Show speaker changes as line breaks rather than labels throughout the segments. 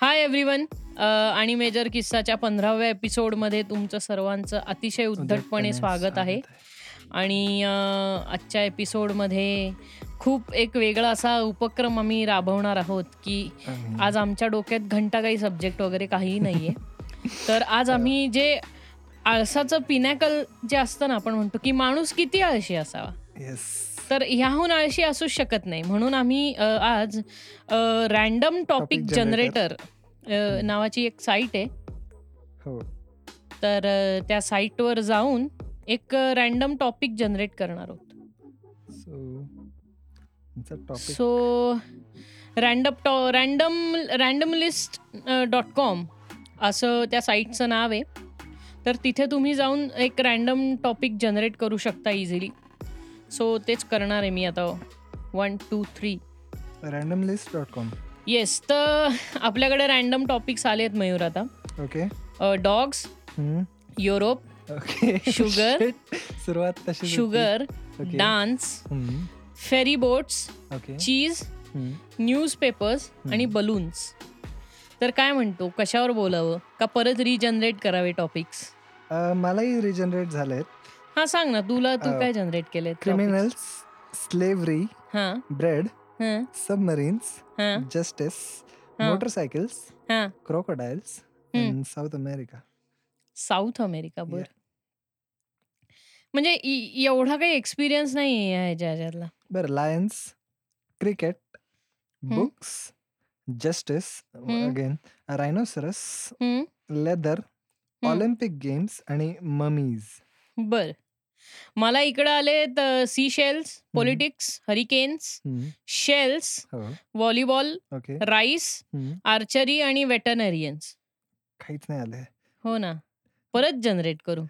हाय everyone आणि major किस्साच्या पंधराव्या एपिसोडमध्ये तुमचं सर्वांचं अतिशय उद्धटपणे स्वागत आहे आणि अ, आजच्या एपिसोडमध्ये खूप एक वेगळा असा उपक्रम आम्ही राबवणार आहोत की आज आमच्या डोक्यात घंटा काही सब्जेक्ट वगैरे काहीही नाही आहे तर आज आम्ही जे आळसाचं पिनॅकल जे असतं ना आपण म्हणतो की माणूस किती आळशी असावा
येस
तर ह्याहून आळशी असूच शकत नाही म्हणून आम्ही अ, आज रॅन्डम टॉपिक
Topic
जनरेटर नावाची एक साईट आहे
हो
तर अ, त्या साईटवर जाऊन एक रॅन्डम टॉपिक जनरेट करणार आहोत
सो आमचा टॉपिक
सो रॅन्डम टॉ random random list dot com असं त्या साईटचं नाव आहे तर तिथे तुम्ही जाऊन एक रॅन्डम टॉपिक जनरेट करू शकता इझिली सो तेच करणार आहे मी आता one two three
random list dot com
yes तर आपल्याकडे रॅन्डम टॉपिक्स आले आहेत मयूर आता
okay
dogs
Hmm?
Europe
okay
Sugar.
सुरुवात तशी
sugar
Okay. Hmm.
Dance ferry boats
okay
cheese
Hmm.
Newspapers आणि बलून्स तर काय म्हणतो कशावर बोलावं का परत रिजनरेट करावे टॉपिक्स
Uh, मलाही रिजनरेट झालेत
हा सांग ना तुला तू
अ,
काय जनरेट केले
क्रिमिनल्स स्लेव्हरी
हा
ब्रेड
हा
सबमरीन्स
हा
जस्टिस
हा.
मोटरसायकल्स
हा
crocodiles
hmm.
South America
south America बर
Yeah.
म्हणजे इ- एवढा काही एक्सपिरियन्स नाही आहे या ह्याच्या- ह्याच्यातला
बर lions cricket books justice
hmm.
Again rhinoceros
hmm?
Leather Olympic games आणि ममीज
बर मला इकडं आले तर sea shells politics hurricanes shells
हो
volleyball
okay
rice
hmm.
Archery आणि वेटनरियन्स
काहीच नाही आलंय
हो ना परत जनरेट करू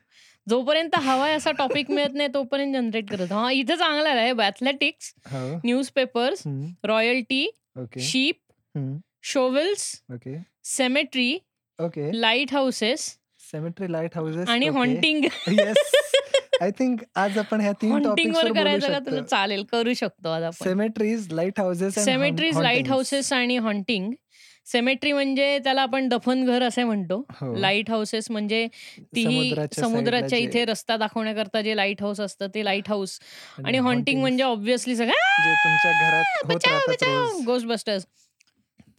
जोपर्यंत हवाय असा टॉपिक मिळत नाही तोपर्यंत जनरेट करत हा इथं चांगला आहे ॲथलेटिक्स
हो
newspapers
hmm.
Royalty
okay
sheep
hmm.
Shovels
okay
cemetery
okay
lighthouses
cemetery lighthouses
आणि हॉन्टिंग
येस आय थिंक आज आपण ह्या तीन
हॉन्टिंग
टॉपिक्स
वर करायचं का तुला चालेल करू शकतो आज आपण
cemeteries lighthouses
cemeteries lighthouses आणि हॉन्टिंग सेमेट्री म्हणजे त्याला आपण दफन घर असे म्हणतो
हो.
लाईट हाऊसेस म्हणजे तीही समुद्राच्या इथे रस्ता दाखवण्याकरता जे लाईट हाऊस असतं ते लाईट हाऊस आणि हॉन्टिंग म्हणजे ऑब्विसली
जे तुमच्या घरात होत राहतात
सगळं
रोज.
गोस्ट बस्टर्स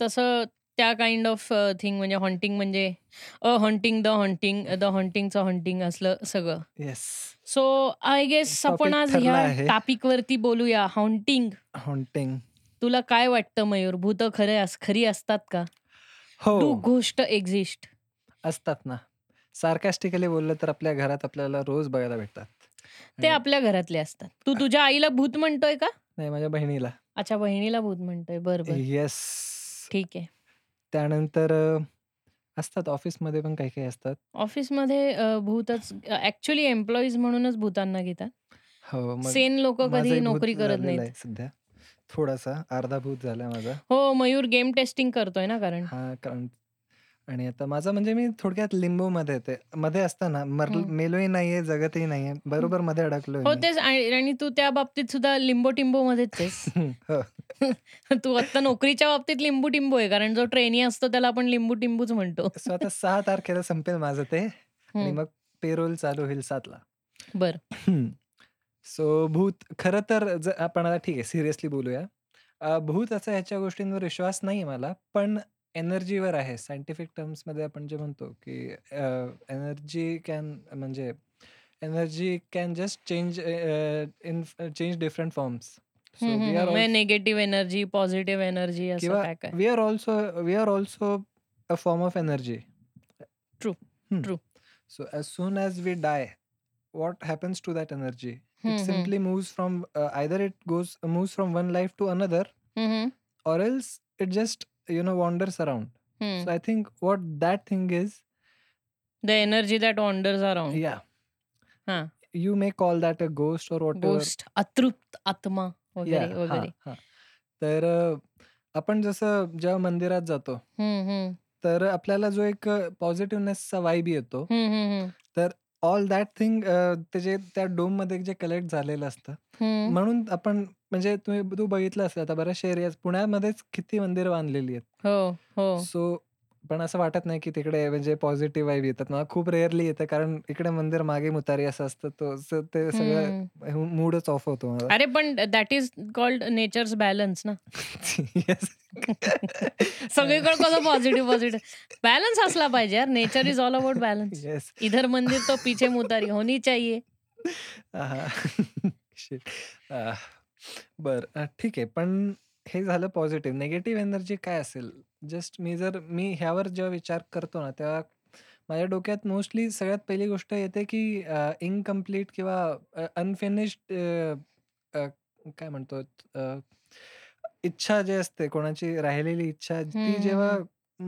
तसं त्या काइंड ऑफ थिंग म्हणजे हॉन्टिंग म्हणजे a haunting the haunting the हॉन्टिंगचं हॉन्टिंग असलं सगळं
yes
so I guess
Topic
आपण आज
ठरला
ह्या
आहे.
टॉपिक वरती बोलूया हॉन्टिंग
हॉन्टिंग
तुला काय वाटतं मयूर भूत खरे अस- खरी असतात का तू
हो
गोष्ट एक्झिस्ट
असतात ना सार्कास्टिकली बोललं तर आपल्या घरात आपल्याला रोज बघायला भेटतात
ते
आणि-
आपल्या घरातले असतात तू तुझ्या आईला भूत म्हणतोय का
नाही माझ्या बहिणीला
अच्छा बहिणीला भूत म्हणतोय बरोबर
येस
ठीक आहे
त्यानंतर अ, असतात ऑफिसमध्ये पण काही काही असतात
ऑफिसमध्ये अ, भूतच ऍक्च्युली एम्प्लॉईज म्हणूनच भूतांना घेतात
हो मग
सेन लोक
माझंही
कधी
भूत
नोकरी करत
झालेलं
नाहीत
आहे सध्या थोडासा अर्धा भूत झाला माझा
हो मयूर गेम टेस्टिंग करतोय ना कारण
हा कारण आणि आता माझा म्हणजे मी थोडक्यात लिंबू मध्ये येते मध्ये असताना मर
हम्म.
मेलोही नाहीये जगतही नाहीये बरोबर मध्ये अडकलोय
हो
मी.
तेच आणि आणि तू त्या बाबतीत सुद्धा लिंबो टिंबो मध्येच आहेस
हो,
तू आता नोकरीच्या बाबतीत लिंबू टिंबो आहे कारण जो ट्रेनी असतो त्याला आपण लिंबू टिंबूच म्हणतो
so आता सहा तारखेला संपेल माझं ते आणि
हम्म,
मग पेरोल चालू होईल सातला
बर
सो भूत खरं तर ज- आपण आता ठीक आहे सिरियसली बोलूया अ, भूत असा ह्याच्या गोष्टींवर विश्वास नाही आहे मला पण एनर्जीवर आहे सायंटिफिक टर्म्समध्ये आपण जे म्हणतो की एनर्जी कॅन म्हणजे energy can just change in change different forms so we are
negative energy positive energy असं
किंवा
काय काय
we are also we are also a form of energy
True,
Hmm.
true.
So as soon as we die what happens to that energy
hmm,
it
hmm,
simply moves from uh, either it goes moves from one life to another
hmm, हम्म,
or else it just you know wanders around
hmm.
so i think what that thing is
the energy that wanders around
yeah
Hmm. Huh.
you may call that a ghost or whatever
गोष्ट अतृप्त आत्मा
yeah
वगैरे
हा,
वगैरे
हा. तर uh, आपण जसं जेव्हा मंदिरात जातो
हम्म, हम्म.
तर आपल्याला जो एक uh, पॉझिटिव्हनेसचा वाईब येतो
हम्म, हम्म, हम्म.
ऑल दॅट थिंग त्याचे त्या डोम मध्ये जे कलेक्ट झालेलं असतं
हम्म.
म्हणून आपण म्हणजे तुम्ही तू बघितलं असेल आता बऱ्याचशा एरियाज पुण्यामध्येच किती मंदिर बांधलेली आहेत
हो हो
सो पण असं वाटत नाही की तिकडे म्हणजे पॉझिटिव्ह वाईब येतात मला खूप रेअरली येतं कारण इकडे मंदिर मागे मुतारी असं असतं तो स- ते सगळं
हम्म.
मूडच ऑफ होतो मला
अरे पण that is called nature's balance ना
Yes.
सगळीकडे कसं पॉझिटिव्ह पॉझिटिव्ह बॅलन्स असला पाहिजे यार nature is all about balance
Yes.
इधर मंदिर तो पीछे मुतारी होनी चाहिए
आहा. Shit. आह. बर अ, ठीक आहे पण हे झालं पॉझिटिव्ह नेगेटिव्ह एनर्जी काय असेल जस्ट मी जर मी ह्यावर जेव्हा विचार करतो ना तेव्हा माझ्या डोक्यात मोस्टली सगळ्यात पहिली गोष्ट येते की इनकम्प्लीट किंवा अनफिनिश्ड काय म्हणतो अ, इच्छा जे असते कोणाची राहिलेली इच्छा ती
हम्म.
जेव्हा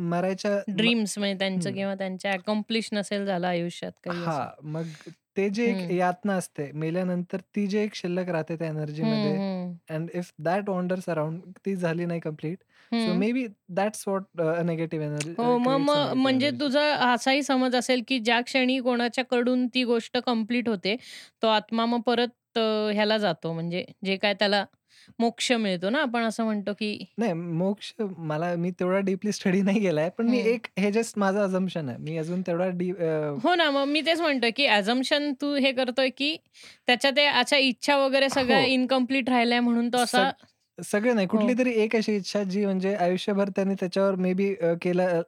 मरायच्या म-
ड्रीम्स म्हणजे त्यांचं
हम्म.
किंवा त्यांच्या अकॉम्प्लिश नसेल झालं आयुष्यात काही
Hmm. हा
असं.
मग ते जे एक
हम्म.
यातना असते मेल्यानंतर ती जे एक शिल्लक राहते त्या एनर्जी मध्ये
hmm,
and if that wanders around ती झाली नाही complete
hmm.
So maybe that's what negative
हो मग मग
एनर्जी
म्हणजे तुझा असाही समज असेल की ज्या क्षणी कोणाच्याकडून ती गोष्ट कम्प्लीट होते तो आत्मा मग परत अ, ह्याला जातो म्हणजे जे काय त्याला मोक्ष मिळतो ना आपण असं म्हणतो की
नाही मोक्ष मला मी तेवढा डीपली स्टडी नाही केलाय पण मी
हम्म.
एक हे जस्ट माझं अजम्पशन आहे मी अजून तेवढा डीप
हो ना मग मी तेच म्हणतोय की ऍझम्पशन तू हे करतोय की त्याच्या ते अच्छा इच्छा वगैरे सगळं
हो.
इनकम्प्लीट राहिलंय म्हणून तो असा
सगळे नाही
हो.
कुठली तरी एक अशी इच्छा जी म्हणजे आयुष्यभर त्यांनी त्याच्यावर मे बी केलं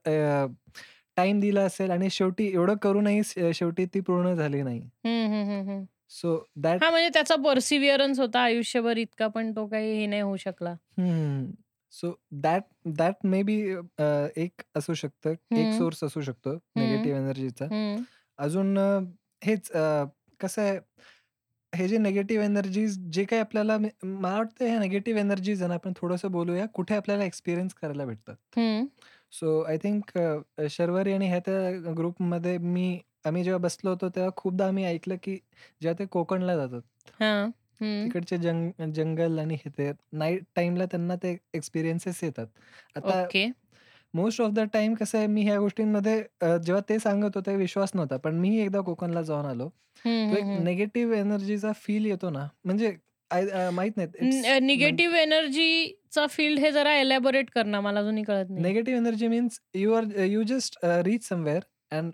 टाइम दिला असेल आणि शेवटी एवढं करूनही अ, शेवटी ती पूर्ण झाली नाही
हम्म, हम्म, हम्म, हम्म.
सो दॅट
हा म्हणजे त्याचा परसिव्हिअरन्स होता आयुष्यभर इतका पण तो काही हे नाही होऊ शकला
so that that may be एक असू शकतं एक
हम्म.
सोर्स असू शकतो निगेटिव्ह एनर्जीचा
हम्म,
अजून अ, हेच अ, कसं आहे हे जे निगेटिव्ह एनर्जीज जे काही आपल्याला मे- मला वाटतं ह्या निगेटिव्ह एनर्जीज आहे ना आपण थोडंसं बोलूया कुठे आपल्याला एक्सपिरियन्स करायला भेटतात
hmm,
so I think Sharvari आणि ह्या त्या ग्रुपमध्ये मी आम्ही जेव्हा बसलो होतो तेव्हा खूपदा आम्ही ऐकलं की जेव्हा ते कोकणला जातात
हा, हम्म.
तिकडचे जंग जंगल आणि हे ते नाईट टाइमला त्यांना ते एक्सपिरियन्सेस येतात आता
okay
most of the time कसं आहे मी ह्या गोष्टींमध्ये अ, जेव्हा ते सांगत होते विश्वास नव्हता पण मी एकदा कोकणला जाऊन आलो
हम्म,
तो
हम्म,
एक
हम्म.
नेगेटिव्ह एनर्जीचा फील येतो ना म्हणजे आय- अ, माहित नाही
निगेटिव्ह एनर्जीचा फील्ड हे जरा एलॅबोरेट कर ना मला अजूनही कळत नाही
negative energy means you are you just reach somewhere and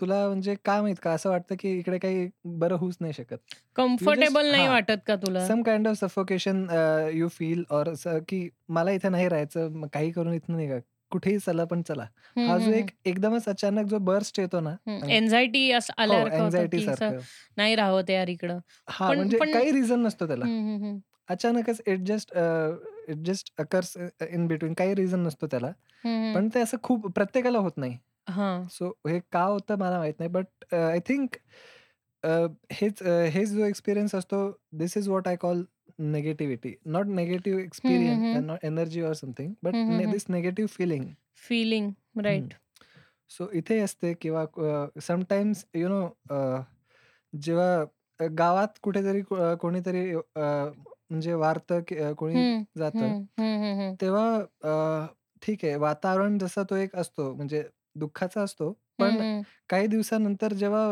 तुला म्हणजे काय माहित का असं वाटतं की इकडे काही बरं होऊच नाही शकत
कम्फर्टेबल नाही
म्हणजे हा.
वाटत का तुला
some kind of suffocation you feel और असं की मला इथं नाही राहायचं मग काही करून इथं नाही का कुठेही चला पण चला हा जो एक एकदमच अचानक जो बर्स्ट येतो ना अंग-
एन्झायटी
हो
आल्यासारखं होतं
एन्झायटी
की असं
सारखं
नाही राहत यार इकडं
हा
पण
म्हणजे
पण
काही रिझन नसतो त्याला
हम्म, हम्म, हम्म.
अचानकच it just it just occurs in between काही रिझन नसतो त्याला
हम्म,
पण ते असं खूप प्रत्येकाला होत नाही
हम्म. हा
सो हे का होतं मला माहित नाही बट आय थिंक हेच अ, हेच जो एक्सपिरियन्स असतो this is what I call negativity not negative
hmm,
experience energy or something but
hmm, hmm.
This negative feeling
feeling right
so इथे असते किंवा समटाइम्स यु नो जेव्हा अ, गावात कुठेतरी को- अ, कोणीतरी अ, म्हणजे वारतं की- अ, कोणी
हम्म,
जातं
हम्म, हम्म, हम्म, हम्म.
तेव्हा अ, ठीक आहे वातावरण जसा तो एक असतो म्हणजे दुःखाचा असतो पण
हम्म, हम्म.
काही दिवसानंतर जेव्हा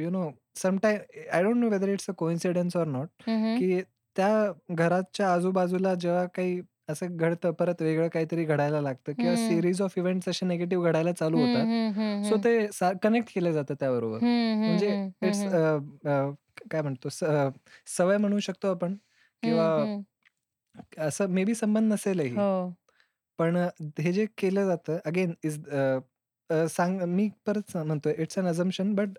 you know sometime I don't know whether it's a coincidence or not
hmm,
की त्या घराच्या आजूबाजूला जेव्हा काही असं घडतं परत वेगळं काहीतरी घडायला लागतं किंवा
हम्म.
सिरीज ऑफ इव्हेंट्स असे निगेटिव्ह घडायला चालू
हम्म,
होतात
हम्म, हम्म,
सो
हम्म.
ते कनेक्ट केलं जातं त्याबरोबर
हम्म, हम्म,
म्हणजे
हम्म,
इट्स
हम्म,
काय म्हणतो स- अ, सवय म्हणू शकतो आपण
हम्म,
किंवा
हम्म.
असं मे बी संबंध नसेलही
हो
पण हे जे केलं जातं अगेन इज सांग मी परत सा- म्हणतोय it's an assumption but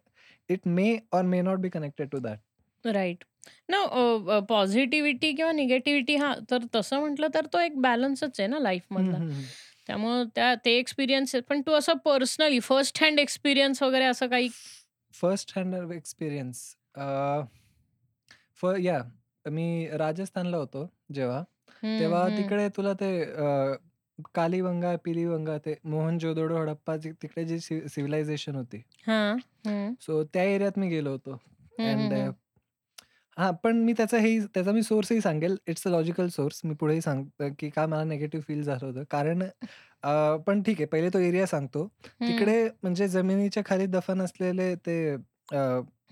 it may or may not be connected to that
right ना पॉझिटिव्हिटी किंवा निगेटिव्हिटी हा तर तसं म्हटलं तर तो एक बॅलन्सच आहे ना लाईफमधला त्यामुळं त्या ते एक्सपिरियन्स पण तू असं पर्सनली फर्स्ट हँड एक्सपिरियन्स वगैरे असं काही
फर्स्ट हँड एक्सपिरियन्स फ या मी राजस्थानला होतो जेव्हा
हम्म,
तेव्हा
हम्म.
तिकडे तुला ते अ, कालीवंगा पिलीवंगा ते मोहनजोदडो हडप्पा जी- तिकडे जी सिव्हिलायझेशन होती
हा हम्म,
सो त्या एरियात मी गेलो होतो
हम्म,
अँड
हम्म,
हा पण मी त्याचा हे त्याचा मी सोर्सही सांगेल इट्स अ लॉजिकल सोर्स मी पुढेही सांगतो की का मला नेगेटिव्ह फील झालं होतं कारण अ, पण ठीक आहे पहिले तो एरिया सांगतो
हम्म.
तिकडे म्हणजे जमिनीच्या खाली दफन असलेले ते अ,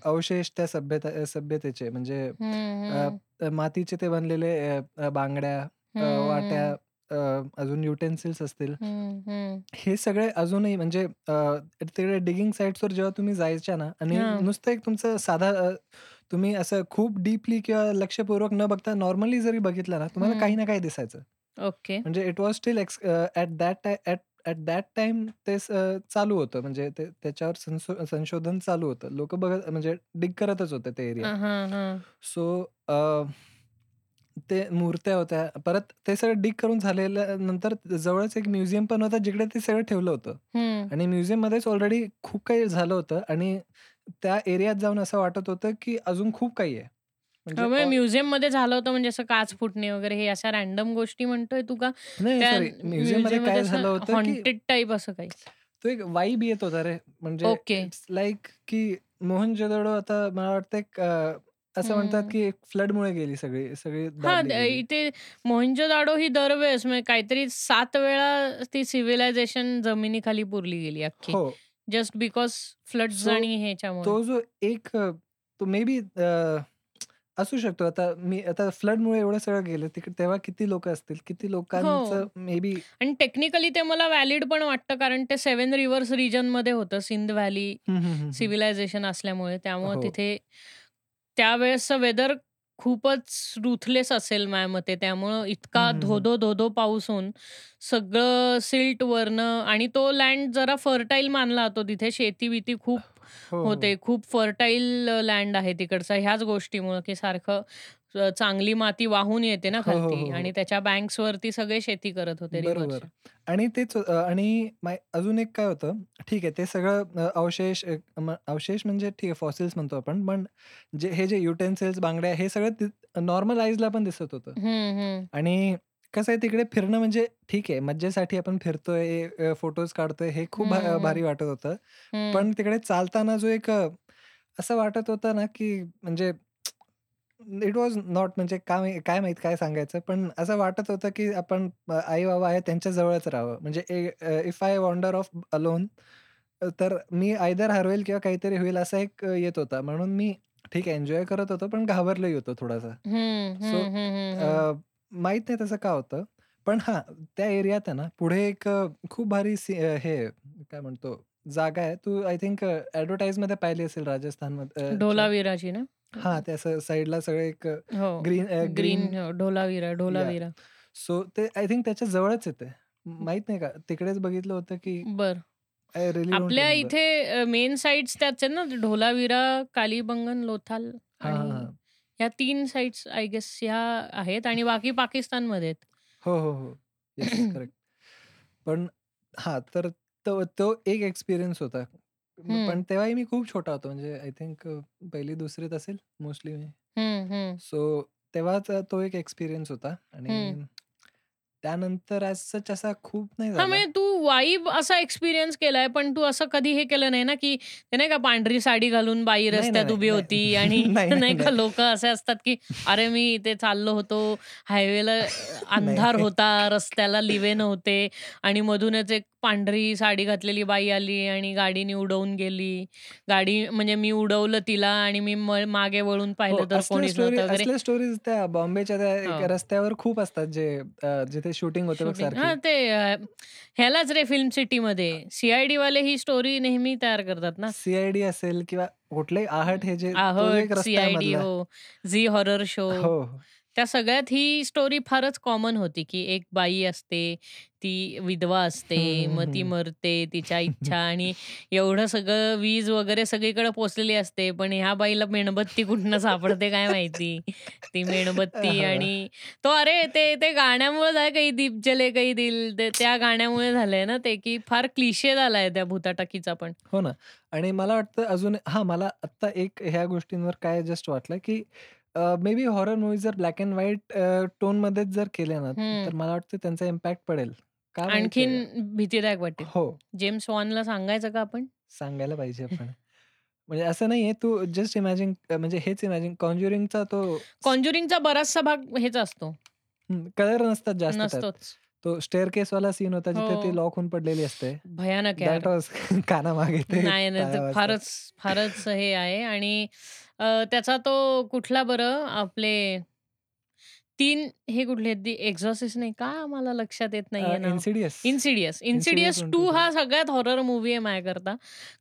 अवशेष त्या सभ्यता सभ्यतेचे म्हणजे
हम्म,
अ,
हम्म,
अ, मातीचे ते बनलेले अ, अ, बांगड्या अ, वाट्या
हम्म,
अ, अजून युटेन्सिल्स असतील
हम्म, हम्म.
हे सगळे अजूनही म्हणजे अ, तिकडे डिगिंग साईट्सवर जेव्हा तुम्ही जायच्या ना आणि
हा.
नुसतं एक तुमचं साधा अ, तुम्ही असं खूप डीपली किंवा लक्षपूर्वक न बघता नॉर्मली जरी बघितलं ना तुम्हाला काही
हम्म.
ना काही दिसायचं
ओके
म्हणजे it was still at that at at that time ते स- अ, चालू होतं म्हणजे ते त्याच्यावर संशो- संशोधन चालू होतं लोक बघत म्हणजे डिग करतच होते ते एरिया
हा हा हा.
सो ते मूर्त्या होत्या परत ते सगळं डिग करून झालेल्या नंतर जवळच एक म्युझियम पण होता जिकडे ते सगळं ठेवलं होतं
हम्म.
आणि म्युझियम मध्येच ऑलरेडी खूप काही झालं होतं आणि त्या एरियात जाऊन असं वाटत होतं की अजून खूप काही आहे म्हणजे
अबे,
all-
म्युझियम मध्ये झालं होतं म्हणजे असं काच फुटणे वगैरे हे अशा रँडम गोष्टी म्हणतोय तू का
नाही
त्या
सॉरी म्युझियम मध्ये
म्युझियम मध्ये
काय
असं
झालं होतं की
हॉन्टेड टाईप असं काही
तो एक वाईब येत होता रे म्हणजे
ओके
इट्स लाईक की मोहन आता मला वाटतं एक अ, असं म्हणतात
हम्म.
की एक फ्लडमुळे गेली सगळी सगळी
हा
दाबली
द-
गेली
इथे मोहनजोदाडो ही दरवेळेस म्हणजे काहीतरी सात वेळा ती सिव्हिलायझेशन जमिनीखाली पुरली गेली अख्खी
हो
जस्ट बिकॉज फ्लड्स
सो
आणि ह्याच्यामुळे
तो जो एक अ, तो मे बी असू शकतो आता मी आता फ्लडमुळे एवढं सगळं गेलं तिकडे तेव्हा किती लोक असतील किती
हो
लोकांचं मे बी
आणि टेक्निकली ते मला व्हॅलिड पण वाटतं कारण ते सेव्हन रिव्हर्स रिजन मध्ये होतं सिंध व्हॅली सिव्हिलायझेशन असल्यामुळे त्यामुळे
हो
तिथे त्यावेळेसचं वेदर खूपच रुथलेस असेल माझ्या मते त्यामुळं इतका
हम्म, हम्म,
धोधो धोधो पाऊस होऊन सगळं सिल्ट वरनं आणि तो लँड जरा फर्टाईल मानला जातो तिथे शेती बिती खूप
हो हो
होते खूप फर्टाईल लँड आहे तिकडचं ह्याच गोष्टीमुळं की सारखं अ, चांगली माती वाहून येते ना
हो हो
खालती
हो हो
आणि त्याच्या बँक्सवरती सगळे शेती करत होते
बरोबर
रिव्हर्स
आणि तेच अ, आणि माय- अजून एक काय होतं ठीक आहे ते सगळं अ, अवशेष अ, म- अवशेष म्हणजे ठीक आहे फॉसिल्स म्हणतो आपण पण जे हे जे युटेन्सिल्स बांगड्या हे सगळं नॉर्मलाइजला पण दिसत होतं
हम्म हम्म
आणि कसं आहे तिकडे फिरणं म्हणजे ठीक आहे मज्जेसाठी आपण फिरतोय फोटोज काढतोय हे खूप भा-
हम्म
अ, भारी
हम्म
वाटत होतं
हम्म
पण तिकडे चालताना जो एक अ, असं वाटत होतं ना की म्हणजे इट वॉज नॉट म्हणजे काय काय माहित काय सांगायचं पण असं वाटत होतं की आपण अ, आई बाबा आहे त्यांच्या जवळच राहावं म्हणजे if I wander off alone तर मी आयदर हरवेल किंवा काहीतरी होईल असा एक अ, येत होता म्हणून मी ठीक आहे एन्जॉय करत होतो पण घाबरलोही होतो थोडासा
हम्म
सो
हम्म हम्म हम्म हम्म.
माहित नाही तसं का होतं पण हा त्या एरियात आहे ना पुढे एक अ, खूप भारी सी अ, हे काय म्हणतो जागा आहे तू आय थिंक ऍडव्हर्टाईज मध्ये पाहिली असेल राजस्थान मध्ये
ढोलावीराची ना
हा त्या साईडला सगळं एक
हो
ग्रीन
ग्रीन
ग्रीन
हो, ढोलावीरा
या
ढोलावीरा
सो ते आय थिंक त्याच्या जवळच येते माहित नाही का तिकडेच बघितलं होतं की
बर
आय रिली डोंट
आपल्या
रिमेंबर
इथे uh, मेन साईट्स त्याच आहेत ना ढोलावीरा कालीबंगन लोथाल
हा हा हा
आणि ह्या तीन साईट्स आय गेस ह्या आहेत आणि बाकी पाकिस्तानमध्ये आहेत
हो हो हो येस करेक्ट पण हा तर तो तो एक एक्सपिरियन्स होता म-
हम्म
पण तेव्हाही मी खूप छोटा होतो म्हणजे आय थिंक पहिली दुसरीत असेल मोस्टली मी
हम्म हम्म
सो तेव्हाचा तो एक एक्सपिरियन्स होता
हम्म.
आणि त्यानंतर आज सच असा खूप नाही
हा
झाला
म्हणजे तू वाईब असा एक्सपिरियन्स केलाय पण तू असं कधी हे केलं नाही ना की ते नाही का पांढरी साडी घालून बाई
नाही नाही
रस्त्यात
नाही
उभी होती आणि
नाही नाही नाही
नाही का
नाही
लोक असे असतात की अरे मी इथे चाललो होतो हायवेला अंधार
नाही
होता रस्त्याला लिवे नव्हते आणि मधूनच एक पांढरी साडी घातलेली बाई आली आणि गाडीने उडवून गेली गाडी म्हणजे मी उडवलं तिला आणि मी म- मागे वळून
हो
पाहिलं तर
असल्या
कोणीच
स्टोरी
नव्हतं वगैरे
असल्या स्टोरीज त्या बॉम्बेच्या त्या
हो
एक रस्त्यावर खूप असतात जे अ, जिथे शूटिंग होते बघ
शूटिंग हा
सारखी
ते अ, ह्यालाच रे फिल्म सिटीमध्ये सीआयडी वाले ही स्टोरी नेहमी तयार करतात ना
सीआयडी असेल किंवा कुठलाही आहट हे जे तो जो एक
आहट
रस्ता आहे
सीआयडी
मधला
हो झी हॉरर शो
हो
त्या सगळ्यात ही स्टोरी फारच कॉमन होती की एक बाई असते ती विधवा असते
हम्म, हम्म,
मग ती
हम्म.
मरते तिच्या इच्छा आणि एवढं सगळं वीज वगैरे सगळीकडे पोचलेली असते पण ह्या बाईला मेणबत्ती कुठनं सापडते काय माहिती ती मेणबत्ती
हा.
आणि तो अरे ते ते गाण्यामुळे झालं काही दीप जले काही दिल ते त्या गाण्यामुळे झालंय ना ते की फार क्लिशे झालाय त्या भूताटाकीचा पण
हो ना आणि मला वाटतं अजून हा मला आत्ता एक ह्या गोष्टींवर काय जस्ट वाटलं की मे बी हॉरर मूवी जर ब्लॅक अँड व्हाईट टोनमध्येच जर केल्या ना
हम्म
तर मला वाटतं त्यांचा इम्पॅक्ट पडेल का माहिती
आणखीन
आहे
भीतीदायक वाटेल
हो
जेम्स वॉनला सांगायचं का आपण
सांगायला पाहिजे आपण म्हणजे असं नाहीये तू जस्ट इमॅजिन म्हणजे हेच इमॅजिन कॉन्ज्युरिंगचा तो
कॉन्ज्युरिंगचा बराचसा भाग हेच असतो
कलर नसतात जास्त त्यात.
नसतोच
तो स्टेअर केस वाला सीन होता जिथे
हो.
ती लॉक होऊन पडलेली असते
भयानक आहे
दॅट वॉज काना मागे ते
नाही नाही,
पाया
ते
वाजतात.
फारच फारच हे आहे आणि अ, त्याचा तो कुठला बरं आपले तीन हे कुठले आहेत? The एक्झॉसिस नाही का मला लक्षात येत नाहीये नाव.
Insidious
Insidious
Insidious
Insidious
one, two,
two
three.
हा सगळ्यात हॉरर मूवी आहे माझ्याकरता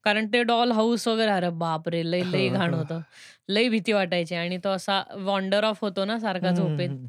कारण ते डॉल हाऊस वगैरे अरे बापरे लय लय घाण होतं लय भीती वाटायची आणि तो असा वॉन्डर ऑफ होतो ना सारखा झोपेत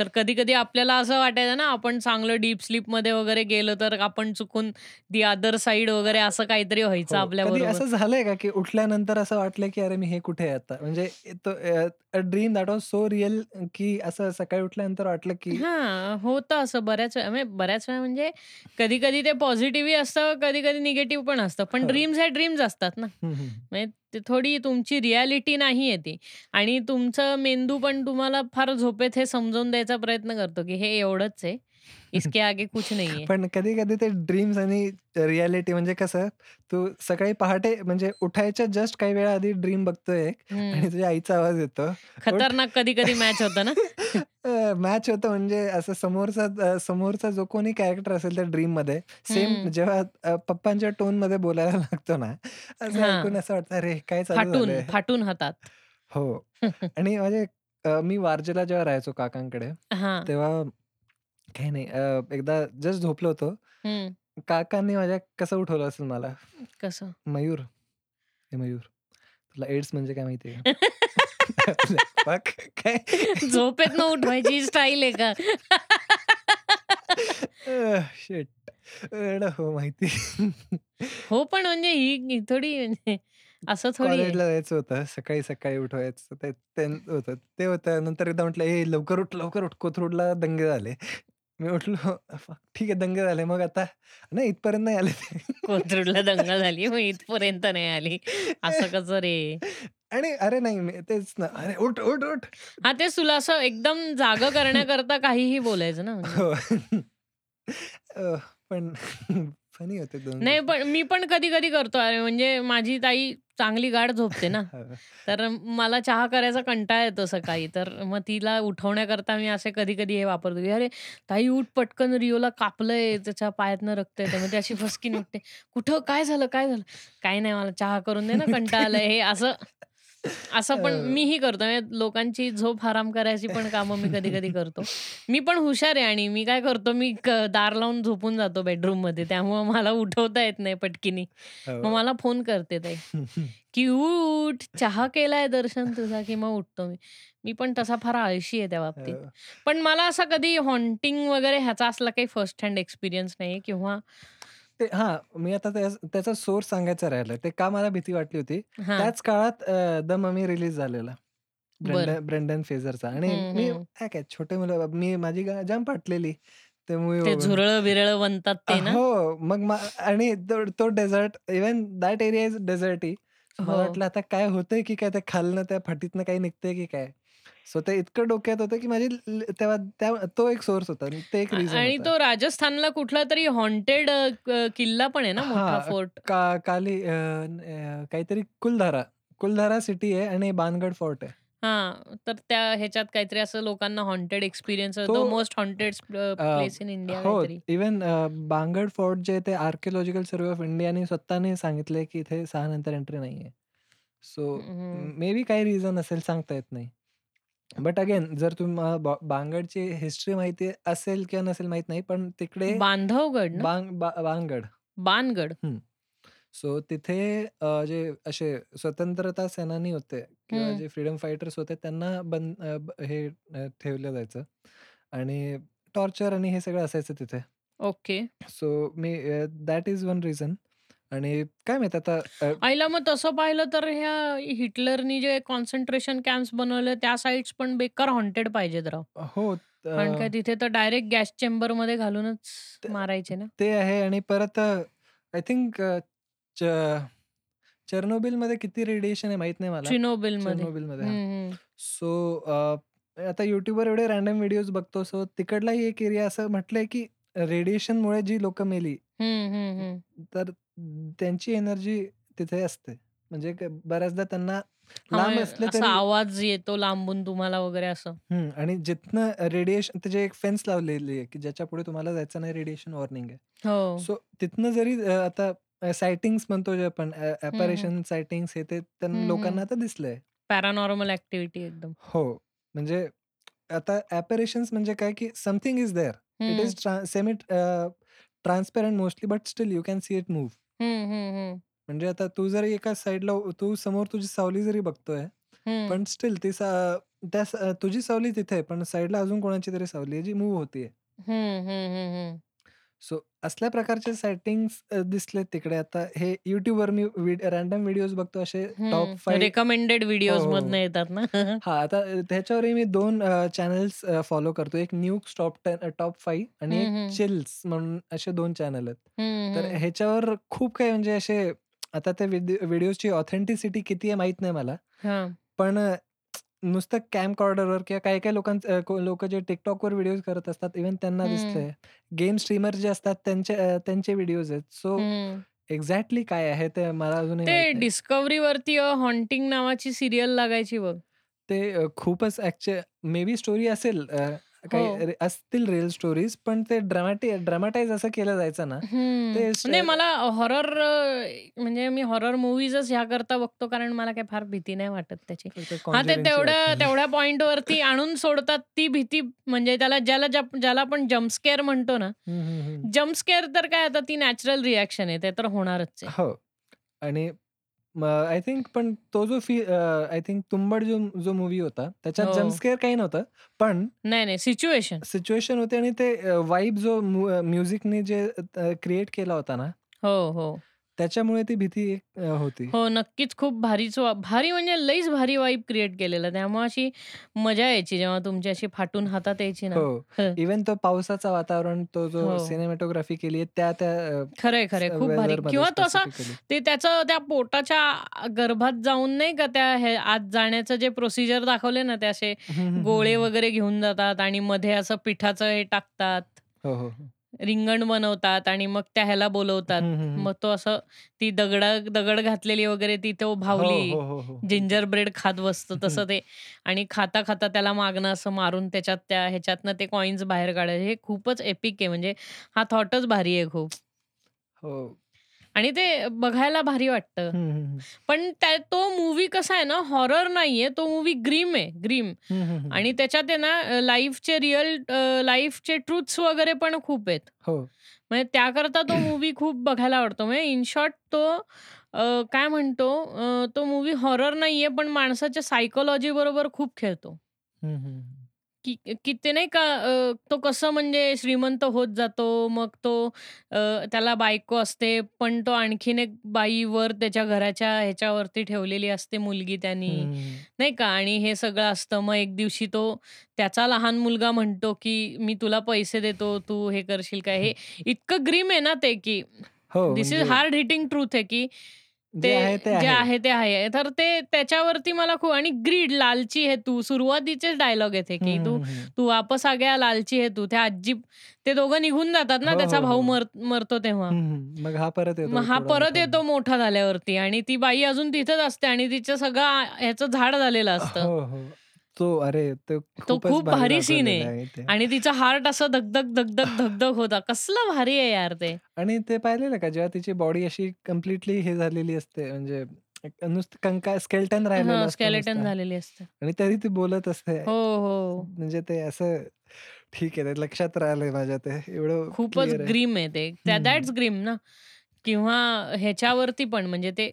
तर कधी कधी आपल्याला असं वाटायचं ना आपण चांगलं डीप स्लीप मध्ये वगैरे गेलो तर आपण चुकून दी अदर साइड वगैरे असं काहीतरी व्हायचं आपल्या बरोबर
हो, असं झालंय का की उठल्यानंतर असं वाटलं की अरे मी हे कुठे आहे आता म्हणजे तो dream that was so real की असं सकाळी उठल्यानंतर वाटलं की
हा होतं असं बऱ्याच वेळा म्हणजे बऱ्याच वेळा म्हणजे कधी कधी ते पॉझिटिव्हही असतं कधी कधी निगेटिव्ह पण असतं पण
हो.
ड्रीम्स ह्या ड्रीम्स असतात ना
हम्म, हम्म.
म्हणजे ते थोडी तुमची रियालिटी नाही ती आणि तुमचा मेंदू पण तुम्हाला फार झोपेत हे समजवून द्यायचा प्रयत्न करतो की हे एवढंच आहे इसके आगे कुछ नाही आहे
पण कधी कधी ते ड्रीम्स आणि रियालिटी म्हणजे कसं तू सकाळी पहाटे म्हणजे उठायच्या जस्ट काही वेळा आधी ड्रीम बघतोय एक आणि तुझ्या आईचा आवाज येतो
खतरनाक कधी कधी मॅच होतं ना
मॅच होतं म्हणजे असं समोरचा अ, समोरचा जो कोणी कॅरेक्टर असेल त्या ड्रीम मध्ये
हम्म.
सेम जेव्हा अ, पप्पांच्या टोन मध्ये बोलायला लागतो ना असं
हा.
ऐकून असं वाटतं अरे काय चालू
फाटून
झालंय?"
फाटून हातात
हो आणि म्हणजे अ, मी वारजेला जेव्हा राहायचो काकांकडे
हा
तेव्हा काही नाही अ, एकदा जस्ट झोपलो होतो
हम्म.
काकांनी माझ्या कसं उठवलं असेल मला
कसं
मयूर हे मयूर तुला एड्स म्हणजे काय माहिती आहे Fuck, काय
झोपेत न उठवायची स्टाईल आहे का
शेट हो माहिती
हो पण म्हणजे ही ही थोडी म्हणजे असं थोडी आहे.
कॉलेजला जायचं होतं सकाळी सकाळी उठवायचं ते ते होतं ते होतं नंतर एकदा म्हटलं ए लवकर उठ लवकर उठ कोथरूडला दंगे झाले मी उठलो "Fuck, ठीक आहे दंगे झाले मग आता नाही इथपर्यंत नाही आले ते."
कोथरूडला दंगा झाली मग इथपर्यंत नाही आली असं कसं रे
आणि अरे नाही मी तेच ना अरे उठ उठ उठ
हा तेच तुला असं एकदम जाग करण्याकरता काहीही बोलायचं ना म्हणजे.
हो. अह, पण फनी होते दोन
नाही पण मी पण कधी कधी करतो अरे म्हणजे माझी ताई चांगली गाढ झोपते ना
हो.
तर मला चहा करायचा कंटाळा येतो सकाळी तर मग तिला उठवण्याकरता मी असे कधी कधी हे वापरतो की अरे ताई उठ पटकन रिओला कापलंय त्याच्या पायातनं रक्त येतं मग ती अशी फसकीन उठते कुठं काय झालं काय झालं काय नाही मला चहा करून दे ना कंटाळा आलाय हे असं असं पण
अह.
मीही करतो म्हणजे लोकांची झोप हराम करायची पण कामं मी कधी कधी करतो मी पण हुशार आहे आणि मी काय करतो मी क- दार लावून झोपून जातो बेडरूम मध्ये त्यामुळे मला उठवता येत नाही पटकिनी
हो.
मग मला फोन करते ताई की उठ चहा केलाय दर्शन तुझा की मग उठतो मी मी पण तसा फार आळशी आहे त्या बाबतीत
हो.
पण मला असा कधी हॉन्टिंग वगैरे ह्याचा असला काही फर्स्ट हँड एक्सपिरियन्स नाही किंवा
ते हा मी आता त्या- त्याचा सोर्स सांगायचा राहिला ते का मला भीती वाटली होती
हा
त्याच काळात द मम्मी रिलीज झालेला
बरं.
ब्रेंडन- ब्रेंडन फेजरचा आणि
हम्म,
मी
हम्म.
काय काय छोटे मुलं मी माझी गा- जाम फाटलेली ते
ते
मूवी
झुरळ बिरळ बनतात ते ना
म्हणजे हो मग मा- आणि तो- तो desert even that area is deserty मला
हो.
वाटलं आता काय होतंय की काय ते खालनं त्या फाटीतनं काही निघतंय की काय सो ते इतकं डोक्यात होतं की माझी ल- तेव्हा त्या तो एक सोर्स होता आणि ते एक
आणि
रिझन
तो राजस्थानला कुठला तरी हॉन्टेड किल्ला पण आहे ना मोठा
हा.
फोर्ट
का काली अ, न- अ, काहीतरी कुलधारा कुलधारा सिटी आहे आणि बानगड फोर्ट आहे
हा तर त्या ह्याच्यात काहीतरी असं लोकांना हॉन्टेड एक्सपिरियन्स
तो-
most haunted place in India
हो
काहीतरी
इवन बांगड फोर्ट जे ते आर्किओलॉजिकल सर्वे ऑफ इंडियाने स्वतःने सांगितले की इथे सहा नंतर एंट्री नाही आहे सो
हम्म.
मे बी काही रिझन असेल सांगता येत नाही बट अगेन जर तुम्हाला बा- बांगडची हिस्ट्री माहिती असेल किंवा नसेल माहित नाही पण तिकडे
बांधवगड ना
बांग बा- बांगड
बानगड
सो तिथे अ, जे असे स्वतंत्रता सेनानी होते किंवा
हम्म.
जे फ्रीडम फायटर्स होते त्यांना बन अ, ब- हे अ, ठेवलं जायचं आणि टॉर्चर आणि हे सगळं असायचं तिथे
ओके
सो मी दॅट इज वन रिझन आणि काय माहित आता अ,
आईला मग तसं पाहिलं तर ह्या हिटलरनी जे कॉन्सन्ट्रेशन कॅम्प बनवले त्या साईड्स पण बेकार हॉन्टेड पाहिजेत राव
हो
कारण
अ,
काय तिथे तर डायरेक्ट गॅस चेंबर मध्ये घालूनच
ते-
मारायचे ना
ते आहे आणि परत आय थिंक चर्नोबिल मध्ये किती रेडिएशन आहे माहित नाही मला
चिनोबिल मध्ये
चेर्नोबिल मध्ये हा.
हम्म, हम्म.
सो अ, आता युट्यूबवर एवढे रॅन्डम व्हिडिओज बघतो सो तिकडलाही एक एरिया असं म्हटलंय की रेडिएशनमुळे जी लोक मेली
हम्म, हम्म, हम्म.
तर त्यांची एनर्जी तिथे असते म्हणजे क- बऱ्याचदा त्यांना
हा,
लांब
म्हणजे
असले
असा
तरी
आवाज येतो लांबून तुम्हाला वगैरे असं
हम्म, आणि जिथनं रेडिएशन त्याचे एक फेन्स लावलेली आहे की ज्याच्या पुढे तुम्हाला जायचं नाही रेडिएशन वॉर्निंग आहे
हो
सो तिथनं जरी अ, आता सायटिंग्स म्हणतो जे आपण अपॅरेशन सायटिंग्स हे ते
हम्म,
त्यांना
हम्म.
लोकांना आता दिसलंय
पॅरानॉर्मल ऍक्टिव्हिटी एकदम
हो म्हणजे आता अपॅरेशन म्हणजे काय की something is there it
hmm,
is semi transparent mostly but still you can see it move
hmm, हम्म, हम्म,
म्हणजे आता तू जरी एका साईडला तू समोर तुझी सावली जरी बघतोय
हम्म.
पण स्टील ती सा- त्या स- तुझी सावली तिथे आहे पण साईडला अजून कोणाची तरी सावली आहे जी मूव्ह होतीये
हम्म, हम्म, हम्म, हम्म.
सो असल्या प्रकारचे सेटिंग्स दिसले तिकडे आता हे युट्यूबवर मी रॅन्डम व्हिडिओज बघतो असे top
hmm.
Five
recommended videos
हो, हो.
मधनं येतात ना
हा आता अ, त्याच्यावरही मी दोन चॅनल्स फॉलो करतो एक Nukes top ten top five आणि
हम्म, हम्म.
एक चिल्स म्हणून असे दोन चॅनल आहेत
हम्म,
तर
हम्म.
ह्याच्यावर खूप काही म्हणजे असे आता त्या व्हिडिओची ऑथेंटिसिटी किती आहे माहित नाही मला
हा.
पण अ, नुसतं कॅम्प कॉर्डरवर किंवा काही काही लोकांचं लोक जे टिकटॉकवर व्हिडिओ करत असतात इव्हन त्यांना
हम्म.
दिसतंय गेम स्ट्रीमर जे असतात त्यांचे अ, त्यांचे व्हिडिओज आहेत सो
हम्म.
एक्झॅक्टली काय आहे ते मला अजूनही
ते
माहित नाही.
डिस्कव्हरी वरती हॉन्टिंग नावाची सिरियल लागायची बघ
ते अ, खूपच ऍक्च्युअल मे बी स्टोरी असेल अ,
हो.
काही रे- असतील रिअल स्टोरीज पण ते ड्रामाटी ड्रामाटाईज असं केलं जायचं ना
हम्म.
ते
म्हणजे
स-
मला हॉरर म्हणजे मी हॉरर मूवीजच ह्या करता बघतो कारण मला काही फार भीती नाही वाटत त्याची
फक्त
हा ते
Conjuring ची
तेवढ्या
वाटते.
तेवढ्या पॉइंट वरती आणून सोडतात ती भीती म्हणजे त्याला ज्याला ज्या- ज्याला आपण जम्पस्केअर म्हणतो ना
हम्म, हम्म, हम्म.
जम्पस्केअर तर काय आता ती नॅचरल रिॲक्शन आहे ते तर होणारच आहे
हो आणि आय थिंक पण तो जो फी आय थिंक तुंबड जो जो मूवी होता त्याच्यात
हो.
जम्पस्केअर काही नव्हतं पण
नाही नाही सिच्युएशन
सिच्युएशन होते आणि ते वाईब जो म्युझिकने जे क्रिएट केला होता ना
हो हो
त्याच्यामुळे ती भीती अ, होती
हो नक्कीच खूप भारीच वा- भारी म्हणजे लईच भारी वाईब क्रिएट केलेला त्यामुळे अशी मजा यायची जेव्हा तुमची अशी फाटून हातात यायची ना
हो
ह.
इवन तो पावसाचा वातावरण तो जो
हो.
सिनेमॅटोग्राफी केली आहे त्या त्या अ,
खरंय खरंय खूप भारी
वेदरमध्ये
किंवा तो असा
specifically.
ते त्याचं त्या पोटाच्या आ- गर्भात जाऊन नाही का त्या हे आत जाण्याचं जे प्रोसिजर दाखवले ना ते असे
हम्म, हम्म,
गोळे
हम्म.
वगैरे घेऊन जातात आणि मध्ये असं पिठाचं हे टाकतात
हो हो हो.
रिंगण बनवतात आणि मग त्या ह्याला बोलवतात
हम्म, हम्म, हम्म.
मग तो असं ती दगड दगड घातलेली वगैरे ती तो भावली
हो, हो, हो, हो, हो.
जिंजर ब्रेड खात बसतं तसं ते आणि खाता खाता त्याला मागणं असं मारून त्याच्यात त्या ह्याच्यातनं ते कॉइन्स बाहेर काढायचे हे खूपच एपिक आहे म्हणजे हा थॉटच भारी आहे खूप
हो
आणि ते बघायला भारी वाटतं
हम्म, हम्म, हम्म.
पण त्या तो मूवी कसा आहे ना हॉरर नाहीये तो मूवी ग्रीम आहे ग्रीम
हम्म, हम्म, हम्म.
आणि त्याच्यात आहे ना लाईफचे रिअल लाईफचे ट्रुथ्स वगैरे पण खूप आहेत
हो
म्हणजे त्याकरता तो मूवी खूप बघायला आवडतो म्हणजे इन शॉर्ट तो अ, काय म्हणतो अ, तो मूवी हॉरर नाहीये पण माणसाच्या सायकोलॉजी बरोबर खूप खेळतो
हम्म, हम्म, हम्म.
की की ते नाही का अ, तो कसं म्हणजे श्रीमंत होत जातो मग तो अ, त्याला बायको असते पण तो आणखीन एक बाईवर त्याच्या घराच्या ह्याच्यावरती ठेवलेली असते मुलगी त्यांनी
हम्म, हम्म, हम्म.
नाही का आणि हे सगळं असतं मग एक दिवशी तो त्याचा लहान मुलगा म्हणतो की मी तुला पैसे देतो तू हे करशील काय हे इतकं ग्रीम आहे ना ते की
हो
दिस इज
म्हणजे
हार्ड हिटिंग ट्रूथ आहे की
जे
ते
आहे ते
जे
आहे
आहे ते आहे तर ते त्याच्यावरती मला खूप आणि ग्रीड लालची हे तू सुरुवातीचेच डायलॉग येते की
हम्म,
तू
हम्म, हम्म.
तू वापस आ गया लालची हे तू त्या आजी ते दोघं निघून जातात ना
हो,
त्याचा
हो,
भाऊ
हो.
मर मरतो तेव्हा
हम्म, हम्म. मग हा परत येतो
मग हा
थोडा
परत
मोठा
येतो
होऊन.
मोठा झाल्यावरती आणि ती बाई अजून तिथंच असते आणि तिचं सगळं आ- ह्याचं झाड झालेलं असतं
हो हो तो अरे तो
तो
खूपच
खूप
भारी
भारी सीन
दाखवलेला
आहे
आहे ते
आणि तिचं हार्ट असं धगधग धगधग धगधग होता कसलं भारी आहे यार ते
आणि ते पाहिलेलं का जेव्हा तिची बॉडी अशी कम्प्लिटली हे झालेली असते म्हणजे एक नुसतं कंका स्केल्टन राहिलेला असतो
स्केलेटन
नुसता
झालेली असते
आणि तरी ती बोलत असते
हो हो
म्हणजे ते असं ठीक आहे ते लक्षात राहिलंय माझ्या ते एवढं
खूपच
क्लिअर आहे
ग्रीम आहे ते त्या
हम्म.
दॅट्स ग्रीम ना किंवा ह्याच्यावरती पण म्हणजे ते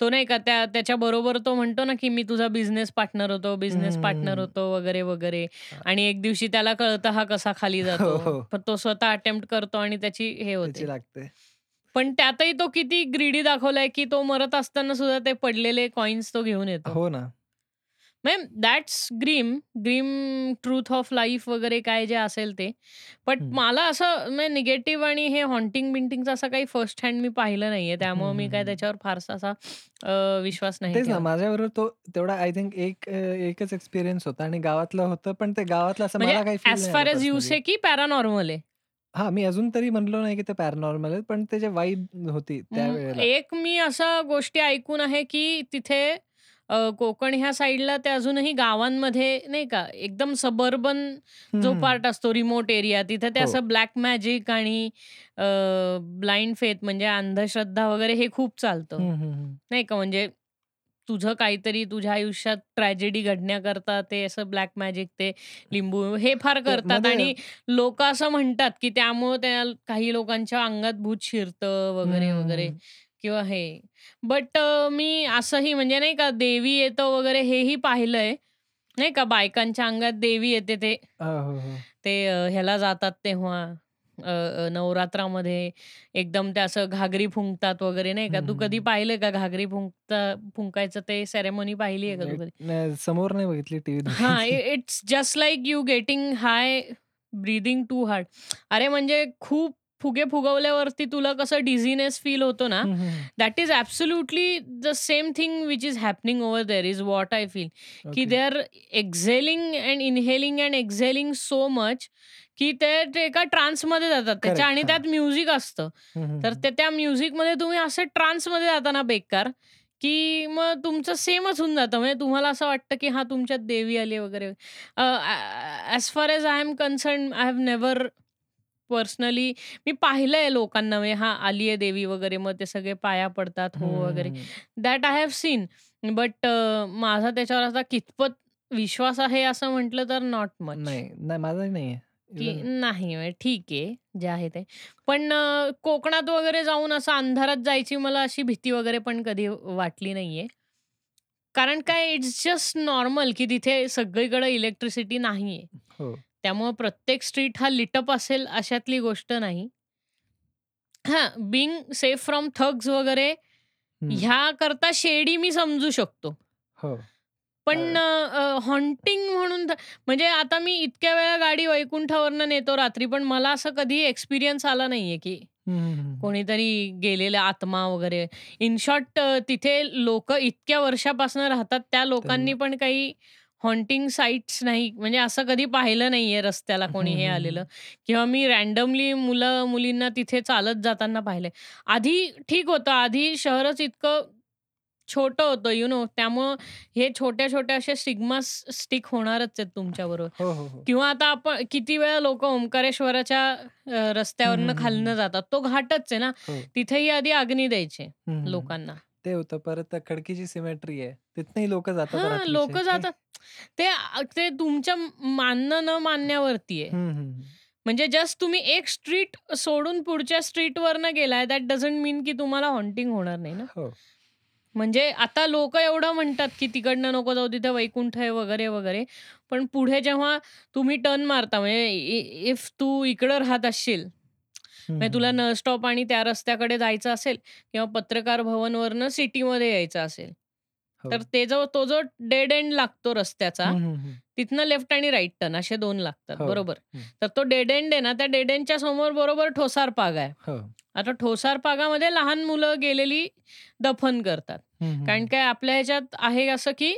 तो नाही का त्या त्याच्या बरोबर तो म्हणतो ना की मी तुझा बिझनेस पार्टनर होतो बिझनेस पार्टनर
हम्म.
होतो वगैरे वगैरे
हा.
आणि एक दिवशी त्याला कळतं हा कसा खाली
हो
जातो
हो
पण तो स्वतः अटेम्प्ट करतो आणि त्याची हे
त्याची
होते
लागते
पण त्यातही तो किती ग्रीडी दाखवलाय की तो मरत असताना सुद्धा ते पडलेले कॉइन्स तो घेऊन येतो
हो ना
ma'am that's grim grim truth of life वगैरे काय जे असेल ते बट
हम्म.
मला असं निगेटिव्ह आणि हे हॉन्टिंग बिंटिंगचं असं काही फर्स्ट हँड मी पाहिलं नाहीये त्यामुळे मी काय
हम्म.
त्याच्यावर फारसा असा अ, विश्वास नाही
तेच ना
ठेवत
माझ्याबरोबर तो तेवढा आय थिंक एक अ, एकच एक्सपिरियन्स होता आणि गावातला होतं पण ते गावातलं असं
म्हणजे
मला काही फील
ऍज
नाही
फार
आलं
एज युस
पर्सनली
आहे की पॅरानॉर्मल आहे
हा मी अजून तरी म्हणलो नाही की ते पॅरानॉर्मल आहे पण ते जे वाईब होती
म,
त्यावेळेला
एक मी असा गोष्टी ऐकून आहे की तिथे अ, कोकण ह्या साईडला ते अजूनही गावांमध्ये नाही का एकदम सबर्बन जो
हम्म.
पार्ट असतो रिमोट एरिया तिथे ते
हो.
असं ब्लॅक मॅजिक आणि ब्लाइंड फेथ म्हणजे अंधश्रद्धा वगैरे हे खूप चालतं
हम्म, हम्म, हम्म.
नाही का म्हणजे तुझं काहीतरी तुझ्या आयुष्यात ट्रॅजेडी घडण्याकरता ते असं ब्लॅक मॅजिक ते लिंबू हे फार
ते
करतात
मध्ये
आणि लोक असं म्हणतात की त्यामुळे त्या काही लोकांच्या अंगात भूत शिरतं वगैरे वगैरे
हम्म.
किंवा हे बट मी असंही म्हणजे नाही का देवी येतं वगैरे हेही पाहिलंय नाही का बायकांच्या अंगात देवी येते ते
हो हो हो.
ते अ, ह्याला जातात तेव्हा अ, अ, नवरात्रामध्ये एकदम ते असं घागरी फुंकतात वगैरे नाही का
हम्म,
तू
हम्म,
कधी
हम्म.
पाहिलंय का घागरी फुंकता फुंकायचं ते सेरेमनी पाहिली आहे का
नाही,
तू कधी
म्हणजे नाही, समोर नाही बघितली टीव्हीत
हा
बघितली
it's just like you getting high breathing too hard अरे म्हणजे खूप फुगे फुगवल्यावरती तुला कसं डिझिनेस फील होतो ना
hmm, hmm,
that is absolutely the same thing which is happening over there is what I feel
hmm.
की
okay
they are exhaling and inhaling and exhaling so much की ते ते एका ट्रान्समध्ये जातात त्याच्या
करेक्ट
आणि
हा
त्यात म्युझिक असतं
हम्म, हम्म,
तर
हम्म.
ते त्या म्युझिकमध्ये तुम्ही असं ट्रान्समध्ये जाताना बेकार की मग तुमचं सेमच होऊन जातं म्हणजे तुम्हाला असं वाटतं की हा तुमच्यात देवी आली वगैरे as far as I am concern I have never personally मी पाहिलंय लोकांना म्हणजे हा आली आहे देवी वगैरे मग ते सगळे पाया पडतात हो वगैरे
हम्म.
That I have seen but माझा त्याच्यावर असा कितपत विश्वास आहे असं म्हटलं तर नॉट मच
नाही नाही माझा नाही
की
इवन
नाही म्हणजे ठीक आहे जे आहे ते पण अ, कोकणात वगैरे जाऊन असं अंधारात जायची मला अशी भीती वगैरे पण कधी वाटली नाहीये कारण काय इट्स जस्ट नॉर्मल की तिथे सगळीकडे इलेक्ट्रिसिटी नाहीये
हो
त्यामुळे प्रत्येक स्ट्रीट हा लिटअप असेल अशातली गोष्ट नाही हा बिंग सेफ फ्रॉम थग्स वगैरे
हम्म.
ह्या करता शेडी मी समजू शकतो
हो
पण
अ,
हॉन्टिंग म्हणून तर- म्हणजे आता मी इतक्या वेळा गाडी वैकुंठावरनं नेतो रात्री पण मला असं कधी एक्सपिरियन्स आला नाहीये की
हम्म.
कोणीतरी गेलेला आत्मा वगैरे इन शॉर्ट तिथे लोक इतक्या वर्षापासून राहतात त्या लोकांनी
त्यांना
पण काही हॉन्टिंग साईट्स नाही म्हणजे असं कधी पाहिलं नाहीये रस्त्याला कोणी
हम्म,
हे
हम्म,
आलेलं
हम्म.
किंवा मी रॅन्डमली मुलं मुलींना तिथे चालत जाताना पाहिलंय आधी ठीक होतं आधी शहरच इतकं छोटं होतं यु नो त्यामुळं हे छोट्या छोट्या अशा स्टिग्मा स्टिक होणारच आहेत तुमच्याबरोबर
हो हो हो
किंवा आता आपण किती वेळा लोक ओंकारेश्वराच्या अ,
हम्म,
रस्त्यावरनं
हम्म, हम्म,
खालनं
हम्म.
जातात तो घाटच आहे ना
हो
तिथेही आधी अग्नी द्यायचे
हम्म, हम्म, हम्म.
लोकांना
ते होतं परत खडकीची सिमेट्री आहे तिथनही लोक जातात
हा
रात्रीचे
लोक
ते
जातात ते आ- ते तुमच्या मानणं न मानण्यावरती आहे
हम्म, हम्म.
म्हणजे जस्ट तुम्ही एक स्ट्रीट सोडून पुढच्या स्ट्रीटवरनं गेलाय दॅट डझंट मीन की तुम्हाला हॉन्टिंग होणार नाही ना
हो
म्हणजे आता लोक एवढं म्हणतात की तिकडनं नको जाऊ तिथे वैकुंठ आहे वगैरे वगैरे पण पुढे जेव्हा तुम्ही टर्न मारता म्हणजे इफ तू इकडं राहत असशील
हम्म,
म्हणजे तुला
हम्म.
न स्टॉप आणि त्या रस्त्याकडे जायचं असेल किंवा पत्रकार भवनवरनं सिटीमध्ये यायचं असेल
हो
तर ते जो तो जो डेड एंड लागतो रस्त्याचा
हम्म, हम्म, हम्म.
तिथनं लेफ्ट आणि राईट टर्न असे दोन लागतात
हो
बरोबर
हम्म.
तर तो डेड एंड आहे ना त्या डेड एंडच्या समोर बरोबर ठोसार पाग आहे
हो
आता ठोसार पागामध्ये लहान मुलं गेलेली दफन करतात
हम्म, हम्म,
कारण
हम्म.
काय आपल्या ह्याच्यात आहे असं की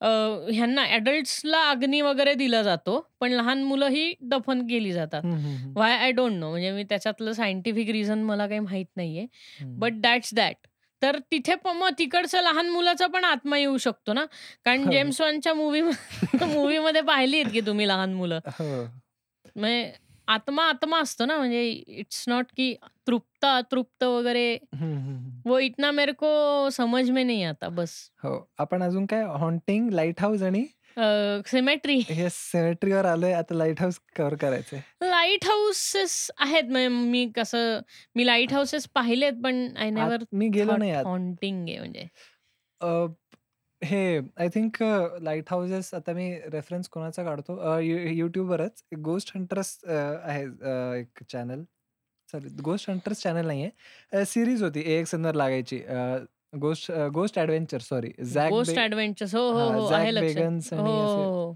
अ, ह्यांना ॲडल्ट्सला अग्नी वगैरे दिला जातो पण लहान मुलं ही दफन केली जातात
हम्म, हम्म, हम्म.
वाय आय डोंट नो म्हणजे मी त्याच्यातलं सायंटिफिक रिझन मला काही माहीत नाहीये
हम्म.
बट दॅट्स दॅट तर तिथे प- मग तिकडचं लहान मुलाचा पण आत्मा येऊ शकतो ना कारण
हो
जेम्स वॉनच्या मूवी मूवीमध्ये पाहिली आहेत की तुम्ही लहान मुलं
हो
म्हणजे आत्मा आत्मा असतो ना म्हणजे इट्स नॉट की तृप्त अतृप्त वगैरे
हम्म, हम्म, हम्म.
वो इतना मेरे को समज में नहीं आता बस
हो आपण अजून काय हॉन्टिंग लाईट हाऊस आणि
सिमेट्री
हे सेमेट्रीवर आलोय आता लाईट हाऊस कव्हर करायचंय
लाईट हाऊसेस आहेत म्हणजे मी कसं मी लाईट हाऊसेस पाहिलेत पण आय
आत
नेवर
मी गेलो
थॉट
नाही आत
हॉन्टिंग आहे म्हणजे
अ, हे आय थिंक लाईट हाऊसेस आता मी रेफरन्स कोणाचा काढतो अ, यू- यूट्यूबवरच गोस्ट हंटर्स आहे अ, एक channel sorry ghost hunters channel नाही आहे सिरीज होती ए एक्स एनवर लागायची ghost ghost adventure sorry Zak
ghost
बे
ॲडव्हेंचर्स हो हो
हा
हो
झॅक
आहे लक्षात
बेगन्स
हो हो
आणि असे
हो.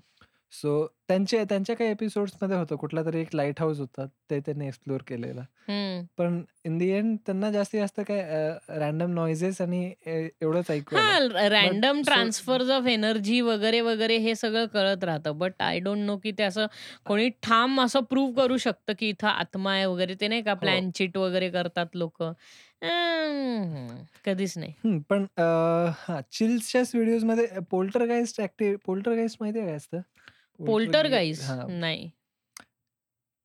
सो त्यांचे त्यांच्या काही एपिसोड्समध्ये होतं कुठला तरी एक लाईट हाऊस होता ते त्यांनी एक्सप्लोअर केलेला
हम्म.
पण इन दी एंड त्यांना जास्तीत जास्त काय रॅन्डम नॉइजेस आणि अ, एवढंच ऐकू आलं.
हा random
so-
transfers of energy वगैरे वगैरे हे सगळं कळत राहतं बट आय डोंट नो की ते असं कोणी ठाम असं प्रूव्ह करू शकतं की इथं आत्मा आहे वगैरे ते नाही
हो.
का प्लॅन चिट वगैरे करतात लोक कधीच नाही
हम्म, पण अ, हा चिल्सच्याच व्हिडिओजमध्ये पोल्टर गाईस्ट ऍक्टिव्ह पोल्टर गाईस्ट माहिती आहे काय असतं
पोल्टर गाईज
हा
नाही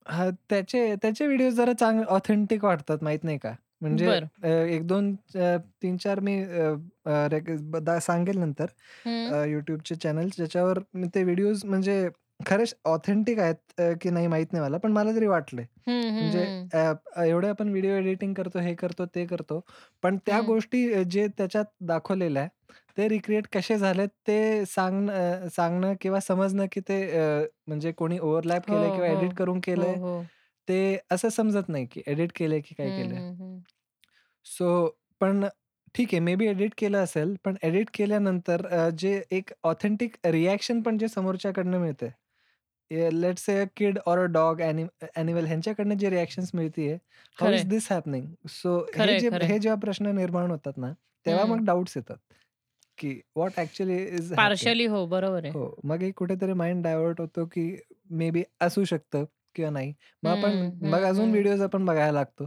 हा त्याचे त्याचे व्हिडिओ जरा चांगले ऑथेंटिक वाटतात माहित नाही का म्हणजे
बरं.
अ, एक दोन अ, तीन चार मी अ, अ, रेक- बदा- सांगेल नंतर
हम्म.
अ, युट्यूबचे चॅनल ज्याच्यावर मी ते व्हिडिओज म्हणजे खरंच ऑथेंटिक आहेत अ, की नाही माहित नाही मला पण मला तरी वाटलंय
हम्म, हम्म,
म्हणजे
हम्म.
अ, अ, एवढे आपण व्हिडिओ एडिटिंग करतो हे करतो ते करतो पण त्या
हम्म.
गोष्टी अ, जे त्याच्यात दाखवलेल्या आहे ते रिक्रिएट कसे झाले ते सांगणं अ, सांगणं किंवा समजणं की ते अ, म्हणजे कोणी ओव्हरलॅप
हो,
केलंय किंवा
हो.
एडिट करून
हो
केलंय
हो
ते असं समजत नाही की एडिट केलंय की काय
हम्म,
केलंय
हम्म, हम्म.
सो पण ठीक आहे मे बी एडिट केलं असेल पण एडिट केल्यानंतर अ, जे एक ऑथेंटिक रिॲक्शन पण जे समोरच्याकडनं मिळतंय let's say kid or a dog animal ह्यांच्याकडनं जे रिॲक्शन्स मिळतीये हाऊ
खरंय.
इज दिस हॅपनिंग सो हे
खरंय,
जे
खरंय.
हे जेव्हा प्रश्न निर्माण होतात ना तेव्हा
हम्म.
मग डाऊट्स येतात की व्हॉट ऍक्च्युली इज
पार्शली हो बरोबर आहे
हो मग एक कुठेतरी माइंड डायव्हर्ट होतो की मे बी असू शकतं किंवा नाही मग आपण
हम्म,
मग
हम्म,
अजून
हम्म.
व्हिडिओज आपण बघायला लागतो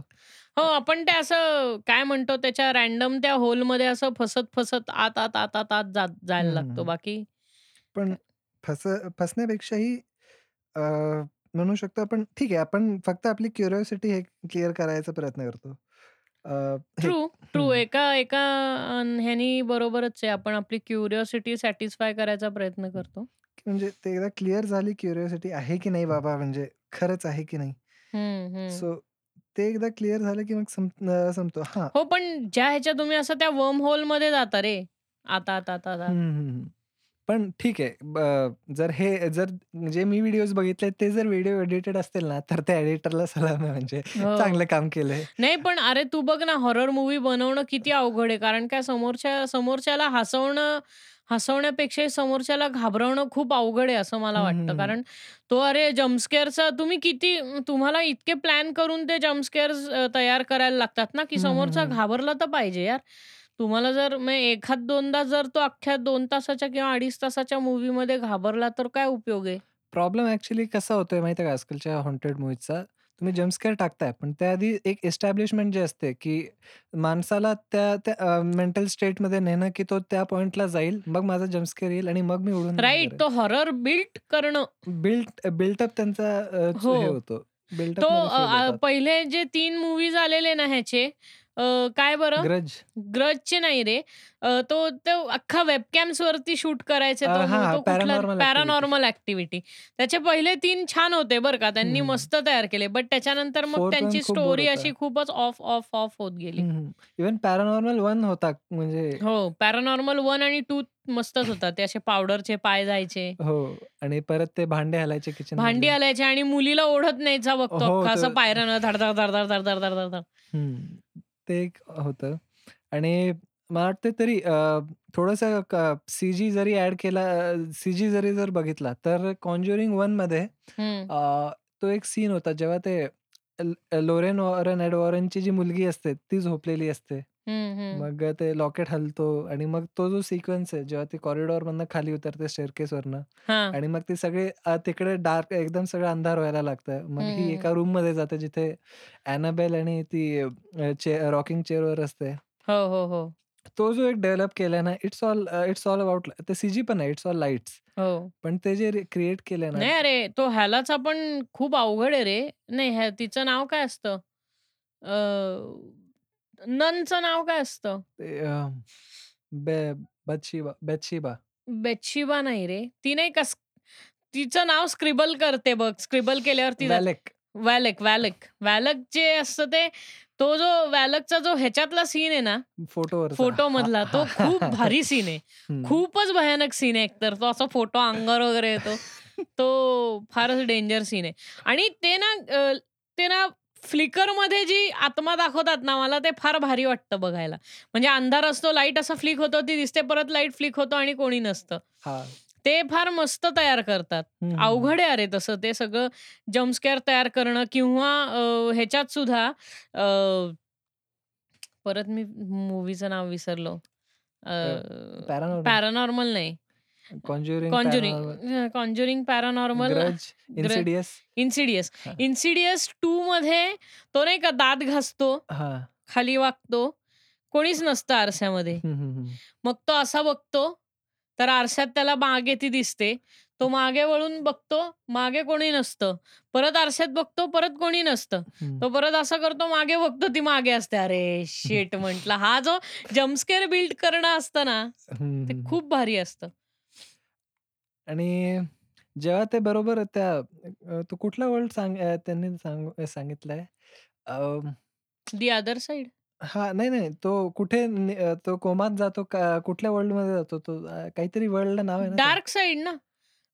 हो आपण ते असं काय म्हणतो त्याच्या रॅन्डम त्या होलमध्ये असं फसत फसत आत आत आत आत आत जात जायला लागतो
हम्म.
बाकी
पण फस फसण्यापेक्षाही अ, म्हणू शकतो आपण ठीक आहे आपण फक्त आपली क्युरिओसिटी हे क्लिअर करायचा प्रयत्न करतो अ, हे
ट्रू ट्रू
हम्म,
एका एका अन ह्यानी बरोबरच आहे आपण आपली क्युरिओसिटी सॅटिस्फाय करायचा प्रयत्न करतो
की म्हणजे ते एकदा क्लिअर झाली क्युरिओसिटी आहे की नाही बाबा म्हणजे खरंच आहे की नाही
हम्म, हम्म.
सो ते एकदा क्लिअर झालं की मग सम- अ, संपतो हा
हो पण ज्या ह्याच्या तुम्ही असं त्या वर्म होल मध्ये जाता रे आता आता आता आता
हम्म, हम्म, हम्म. पण ठीक आहे ब- जर हे जर जे मी व्हिडिओज बघितले ते जर व्हिडिओ एडिटेड असतील ना तर त्या एडिटरला सलाम आहे म्हणजे
हो
चांगलं काम केलंय
नाही पण अरे तू बघ ना हॉरर मूवी बनवणं किती अवघड आहे कारण काय समोरच्या समोरच्याला हसवणं हसवण्यापेक्षाही समोरच्याला घाबरवणं खूप अवघड आहे असं मला वाटतं
हम्म,
कारण तो अरे जम्पस्केअरचा तुम्ही किती तुम्हाला इतके प्लॅन करून ते जम्पस्केअर तयार करायला लागतात ना की
हम्म, हम्म,
समोरचा
हम्म.
घाबरला तर पाहिजे यार तुम्हाला जर मग एखाद दोनदा जर तो अख्ख्या दोन तासाच्या किंवा अडीच तासाच्या मूवीमध्ये घाबरला तर काय उपयोग आहे
प्रॉब्लेम ऍक्च्युली कसा होतोय माहिती आहे का आजकालच्या हॉन्टेड मूवीजचा तुम्ही जम्पस्केअर टाकताय पण त्याआधी एक एस्टॅब्लिशमेंट जे असते की माणसाला त्या त्या मेंटल स्टेटमध्ये नेणं की तो त्या पॉइंटला जाईल मग माझा जम्पस्केअर येईल आणि मग मी उडून
राईट तो हॉरर बिल्ड करणं
बिल्ट बिल्टअप त्यांचा अ, च- हे
हो
होतो
तो
बिल्टअप मध्ये
अ,
फेल
अ,
होतात
पहिले जे तीन मूवीज आलेले ना ह्याचे अ, काय बरं
ग्रज
ग्रजचे नाही रे अ, तो तो अख्खा वेबकॅम्स वरती शूट करायचे तो
हा
मू तो कुठला
पॅरानॉर्मल ऍक्टिव्हिटी
पॅरानॉर्मल ऍक्टिव्हिटी त्याचे पहिले तीन छान होते बरं का त्यांनी मस्त तयार केले बट त्याच्यानंतर मग
फोर्थ वन
त्यांची
खूप बोर
स्टोरी
होता
अशी खूपच ऑफ ऑफ ऑफ होत गेली
इवन पॅरानॉर्मल वन होता म्हणजे
हो पॅरानॉर्मल वन आणि टू मस्तच होता ते असे पावडरचे पाय जायचे
हो आणि परत ते भांडे हलायचे किचन
भांडी
मधले
आलायचे आणि मुलीला ओढत नाहीचा बघतो
म्हणजे हो
अख्खा
तो
असं पायऱ्यानं धडधड धडधड धडधड धडधड
हम्म. ते एक होतं आणि मला वाटतं तरी थोडस सीजी जरी ऍड केला सीजी जरी जर बघितला तर कॉन्ज्युरिंग वन मध्ये
हम्म
अ, तो एक सीन होता जेव्हा ते ल- लॉरेन वॉरन एड वॉरनची जी मुलगी असते ती झोपलेली असते
हम्म हम्म
मग ते लॉकेट हलतो आणि मग तो जो सिक्वेन्स आहे जेव्हा ती कॉरिडॉर मधनं खाली उतरते स्टेअरकेस वरनं
हा
आणि मग ते सगळे अ, तिकडे डार्क एकदम सगळं अंधार व्हायला लागतं मग ही
हम्म
एका रूम मध्ये जाते जिथे अॅनाबेल आणि ती रॉकिंग चेअरवर असते
हो हो हो
तो जो एक डेव्हलप केलाय ना it's all it's all about ते सीजी पण आहे इट्स ऑल लाईट्स
हो
पण ते जे क्रिएट केलंय ना
नाही अरे तो ह्यालाच आपण खूप अवघड आहे रे नाही ह्या तिचं नाव काय असतं अ, ननचं नाव काय असतं
ते अ, बे- बथशिबा बथशिबा
बेतशिबा नाही रे ती नाही कस तिचं नाव स्क्रिबल करते बघ स्क्रिबल केल्यावर ती जात
वॅलेक
वॅलक वॅलक वॅलक जे असतं ते तो जो वॅलकचा जो ह्याच्यातला सीन आहे ना
फोटोवरचा
फोटो
हा
मधला
हा
तो
हा
खूप
हा.
भारी सीन आहे
हम्म.
खूपच भयानक सीन आहे एकतर तो असा फोटो अंगावर वगैरे येतो तो फारच डेंजर सीन आहे आणि ते ना अ, ते ना फ्लिकर मध्ये जी आत्मा दाखवतात ना मला ते फार भारी वाटतं बघायला म्हणजे अंधार असतो लाईट असा फ्लिक होतो ती दिसते परत लाईट फ्लिक होतो आणि कोणी नसतं
हा
ते फार मस्त तयार करतात
हम्म.
अवघड आहे अरे तसं ते सगळं जम्पस्केअर तयार करणं किंवा अं, ह्याच्यात सुद्धा अं, परत मी मूवीचं नाव विसरलो
Paranormal.
पॅरानॉर्मल नाही
conjuring
conjuring conjuring paranormal
grudge insidious
insidious
हा.
इन्सिडियस टू मध्ये तो नाही का दात घासतो
हा
खाली वागतो कोणीच नसतं आरशामध्ये
हम्म, हम्म, हम्म.
मग तो असा बघतो तर आरशात त्याला मागे ती दिसते तो मागे वळून बघतो मागे कोणी नसतं परत आरशात बघतो परत कोणी नसतं
हम्म.
तो परत असं करतो मागे बघतो ती मागे असते अरे शेट म्हंटल हा जो जम्पस्केअर बिल्ड करणं असतं ना
हम्म,
ते
हम्म.
खूप भारी असतं
आणि जेव्हा ते बरोबर त्या अ, तो कुठला वर्ल्ड सांग अ, त्यांनी सांग सांगितलाय अम,
दी अदर साइड
हा नाही नाही तो कुठे नि- अ, तो कोमात जातो का- कुठल्या वर्ल्ड मध्ये जातो तो अ, काहीतरी वर्ल्ड नाव आहे ना
डार्क साइड ना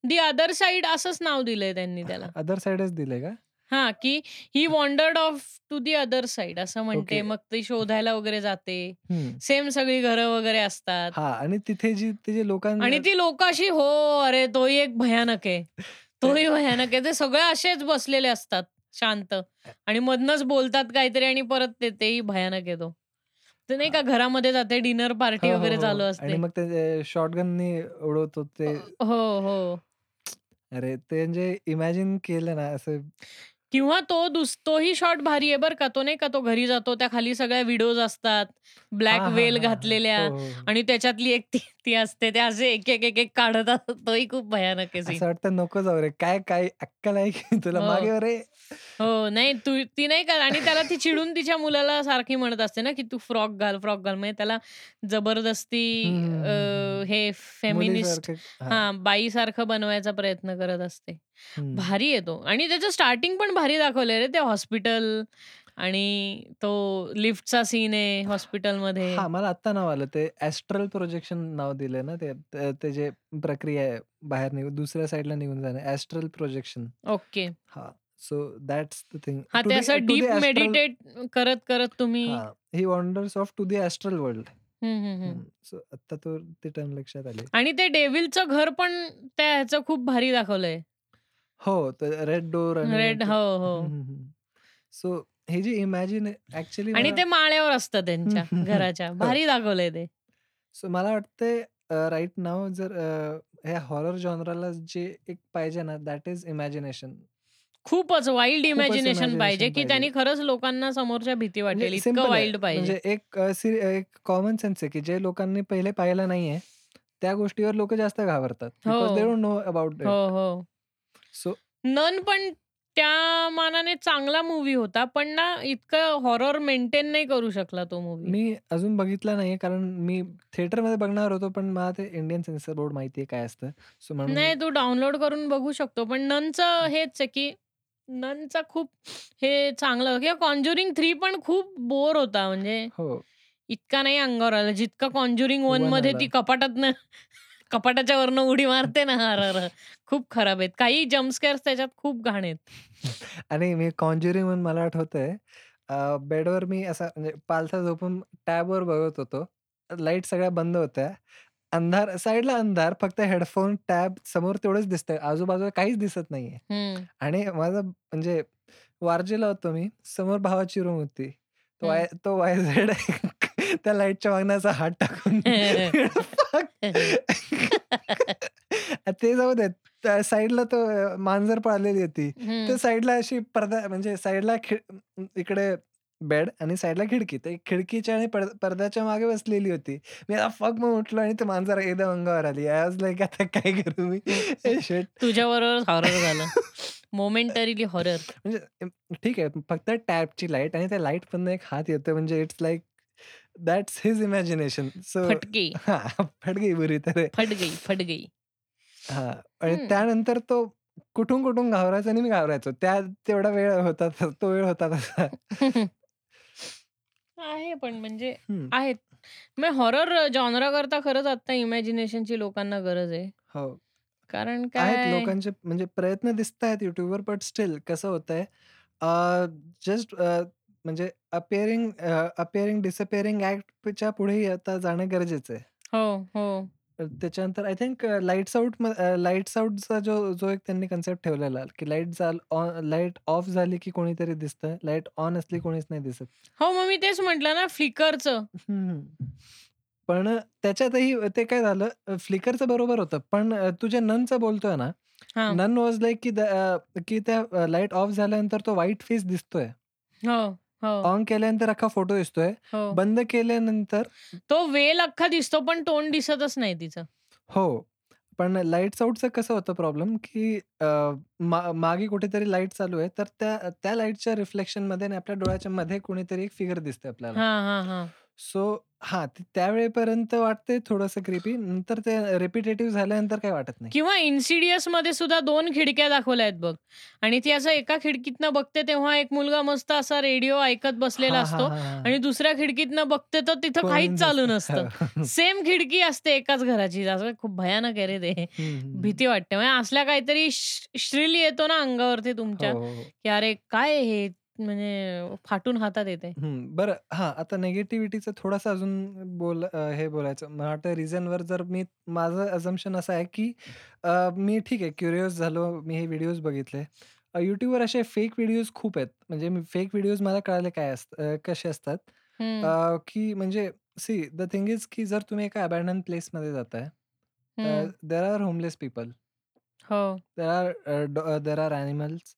दी अदर साइड असंच नाव दिलंय त्यांनी त्याला
अदर साइडच दिले का
हा की ही wandered off to the other side असं म्हणते
Okay.
मग ती शोधायला वगैरे जाते
हम्म.
सेम सगळी घरं वगैरे असतात
हा आणि तिथे जी तिथे लोकांना
आणि ती लोक अशी हो अरे तोही एक भयानक आहे तोही भयानक आहे ते सगळे असेच बसलेले असतात शांत आणि मधनच बोलतात काहीतरी आणि परत ते तेही भयानक आहे तो ते नाही का घरामध्ये जाते डिनर पार्टी
हो, हो,
वगैरे
हो.
चालू असते
आणि मग ते शॉटगननी उडवतो ते
हो हो
अरे ते म्हणजे इमॅजिन केलं ना असं
किंवा तो दुस तोही शॉट भारी आहे बरं का तो नाही का तो घरी जातो त्या खाली सगळ्या व्हिडिओज असतात ब्लॅक
हा, हा,
वेल
हा, हा.
घातलेल्या
हो, हो, हो.
आणि त्याच्यातली एक ती ती असते ते असे एक एक एक एक काढत असतात तोही खूप भयानक आहे scene.
असं वाटतं नको जाऊ रे काय काय अक्कल आहे की तुला
हो.
मागे रे
हो नाही तू ती नाही का आणि त्याला ती चिडून तिच्या मुलाला सारखी म्हणत असते ना की तू फ्रॉक घाल फ्रॉक घाल म्हणजे त्याला जबरदस्ती
हम्म.
अं, हे फेमिनिस्ट
मुलीसारखं- हा,
हा बाई सारखं बनवायचा प्रयत्न करत असते
हम्म.
भारी आहे तो आणि त्याचं स्टार्टिंग पण भारी दाखवलंय रे ते हॉस्पिटल आणि तो लिफ्टचा सीन आहे हॉस्पिटलमध्ये
हा मला आता नाव आलं ते ऍस्ट्रल प्रोजेक्शन नाव दिलंय ना ते ते- ते जे प्रक्रिया आहे बाहेर निघून दुसऱ्या साईडला निघून जाणं ऍस्ट्रल प्रोजेक्शन
ओके
हा सो दॅट्स द थिंग
हा ते असं डीप मेडिटेट करत करत तुम्ही
ही wanders off to the astral world
hmm, हम्म, हम्म.
सो आता तो ते टर्म लक्षात आले
आणि ते डेव्हिलचं घर पण त्या ह्याचं खूप भारी दाखवलंय
हो रेड डोर
रेड हो हो
सो हे जी इमॅजिन ऍक्च्युली
आणि ते माळ्यावर असतं त्यांच्या
हम्म, हम्म.
घराच्या भारी दाखवलंय ते
सो मला वाटतंय राईट नाव जर अ, ह्या हॉरर जॉनराला जे एक पाहिजे ना दॅट इज इमॅजिनेशन
खूपच वाईल्ड
खूपच
इमॅजिनेशन
imagination
पाहिजे की
पाहिजे.
त्यांनी खरंच लोकांना समोरच्या भीती वाटेल
म्हणजे
इतकं
simple आहे.
वाईल्ड पाहिजे
म्हणजे एक अ, सिर- एक कॉमन सेन्स आहे की जे लोकांनी पहिले पाहिलं नाहीये त्या गोष्टीवर लोक जास्त घाबरतात
हो.
Because they don't know about
हो हो
सो
नन पण त्या मानाने चांगला मूवी होता पण ना इतकं हॉरर मेंटेन नाही करू शकला तो मूवी
मी अजून बघितला नाहीये कारण मी थिएटरमध्ये बघणार होतो पण मला ते इंडियन सेन्सर बोर्ड माहितीये काय असतं सो म्हणून
नाही तू डाउनलोड करून बघू शकतो पण ननचं हेच आहे की ननचा खूप हे चांगलं किंवा कॉन्ज्युरिंग थ्री पण खूप बोर होता म्हणजे
हो
इतका नाही अंगावर आला जितका कॉन्ज्युरिंग वन
One
मध्ये
आला.
ती कपाटातनं कपाटाच्या वरनं उडी मारते ना हर हर खूप खराब आहेत काही जम्पस्केअर त्याच्यात खूप घाण आहेत
आणि मी कॉन्ज्युरी म्हणून मला आठवतंय अं, बेडवर मी असा म्हणजे पालथा झोपून टॅबवर बघत होतो लाईट सगळ्या बंद होत्या अंधार साईडला अंधार फक्त हेडफोन टॅब समोर तेवढंच दिसतंय आजूबाजूला काहीच दिसत नाहीये
हम्म.
आणि माझा म्हणजे वारजेला होतो मी समोर भावाची रूम होती तो वाय तो वाय झेड त्या लाईटच्या मागण्याचा हात टाकून ते जाऊ देत त्या साईडला तो अं, मांजर पाळलेली होती
हम्म.
तर साईडला अशी पडदा म्हणजे साईडला खिड इकडे बेड आणि साईडला खिडकी तर खिडकीच्या आणि पड- पडद्याच्या मागे बसलेली होती मी आता फक मग उठलो आणि ते मांजर एकदम अंगावर आली आज लाईक आता काय करू मी हे शेट
तुझ्या बरोबर हॉरर झालं मोमेंटरीली हॉरर
म्हणजे ठीक आहे फक्त टॅबची लाईट आणि त्या लाईट पण एक हात येतो म्हणजे it's like that's his imagination so
फटके
हा फडगी बुरी तर
फट गई फट गई
हा आणि
हम्म.
त्यानंतर तो कुठून कुठून घाबरायचा आणि मी घाबरायचो त्या तेवढा वेळ होता तस- तो वेळ होता तसा
आहे पण म्हणजे
हम्म,
आहेत मग हॉरर जॉनरा करता खरंच आता इमॅजिनेशनची लोकांना गरज आहे
हो
कारण
आहेत
काय
लोकांचे म्हणजे प्रयत्न दिसत आहेत युट्यूबवर बट स्टील कसं होत आहे जस्ट म्हणजे अपेअरिंग अपेअरिंग डिसअपेअरिंग ऍक्टच्या पुढेही आता जाणं गरजेचं आहे
हो हो
अ, त्याच्यानंतर I think lights out lights आउटचा जो जो एक त्यांनी कन्सेप्ट ठेवलेला की लाईट लाईट ऑफ झाली की कोणीतरी दिसतं लाईट ऑन असली कोणीच नाही दिसत
हो मग मी तेच म्हटलं ना फ्लिकरचं
हम्म. पण त्याच्यातही ते काय झालं फ्लिकरचं बरोबर होतं पण अ, तू जे ननचं बोलतोय ना
हा
नन वॉज लाईक की द- अ, की त्या लाईट ऑफ झाल्यानंतर तो व्हाईट फेस दिसतोय
हो हो
ऑन केल्यानंतर अख्खा फोटो दिसतोय
हो
बंद केल्यानंतर
तो वेल अख्खा दिसतो पण तोंड दिसतच नाही तिचं
हो पण लाईट्स आउटचं कसं होतं प्रॉब्लेम की अ, मा- मागे कुठेतरी लाईट चालू आहे तर त्या त्या लाईटच्या रिफ्लेक्शन मध्ये आणि आपल्या डोळ्याच्या मध्ये कुणीतरी एक फिगर दिसते आपल्याला
हा हा हा
सो हा ते त्यावेळेपर्यंत वाटते थोडंसं क्रिपी नंतर ते रिपिटेटिव्ह झाल्यानंतर काही वाटत नाही
किंवा इन्सिडियस मध्ये सुद्धा दोन खिडक्या दाखवल्या आहेत बघ आणि ती असं एका खिडकीतनं बघते तेव्हा एक मुलगा मस्त असा रेडिओ ऐकत बसलेला
हा, हा,
असतो
हा, हा.
आणि दुसऱ्या खिडकीतनं बघते तर तिथं
कोणी
काहीच चालू नसतं
नसतं.
सेम खिडकी असते एकाच घराची असं खूप भयानक आहे रे ते
हम्म.
भीती वाटते म्हणजे असल्या काहीतरी श्रील येतो ना अंगावरती तुमच्या
हो, हो, हो.
की अरे काय आहे हे म्हणजे फाटून हातात येते
हम्म, बरं हा आता नेगेटिव्हिटीचं थोडासा अजून बोल अ, हे बोलायचं मला वाटतं रिझनवर जर मी माझं अजम्पशन असं आहे की अ, मी ठीक आहे क्युरियस झालो मी हे व्हिडिओज बघितले अ, यूट्यूबवर असे फेक व्हिडिओज खूप आहेत म्हणजे मी फेक व्हिडिओज मला कळाले काय असत अ, कसे असतात
हम्म,
अ, की म्हणजे सी द थिंग इज की जर तुम्ही एका अबॅन्डन प्लेसमध्ये जाताय
hmm,
there are homeless people
हो
there are there are animals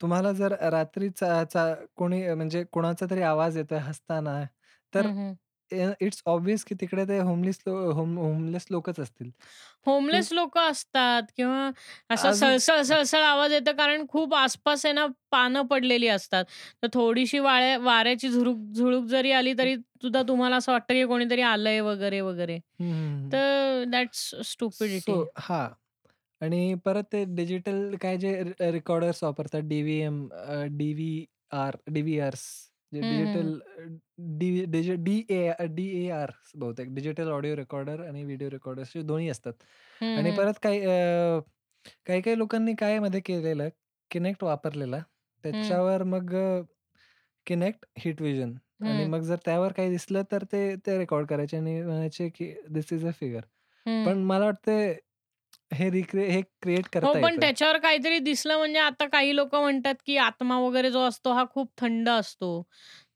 तुम्हाला जर रात्री चा, चा कोणी अ, म्हणजे कोणाचा तरी आवाज येतोय हसताना तर
हम्म, हम्म.
इट्स ऑब्विस की तिकडे ते होमलेस होम होमलेस लोकच असतील
होमलेस लोक असतात किंवा असं
अजून-
सळसळ सळसळ आवाज येतो कारण खूप आसपास आहे ना पानं पडलेली असतात तर थोडीशी वाळ्या वाऱ्याची झुळूक झुळूक जरी आली तरी सुद्धा तुम्हाला असं वाटतं की कोणीतरी आलंय वगैरे वगैरे तर दॅट्स स्टुपिडिटी
सो हा आणि परत ते डिजिटल काय जे रेकॉर्डर्स वापरतात डीव्हीएम डीव्ही आर डीव्हीआरस जे
हम्म, हम्म, हम्म.
Digital D D A D A R बहुतेक डिजिटल ऑडिओ रेकॉर्डर आणि व्हिडिओ रेकॉर्डर्स दोन्ही असतात
हम्म,
आणि
हम्म.
परत काही अ, काही काही लोकांनी काय मध्ये केलेलं किनेक्ट वापरलेला
हम्म,
त्याच्यावर मग किनेक्ट हिट विजन आणि
हम्म,
मग जर त्यावर काही दिसलं तर ते ते रेकॉर्ड करायचे आणि म्हणायचे की this is a figure
hmm.
पण मला वाटतंय हे रिक्रिए हे क्रिएट
हो
करता
पण
येतं
त्याच्यावर काहीतरी दिसलं म्हणजे आता काही लोक म्हणतात की आत्मा वगैरे जो असतो हा खूप थंड असतो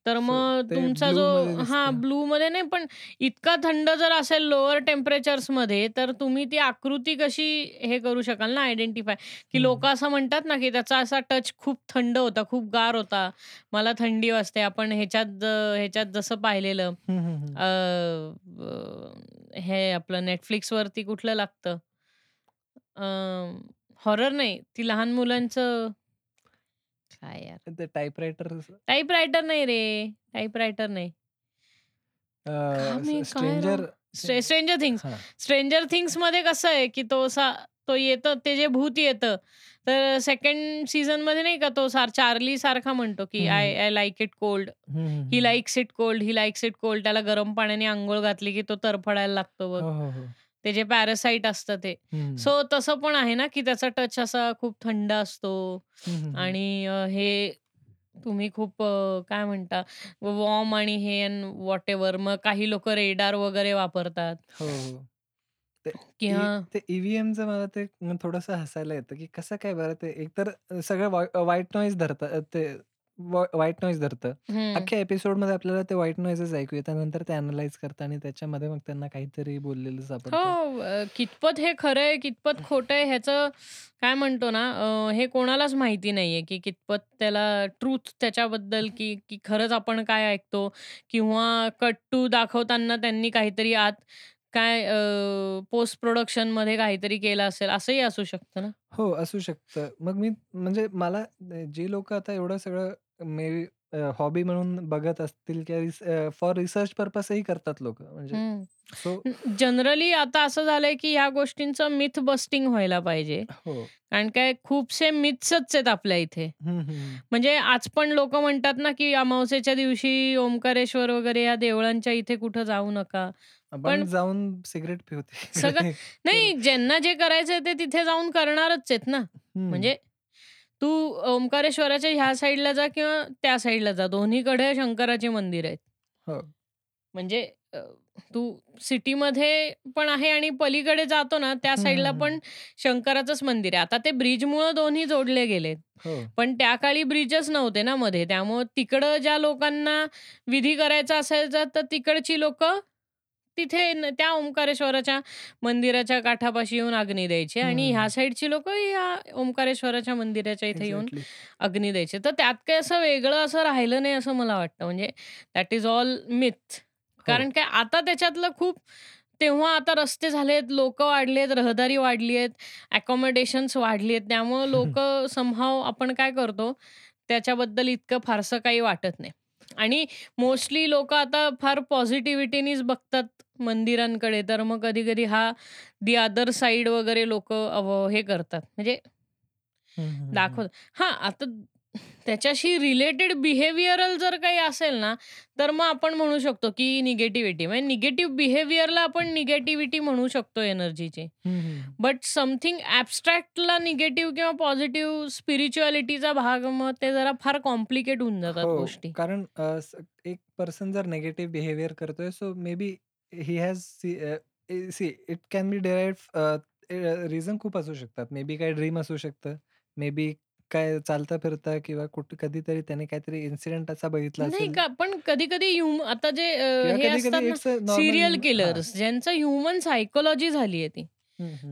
तर
सो
मग
ते
तुमचा
ब्लू
जो
मध्ये
हा
दिसतं
ब्लू मध्ये नाही पण इतका थंड जर असेल लोअर टेम्परेचर्स मध्ये तर तुम्ही ती आकृती कशी हे करू शकाल ना आयडेंटिफाय की लोक
हम्म.
असं म्हणतात ना की त्याचा असा टच खूप थंड होता खूप गार होता मला थंडी वाजते आपण ह्याच्यात ज- ह्याच्यात जसं पाहिलेलं
हम्म, हम्म,
अ,
हम्म.
अ, हे आपलं नेटफ्लिक्स वरती कुठलं लागतं हॉरर नाही ती लहान मुलांचं काय यार
ते टाईपरायटर
टाईप रायटर नाही रे टाईप रायटर नाही का मी काय राव
स्ट्रेंजर
स्ट्रेंजर थिंग्स
हा
स्ट्रेंजर थिंग्स मध्ये कसं आहे की तो सा तो येतं ते जे भूत येतं तर सेकंड सीझन मध्ये नाही का तो सार चार्ली सारखा म्हणतो की
hmm,
I I like it cold
hmm, hmm,
he
hmm.
Likes it cold he likes it cold त्याला गरम पाण्याने आंघोळ घातली की तो तरफडायला लागतो बघ
हो हो हो
ते जे पॅरासाईट असतं ते
हम्म,
सो तसं पण आहे ना की त्याचा टच असा खूप थंड असतो
हम्म, हम्म, हम्म.
आणि अ, हे तुम्ही खूप अ, काय म्हणता वॉर्म आणि हे वॉट एव्हर मग काही लोक रेडार वगैरे वापरतात
हो हो ते
की
ई
हा
ते E ईव्हीएमचं मला ते म थोडंसं हसायला येतं की कसं काय बरं ते एकतर सगळं व्हाई- व्हाईट नॉईज धरतं ते व्हा- व्हाईट नॉईज धरतं
हम्म,
अख्ख्या एपिसोडमध्ये आपल्याला ते व्हाईट नॉईजच ऐकू येतं नंतर ते अनालाइज करतं आणि त्याच्यामध्ये मग त्यांना काहीतरी बोललेलं सापडतं
हो अ, कितपत हे खरं आहे कितपत खोटं आहे ह्याचं काय म्हणतो ना अ, हे कोणालाच माहिती नाहीये की कितपत त्याला ट्रूथ त्याच्याबद्दल की की खरंच आपण काय ऐकतो किंवा कट टू दाखवताना त्यांनी काहीतरी आत काय पोस्ट प्रोडक्शन मध्ये काहीतरी केलं असेल असंही असू शकतं ना
हो असू शकतं मग मी म्हणजे मला जे लोक आता एवढं सगळं मे हॉबी म्हणून बघत असतील किंवा फॉर रिसर्च पर्पजही करतात लोक म्हणजे सो
जनरली आता असं झालंय की ह्या गोष्टींचं मिथ बस्टिंग व्हायला पाहिजे
हो
कारण काय खूपसे मिथ्सच आहेत आपल्या इथे
हम्म, हम्म,
म्हणजे आज पण लोक म्हणतात ना की अमावस्येच्या दिवशी ओंकारेश्वर वगैरे या देवळांच्या इथे कुठं जाऊ नका पण
आपण जाऊन सिगरेट पिवते
सगळं
तिकडे केलं.
नाही ज्यांना जे करायचंय ते तिथे जाऊन करणारच आहेत ना
हम्म
म्हणजे तू ओंकारेश्वराच्या ह्या साईडला जा किंवा त्या साईडला जा दोन्हीकडे शंकराची मंदिर आहेत
हो
म्हणजे तू सिटीमध्ये पण आहे आणि पलीकडे जातो ना त्या साईडला पण
हम्म.
शंकराचंच मंदिर आहे आता ते ब्रिजमुळं दोन्ही जोडले गेलेत
हो
पण त्या काळी ब्रिजच नव्हते ना मध्ये त्यामुळं तिकडं ज्या लोकांना विधी करायचा असायचा तर तिकडची लोक तिथे न- त्या ओंकारेश्वराच्या मंदिराच्या काठापाशी येऊन अग्नी द्यायचे आणि
हम्म.
ह्या साईडची लोक या ओंकारेश्वराच्या मंदिराच्या इथे येऊन
एक्झॅक्टली
अग्नी द्यायचे तर त्यात काही असं वेगळं असं राहिलं नाही असं मला वाटतं म्हणजे दॅट इज ऑल मिथ कारण काय आता त्याच्यातलं खूप तेव्हा आता रस्ते झालेत लोक वाढलेत रहदारी वाढली आहेत अकॉमोडेशन्स वाढली आहेत त्यामुळं लोक समहाव आपण काय करतो त्याच्याबद्दल इतकं फारसं काही वाटत नाही आणि मोस्टली लोक आता फार पॉझिटिव्हिटीनीच बघतात मंदिरांकडे तर मग कधी कधी हा दी अदर साईड वगैरे लोक हे करतात म्हणजे दाखवत हा आता त्याच्याशी रिलेटेड बिहेवियरल जर काही असेल ना तर मग आपण म्हणू शकतो की निगेटिव्हिटी म्हणजे निगेटिव्ह बिहेवियरला आपण निगेटिव्हिटी म्हणू शकतो एनर्जीची बट समथिंग ऍबस्ट्रॅक्टला निगेटिव्ह किंवा पॉझिटिव्ह स्पिरिच्युअलिटीचा भाग मग ते जरा फार कॉम्प्लिकेट होऊन जातात
हो
गोष्टी
कारण अ, स- एक पर्सन जर नेगेटिव्ह बिहेवियर करतोय so maybe he has see it can be derive reason खूप असू शकतात मे बी काय ड्रीम असू शकतं मे बी काय चालता फिरता किंवा कुठं कधीतरी त्याने काहीतरी इन्सिडेंट असा बघितला
नाही
असेल
का पण कधी कधी ह्युम आता जे अ,
किंवा
हे
कधी
असतात
कधी
ना
it's a
serial
normal
killers ज्यांचं ह्युमन सायकोलॉजी झाली आहे ती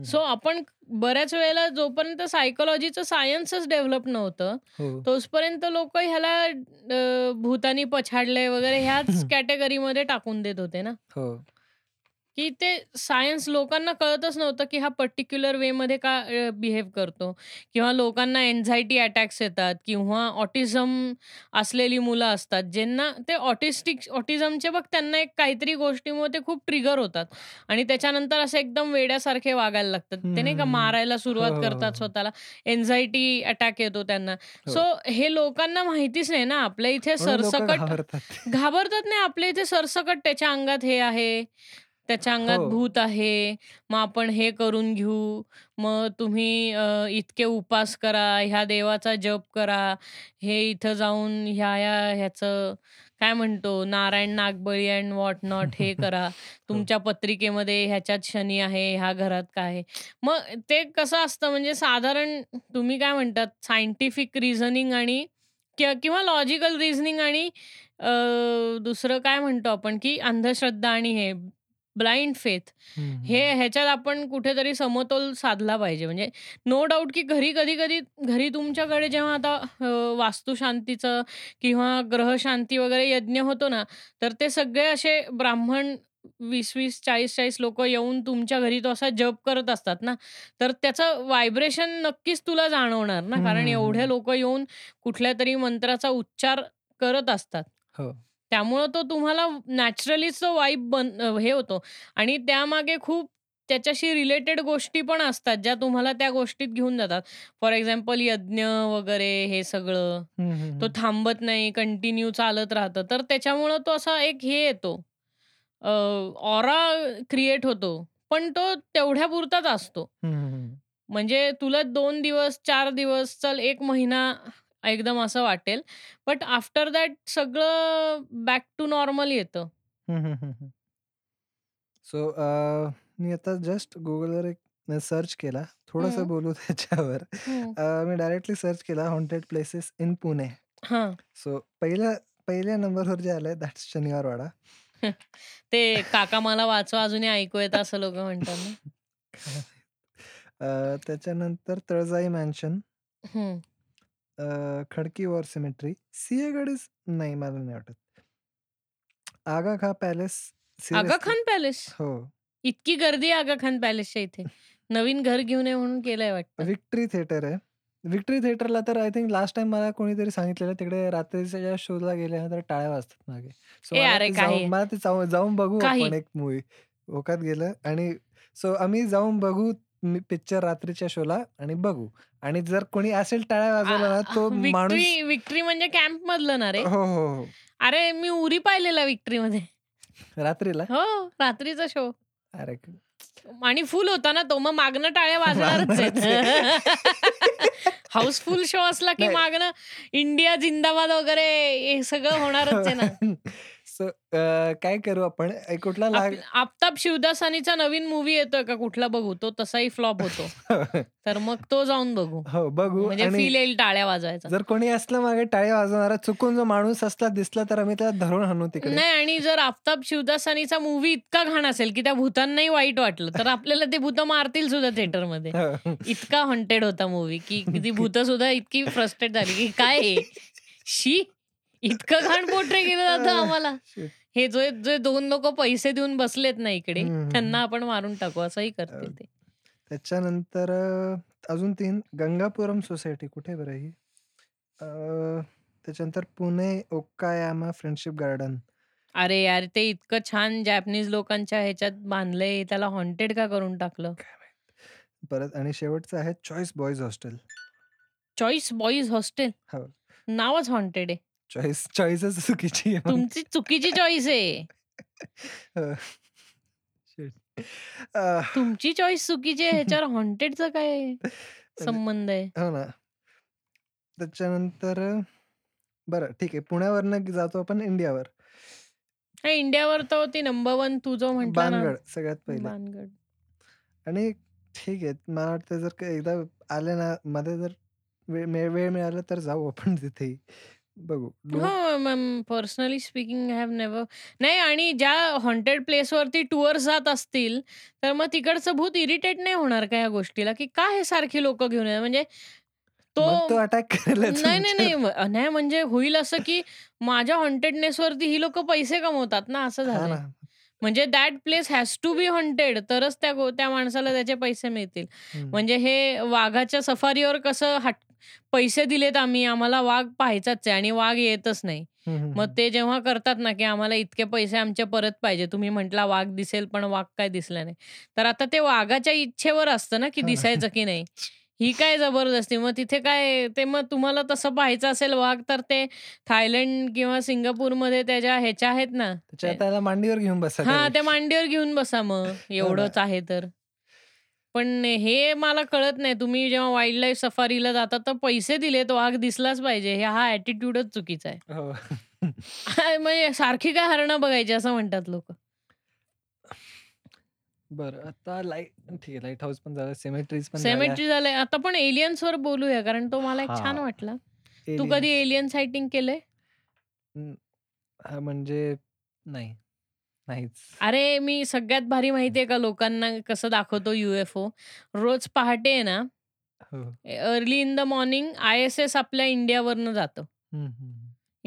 सो
हो
आपण बऱ्याच वेळेला जोपर्यंत सायकोलॉजीचं सायन्सच डेव्हलप नव्हतं
हो,
तोचपर्यंत लोक ह्याला अ, भूतानी पछाडले वगैरे ह्याच कॅटेगरीमध्ये टाकून देत होते ना
हो
की ते सायन्स लोकांना कळतच नव्हतं की हा पर्टिक्युलर वे मध्ये का बिहेव करतो किंवा लोकांना एन्झायटी अटॅक्स येतात किंवा ऑटिझम असलेली मुलं असतात ज्यांना ते ऑटिस्टिक ऑटिझमचे बघ त्यांना एक काहीतरी गोष्टीमुळे ते खूप ट्रिगर होतात आणि त्याच्यानंतर असे एकदम वेड्यासारखे वागायला लागतात ते नाही का
हम्म.
मारायला
हो,
सुरुवात
हो,
करतात
हो.
स्वतःला एन्झायटी अटॅक येतो त्यांना
हो.
सो हे लोकांना माहितीच नाही ना आपल्या इथे
म्हणून लोक
सरसकट
घाबरतात
घाबरतात नाही आपल्या इथे सरसकट त्याच्या अंगात हे आहे त्याच्या अंगात
हो
भूत आहे मग आपण हे करून घेऊ मग तुम्ही अ, इतके उपास करा ह्या देवाचा जप करा हे इथं जाऊन ह्या ह्या ह्याचं काय म्हणतो Narayan Nagbali and what not हे करा
हो
तुमच्या पत्रिकेमध्ये ह्याच्यात शनी आहे ह्या घरात काय आहे. मग ते कसं असतं म्हणजे साधारण तुम्ही काय म्हणतात सायंटिफिक रिझनिंग आणि किंवा किंवा लॉजिकल रिझनिंग आणि अ, दुसरं काय म्हणतो आपण की अंधश्रद्धा आणि हे ब्लाइंड फेथ हे
हम्म.
ह्याच्यात आपण कुठेतरी समतोल साधला पाहिजे म्हणजे नो डाऊट की घरी कधी कधी घरी तुमच्याकडे जेव्हा आता अ, वास्तुशांतीचं किंवा ग्रहशांती वगैरे यज्ञ होतो ना तर ते सगळे असे ब्राह्मण वीस वीस चाळीस चाळीस लोक येऊन तुमच्या घरी तो असा जप करत असतात ना तर त्याचं व्हायब्रेशन नक्कीच तुला जाणवणार ना कारण एवढे
हम्म.
लोक येऊन कुठल्या तरी मंत्राचा उच्चार करत असतात
हो
त्यामुळं तो तुम्हाला नॅचरलीच तो वाईब बन अ, हे होतो आणि त्यामागे खूप त्याच्याशी रिलेटेड गोष्टी पण असतात ज्या तुम्हाला त्या गोष्टीत घेऊन जातात फॉर एक्झाम्पल यज्ञ वगैरे हे सगळं
हम्म,
तो
हम्म.
थांबत नाही कंटिन्यू चालत राहतं तर त्याच्यामुळं तो असा एक हे येतो ऑरा क्रिएट होतो पण तो तेवढ्यापुरताच असतो
हम्म.
म्हणजे तुला दोन दिवस चार दिवस चल एक महिना एकदम असं वाटेल बट आफ्टर दॅट सगळं बॅक टू नॉर्मल येतं
हम्म, हम्म, हम्म. सो अ, मी आता जस्ट गुगलवर एक सर्च केला थोडंसं
हम्म,
बोलू त्याच्यावर
हम्म.
अ, मी डायरेक्टली सर्च केला हॉन्टेड प्लेसेस इन पुणे
हा
सो पहिल्या पहिल्या नंबरवर जे आलंय दॅट शनिवारवाडा
ते काका मला वाचवा अजूनही ऐकू येतं असं लोक म्हणतात ना
अ, त्याच्यानंतर Taljai mansion
hmm.
Khadki war cemetery Sinhagad is नाही मला नाही वाटत Aga Khan palace
Aga
seriously
Khan palace
हो
इतकी गर्दी आहे आगा खान पॅलेसच्या इथे नवीन घर घेऊ नये म्हणून केलंय वाटतं
विक्ट्री थिएटर आहे विक्ट्री थिएटरला तर आय थिंक लास्ट टाइम मला कोणीतरी सांगितलेलं तिकडे रात्रीच्या ज्या शोला गेल्यानंतर टाळ्या वाजतात मागे सो
ए
मला
अरे
ते जाऊन
काही
मला ते जाऊन जाऊन बघू
काही
आपण एक मूवी ओकात गेलं आणि सो आम्ही जाऊन बघू पिक्चर रात्रीच्या शोला आणि बघू आणि जर कोणी असेल टाळ्या वाजवला ना तो माणूस
विक्ट्री विक्ट्री म्हणजे कॅम्प मधलं ना रे
हो हो हो
अरे मी उरी पाहिलेला विक्ट्री मध्ये
रात्रीला
हो रात्रीचा शो
अरे
आणि फुल होता ना तो मग मागणं टाळ्या वाजणारच
मारणारच
आहेत
आहे.
हाऊसफुल शो असला की
नाही
मागणं इंडिया जिंदाबाद वगैरे हे सगळं होणारच आहे ना
सो सो काय करू आपण अ, कुठला लाग
आप- आफताब शिवदासानीचा नवीन मूवी येतोय का कुठला बघू तो तसाही फ्लॉप होतो तर मग तो जाऊन बघू
हो बघू
म्हणजे फील
आणि
येईल टाळ्या वाजवायचा
जर कोणी असलं मागे टाळी वाजवणारा चुकून जो माणूस असला दिसला तर आम्ही त्याला धरून हाणू तिकडे
नाही आणि जर आफताब शिवदासानीचा मूवी इतका घाण असेल की त्या भूतांनाही वाईट वाटलं तर आपल्याला ते भूत मारतील सुद्धा थिएटरमध्ये
हो.
इतका हॉन्टेड होता मूवी की ती भूत सुद्धा इतकी फ्रस्ट्रेट झाली की काय हे? शी इतकं घाण पोट्रे केलं जातं आम्हाला
Shit.
हे जो जे दोन लोक पैसे देऊन बसलेत ना इकडे
हम्म, हम्म.
त्यांना आपण मारून टाकू असंही करतील ते
त्याच्यानंतर अ, अजून तीन गंगापुरम सोसायटी कुठे बरं ही अ, त्याच्यानंतर पुणे ओकायामा फ्रेंडशिप गार्डन
अरे यार ते इतकं छान जॅपनीज लोकांच्या ह्याच्यात बांधलंय त्याला हॉन्टेड का करून टाकलं
परत आणि शेवटचं आहे choice boys hostel
choice boys hostel
हो.
नावच हॉन्टेड आहे
चॉईस चॉईसच चुकीची आहे हो. मग.
तुमची चुकीची चॉईस आहे
अ, shit. अ,
तुमची चॉईस चुकीची आहे ह्याच्यावर हॉन्टेडचा काय संबंध आहे
हो ना त्याच्यानंतर अ, बरं ठीक आहे पुण्यावरनं जातो आपण इंडियावर
हा, इंडियावर तर होती नंबर वन तू जो म्हटला ना
बानगड सगळ्यात पहिले
बानगड
आणि ठीक आहे मला वाटतं जर का एकदा आले ना मध्ये जर वेळ मिळ- वेळ मिळाला तर जाऊ आपण तिथे बघू डो-
हो पर्सनली स्पीकिंग हॅव नेव्हर नाही आणि ज्या हॉन्टेड प्लेसवरती टूअर जात असतील तर मग तिकडचं भूत इरिटेट नाही होणार का या गोष्टीला की का हे सारखी लोक घेऊन येणार? म्हणजे
मग तो
तो
अटॅक करायला
नाही नाही नाही म- नाही म्हणजे होईल असं की माझ्या हॉन्टेडनेस वरती ही लोक पैसे कमवतात ना असं
हा
झालं
ना
म्हणजे that place has to be haunted तरच त्या गो- त्या माणसाला त्याचे पैसे मिळतील
हम्म.
म्हणजे हे वाघाच्या सफारीवर कसं हट पैसे दिलेत आम्ही आम्हाला वाघ पाहायचाच आहे आणि वाघ येतच नाही
हम्म, हम्म,
मग ते जेव्हा करतात ना की आम्हाला इतके पैसे आमचे परत पाहिजे तुम्ही म्हटला वाघ दिसेल पण वाघ काय दिसला नाही तर आता ते वाघाच्या इच्छेवर असतं ना की
हा.
दिसायचं की नाही ही काय जबरदस्ती मग तिथे काय ते मग तुम्हाला तसं पाहायचं असेल वाघ तर ते थायलंड किंवा सिंगापूरमध्ये त्याच्या ह्याच्या आहेत ना
त्याच्या आता याला मांडीवर घेऊन बसा
हा
त्याला.
त्या मांडीवर घेऊन बसा मग एवढंच आहे तर पण हे मला कळत नाही तुम्ही जेव्हा वाईल्ड लाईफ सफारीला जाता तर पैसे दिले तो वाघ दिसलाच पाहिजे हे हा ऍटिट्यूडच चुकीचा आहे
हो.
म्हणजे सारखी काय हरणं बघायची असं म्हणतात लोक
बरं आता लाईट ठीक आहे लाईट हाऊस पण झालं सेमेट्रीज पण
सेमेट्री झालंय आता पण aliens वर बोलूया कारण तो मला एक छान
हा.
वाटला
झाल्या.
तू
Aliens.
कधी एलियन सायटिंग केलंय
हा, म्हणजे नाही नाहीच
अरे मी सगळ्यात भारी माहितीये का लोकांना कसं दाखवतो युएफओ रोज पहाटे आहे ना
हो
early in the morning I S S आपल्या इंडियावरनं जातं
hmm, hmm.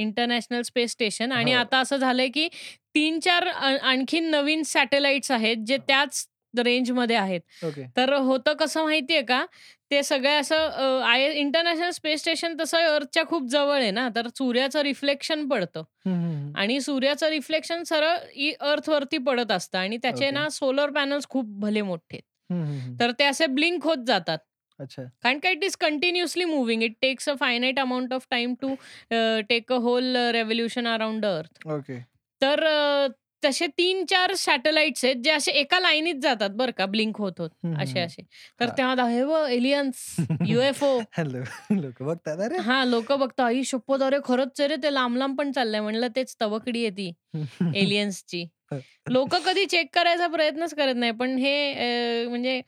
International space station आणि
हो.
आता असं झालंय की तीन चार अ- आणखीन नवीन सॅटेलाइट्स आहेत जे त्याच रेंजमध्ये आहेत
ओके
तर होतं कसं माहितीये का ते सगळं असं अ, आय इंटरनॅशनल स्पेस स्टेशन तसं अर्थच्या खूप जवळ आहे ना तर सूर्याचं रिफ्लेक्शन पडतं
हम्म, हम्म, हम्म.
आणि सूर्याचं रिफ्लेक्शन सरळ इ- अर्थवरती पडत असतं आणि त्याचे
Okay.
ना सोलर पॅनल्स खूप भले मोठे आहेत.
हम्म, हम्म, हम्म.
तर ते असे ब्लिंक होत जातात
अच्छा
कारण का it is continuously moving it takes a finite amount of time to take a whole revolution around the earth
okay
तर अ, तसे तीन चार सॅटेलाइट्स आहेत जे असे एका लाईनीत जातात बरं का ब्लिंक होत होत
हम्म, हम्म,
असे
हम्म.
असे तर
हा.
तेव्हा दा- हे एलियन्स युएफओ
हॅलो लोक बघतात अरे
हा लोक बघतो आई शपथ अरे खरंच रे ते लांब लांब पण चाललंय म्हणलं तेच तवकडी आहे ती एलियन्सची लोक कधी चेक करायचा प्रयत्नच करत नाही पण हे अ, म्हणजे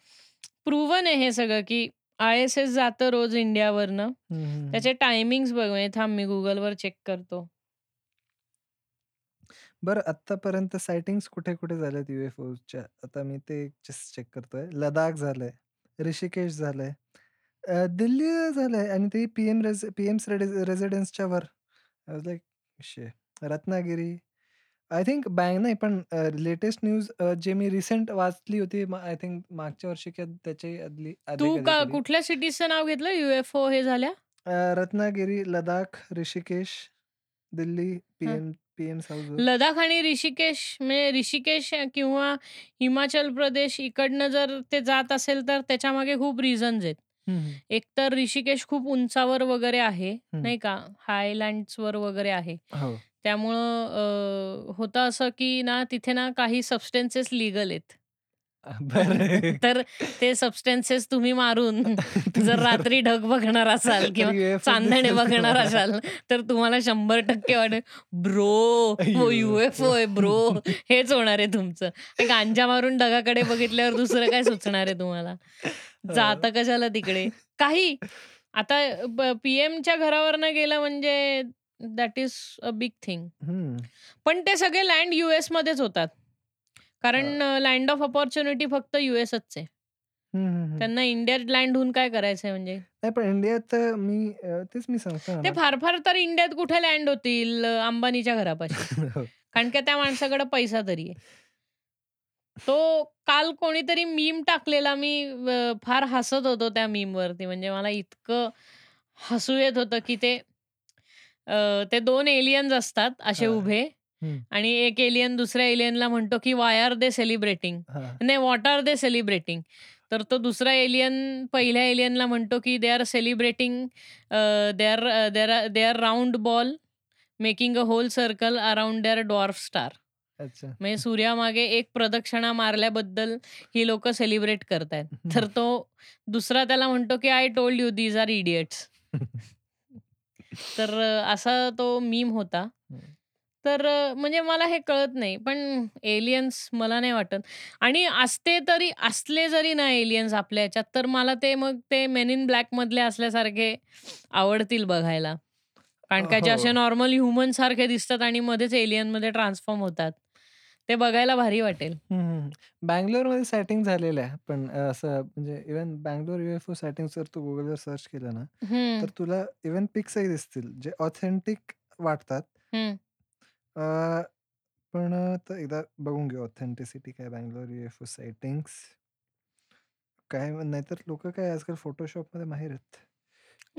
प्रूवन आहे हे सगळं की आय एस एस जातं रोज इंडियावरनं
हम्म.
त्याचे टायमिंग बघ म्हणजे थांब मी गुगलवर चेक करतो
बरं आतापर्यंत सायटिंग कुठे कुठे झाल्यात UFO च्या आता मी ते जस्ट चेक करतोय लडाख झालंय ऋषिकेश झालंय अ, दिल्ली झालंय आणि ते पी एम रेज पी एम रेसिडेन्सच्या वर लाईक शे रत्नागिरी आय थिंक बँग नाही पण लेटेस्ट न्यूज जे मी रिसेंट वाचली होती आय थिंक मागच्या वर्षी किंवा त्याच्या आदली आधी
तू का
कधीतरी.
कुठल्या सिटीजचं नाव घेतलं युएफओ हे झाल्या
अ, रत्नागिरी लडाख ऋषिकेश दिल्ली पी
हा.
M P M south
Ladakh आणि ऋषिकेश म्हणजे ऋषिकेश किंवा हिमाचल प्रदेश इकडनं जर ते जात असेल तर त्याच्या मागे खूप रिझन्स आहेत एक तर ऋषिकेश खूप उंचावर वगैरे आहे नाही का हायलँड्सवर वगैरे आहे
हो
त्यामुळं अ, होतं असं की ना तिथे ना काही सबस्टेन्सेस लिगल आहेत
बरं.
तर ते सबस्टन्सेस तुम्ही मारून जर रात्री ढग बघणार असाल किंवा
रात्री UFO
चांदणे
दिसेल
बघणार
तुम्हाला.
असाल तर तुम्हाला शंभर टक्के वाटेल ब्रो हो युएफओ आहे ब्रो हेच होणार आहे तुमचं गांजा मारून ढगाकडे बघितल्यावर दुसरं काय सुचणार आहे तुम्हाला जाता कशाला तिकडे काही आता पीएमच्या घरावर न गेलं म्हणजे that is a big thing
hmm.
पण ते सगळे लँड युएस मध्येच होतात कारण लँड ऑफ ऑपॉर्च्युनिटी फक्त युएसच आहे
हम्म, हम्म, हम्म.
त्यांना इंडियात लँड होऊन काय करायचंय म्हणजे
नाही पण इंडियात मी अ, तेच मी सांगतो
ते
ना.
फार फार तर इंडियात कुठे लँड होतील अ, अंबानीच्या घरापाशी
हो.
कारण की त्या माणसाकडे पैसा तरी आहे तो काल कोणीतरी मीम टाकलेला मी अ, फार हसत होतो त्या मीम वरती म्हणजे मला इतकं हसू येत होतं की ते अ, ते दोन एलियन्स असतात असे
हा.
उभे
हम्म.
आणि एक एलियन दुसऱ्या एलियनला म्हणतो की वाय आर दे सेलिब्रेटिंग
हा.
नाही व्हॉट आर दे सेलिब्रेटिंग तर तो दुसरा एलियन पहिल्या एलियनला म्हणतो की they are celebrating they are they are round ball making a whole circle around their dwarf star
अच्छा
म्हणजे सूर्यामागे एक प्रदक्षिणा मारल्याबद्दल ही लोक सेलिब्रेट करतायत तर तो दुसरा त्याला म्हणतो की I told you these are idiots तर अ, असा तो मीम होता
हम्म.
तर अ, म्हणजे मला हे कळत नाही पण एलियन्स मला नाही वाटत आणि असते तरी असले जरी ना एलियन्स आपल्या याच्यात तर मला ते मग ते मेन इन ब्लॅक मधले असल्यासारखे आवडतील बघायला कारण का जे
हो.
असे नॉर्मल ह्युमन सारखे दिसतात आणि मध्येच एलियन मध्ये ट्रान्सफॉर्म होतात ते बघायला भारी वाटेल
बँगलोर मध्ये सेटिंग झालेलं आहे पण अ, असं म्हणजे इव्हन बँगलोर युएफओ सेटिंग जर तू गुगलवर सर्च केलं ना
हम्म,
तर तुला इव्हन पिक्सही दिसतील जे ऑथेंटिक वाटतात
हम्म.
अ, पण तर एकदा बघून घेऊ ऑथेंटिसिटी काय बँगलोर युएफओ सेटिंग्स काय नाहीतर लोक काय आजकाल फोटोशॉप मध्ये माहिर आहेत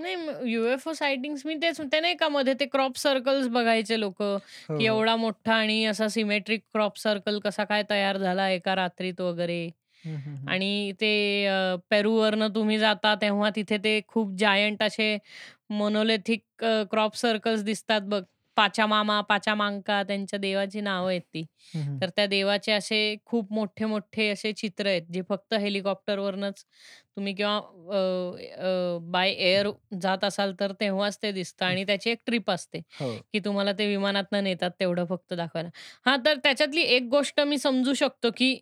नाही युएफओ सायटिंग्स मी तेच ते नाही का मध्ये ते क्रॉप सर्कल्स बघायचे लोक
हो,
की एवढा मोठा आणि असा सिमेट्रिक क्रॉप सर्कल कसा काय तयार झाला एका रात्रीत वगैरे
हम्म, हम्म, हम्म.
आणि ते अ, पेरूवरनं तुम्ही जाता तेव्हा तिथे ते खूप जायंट असे मोनोलेथिक क्रॉप सर्कल्स दिसतात बघ पाचामामा पाचामांका त्यांच्या देवाची नावं आहेत ती
हम्म, हम्म.
तर त्या देवाचे असे खूप मोठे मोठे असे चित्र आहेत जे फक्त हेलिकॉप्टरवरनच तुम्ही किंवा बाय एअर जात असाल तर तेव्हाच ते दिसतं आणि त्याची एक ट्रिप असते
हो
की तुम्हाला ते विमानातनं नेतात तेवढं फक्त दाखवायला हा तर त्याच्यातली एक गोष्ट मी समजू शकतो की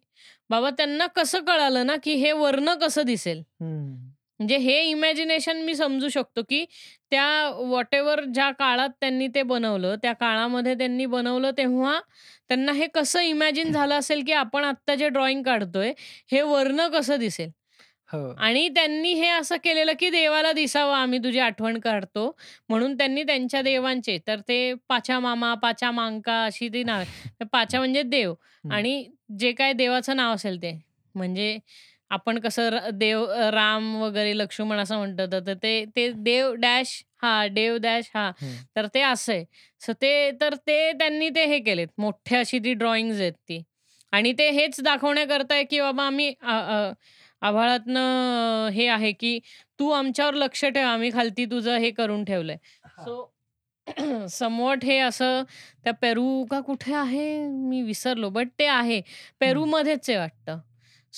बाबा त्यांना कसं कळालं ना की हे वरनं कसं दिसेल
हम्म.
म्हणजे हे इमॅजिनेशन मी समजू शकतो की त्या वॉट एव्हर ज्या काळात त्यांनी ते बनवलं त्या काळामध्ये त्यांनी बनवलं तेव्हा त्यांना हे कसं इमॅजिन झालं असेल की आपण आत्ता जे ड्रॉइंग काढतोय हे वर्ण कसं दिसेल
हो
आणि त्यांनी हे असं केलेलं की देवाला दिसावं आम्ही तुझी आठवण काढतो म्हणून त्यांनी त्यांच्या देवांचे तर ते पाचामामा पाचामांका अशी ती नाव पाचा म्हणजे देव आणि जे काय देवाचं नाव असेल ते म्हणजे आपण कसं र- देव राम वगैरे लक्ष्मण असं म्हणतो तर ते ते देव डॅश हा देव डॅश हा
हम्म.
तर ते असं आहे सो ते तर ते त्यांनी ते हे केलेत मोठ्या अशी ती ड्रॉइंग्ज आहेत ती आणि ते हेच दाखवण्याकरताय की बाबा आम्ही आ- आ- आभाळातनं हे आहे की तू आमच्यावर लक्ष ठेव आम्ही खालती तुझं हे करून ठेवलंय सो समवट हे असं त्या पेरू का कुठे आहे मी विसरलो बट ते आहे पेरूमध्येच आहे वाटतं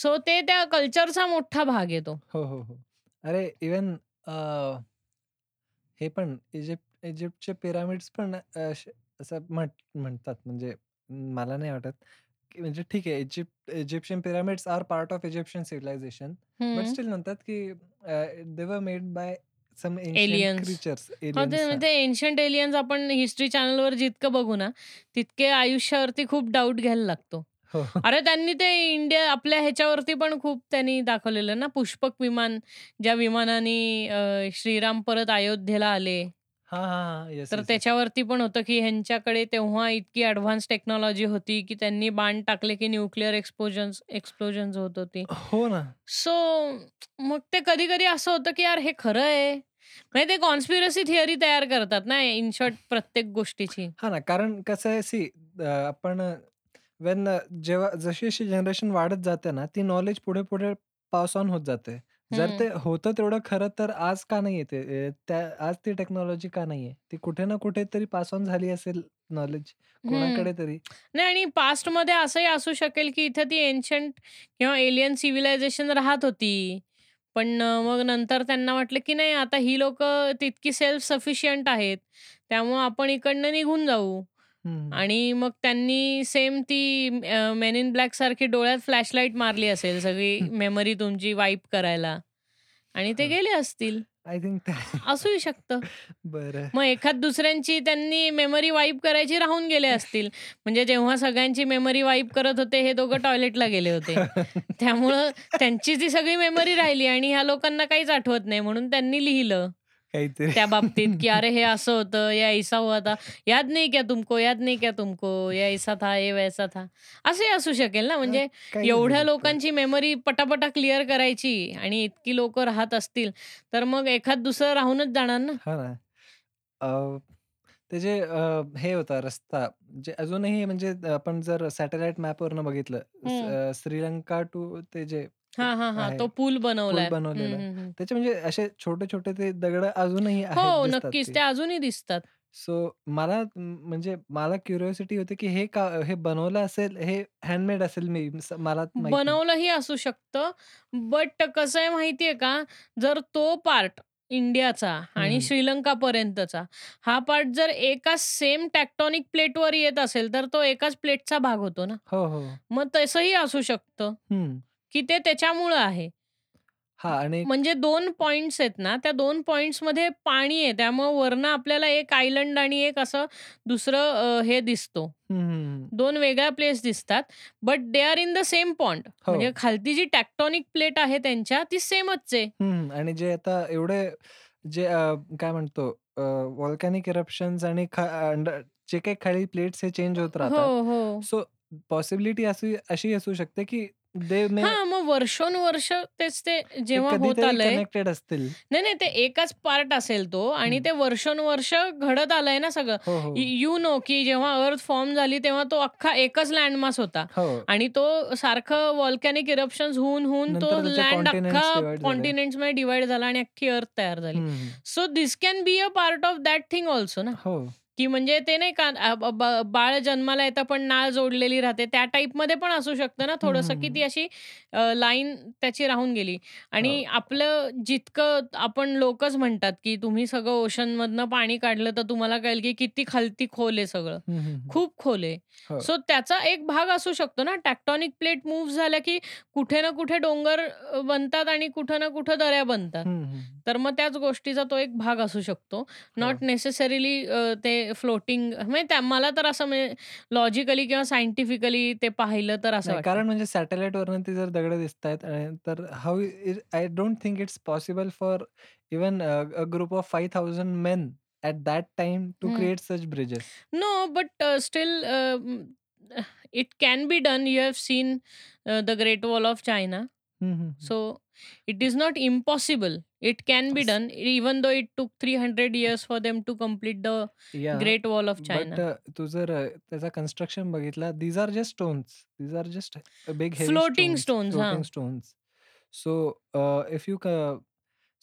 सो ते त्या कल्चरचा मोठा भाग येतो
हो हो हो अरे इवन हे पण इजिप्त इजिप्तचे पिरामिड्स पण अ, श- असं म्हट म्हणतात म्हणजे मला नाही वाटत की म्हणजे ठीक आहे Egypt Egyptian pyramids are part of Egyptian civilization but still म्हणतात की they were made by some alien
Aliens.
Creatures
हा हो, ते म्हणजे ते एन्शंट एलियन्स आपण हिस्ट्री चॅनलवर जितकं बघू ना तितके आयुष्यावरती खूप डाऊट घ्यायला लागतो
हो
अरे त्यांनी ते इंडिया आपल्या ह्याच्यावरती पण खूप त्यांनी दाखवलेलं ना पुष्पक विमान ज्या विमानाने अ, श्रीराम परत अयोध्येला आले
हा हा येस
तर त्याच्यावरती पण होतं की ह्यांच्याकडे तेव्हा इतकी ऍडव्हान्स टेक्नॉलॉजी होती की त्यांनी बाण टाकले की न्यूक्लिअर एक्सप्लोजन एक्सप्लोजन होत होती
हो ना
सो मग ते कधी कधी असं होतं की यार हे खरं आहे म्हणजे ते कॉन्स्पिरसी थिअरी तयार करतात ना इन शॉर्ट प्रत्येक गोष्टीची
हा ना कारण कसं आहे सी आपण वेन जेव्हा जशी अशी जनरेशन वाढत जाते ना ती नॉलेज पुढे पुढे पास ऑन होत जाते जर
हम्म.
ते होतं तेवढं खरं तर आज का नाही येते अ, त्या आज ती टेक्नॉलॉजी का नाहीये ती कुठे ना कुठे तरी पास ऑन झाली असेल नॉलेज कोणाकडे तरी
नाही आणि past मध्ये असंही असू शकेल की इथं ती एन्शंट किंवा एलियन सिव्हिलायझेशन राहत होती पण अ, मग नंतर त्यांना वाटलं की नाही आता ही लोक तितकी सेल्फ सफिशियंट आहेत त्यामुळे आपण इकडनं निघून जाऊ
हम्म.
आणि मग त्यांनी सेम ती मेन इन ब्लॅक सारखी डोळ्यात फ्लॅशलाईट मारली असेल सगळी
हं.
मेमरी तुमची वाईप करायला आणि ते
हा.
गेले असतील
आय थिंक
असूही शकतं
बरं
मग एखाद दुसऱ्यांची त्यांनी मेमरी वाईप करायची राहून गेले असतील म्हणजे जेव्हा सगळ्यांची मेमरी वाईप करत होते हे दोघं टॉयलेटला गेले होते त्यामुळं त्यांची ती सगळी मेमरी राहिली आणि ह्या लोकांना काहीच आठवत नाही म्हणून त्यांनी लिहिलं
काहीतरी
त्या बाबतीत की अरे हे असं होतं या ऐसा हुआ था याद नाही क्या तुमको याद नाही क्या तुमको या ऐसा था ये वैसा था असंही असू शकेल ना म्हणजे
काही
एवढ्या
असू शकतं.
लोकांची मेमरी पटापटा क्लिअर करायची आणि इतकी लोक राहत असतील तर मग एखाद दुसरं राहूनच जाणार ना
हा हो ना अ, ते जे अ, हे होता रस्ता जे अजूनही म्हणजे आपण जर सॅटेलाइट मॅपवरनं बघितलं स-
हम्म.
अ, श्रीलंका टू ते जे
हा हा हा
आहे.
तो पूल बनवलाय
बनवलेला
हम्म, हम्म, हम्म.
त्याचे म्हणजे असे छोटे छोटे ते दगड अजूनही
हो
आहेत
नक्कीच
दिसतात
ते अजूनही दिसतात
सो मला म- म्हणजे मला क्युरियोसिटी होती की हे का हे बनवलं असेल हे हँडमेड असेल मी स- मला माहित नाही
बनवलंही असू शकतं बट कसं आहे माहितीये का जर तो पार्ट इंडियाचा आणि
हम्म.
श्रीलंका पर्यंतचा हा पार्ट जर एकाच सेम टॅक्टॉनिक प्लेटवर येत असेल तर तो एकाच प्लेटचा भाग होतो ना
हो हो
मग तसंही असू शकतं
हम्म.
की ते त्याच्यामुळं आहे
हा आणि
म्हणजे दोन पॉइंट्स आहेत ना त्या दोन पॉइंट्स मध्ये पाणी आहे त्यामुळे वरनं आपल्याला एक आयलंड आणि एक असं दुसरं अ, हे दिसतो
हम्म.
दोन वेगळ्या प्लेस दिसतात but they are in the same point
हो
म्हणजे खालती जी टॅक्टॉनिक प्लेट आहे त्यांच्या ती सेमच आहे
हम्म. आणि जे आता एवढे जे अ, काय म्हणतो वॉल्कॅनिक इरप्शन्स आणि खा- अंड- जे काही खाली प्लेट्स हे चेंज होत
हो
राहतात
हो
सो पॉसिबिलिटी अशी अशी असू शकते की दे मे
हा मग वर्षोनुवर्ष तेच ते जेव्हा होत
म्हणजे कधीतरी
आलंय
कनेक्टेड असतील
नाही नाही ते एकाच पार्ट असेल तो आणि
हम्म.
ते वर्षानुवर्ष घडत आलंय ना सगळं
हो हो
यू नो की जेव्हा अर्थ फॉर्म झाली तेव्हा तो अख्खा एकच लँडमास होता
हो
आणि तो सारखं वॉल्कॅनिक इरप्शन होऊन होऊन तो
नंतर त्याचे
लँड
continents
अख्खा
divide झाले.
कॉन्टिनेंट मध्ये डिवाइड झाला आणि अख्खी अर्थ तयार झाली
हम्म.
So this can be a part of that thing also ना
हो
की म्हणजे ते नाही का अ- ब- ब- बाळ जन्माला येतं पण नाळ जोडलेली राहते त्या टाईप मध्ये पण असू शकतं ना थोडंसं की
हम्म.
ती अशी लाईन त्याची राहून गेली आणि
हो.
आपलं जितकं आपण लोकच म्हणतात की तुम्ही सगळं ओशन मधनं पाणी काढलं तर तुम्हाला कळेल की किती खालती खोल आहे सगळं
हम्म, हम्म, हम्म.
खूप खोल आहे
हो
सो त्याचा एक भाग असू शकतो ना टॅक्टॉनिक प्लेट मूव्ह झाल्या की कुठे ना कुठे डोंगर अ, बनतात आणि कुठं ना कुठं दऱ्या बनतात
हम्म, हम्म.
तर मग त्याच गोष्टीचा तो एक भाग असू शकतो
हो.
नॉट नेसेसरीली ते फ्लोटिंग म्हणजे त्या- मला तर असं म्हणजे लॉजिकली किंवा सायंटिफिकली ते पाहिलं तर असं
नाही
वाटतं
कारण म्हणजे सॅटेलाइट वरनं ते जर दगड दिसत आहेत तर how I don't think it's possible for even a group of five thousand men at that time to
hmm.
Create such bridges
No, but uh, still, uh, mm, it can be done. You have seen uh, the Great Wall of China. So it is not impossible. It can be
S-
done, even though it took 300 years for them to complete the
या
Great Wall of
but
China.
तू जर अ, त्याचा construction बघितला these are just stones these are just big heavy
Floating stones,
stones
huh?
Floating stones so if you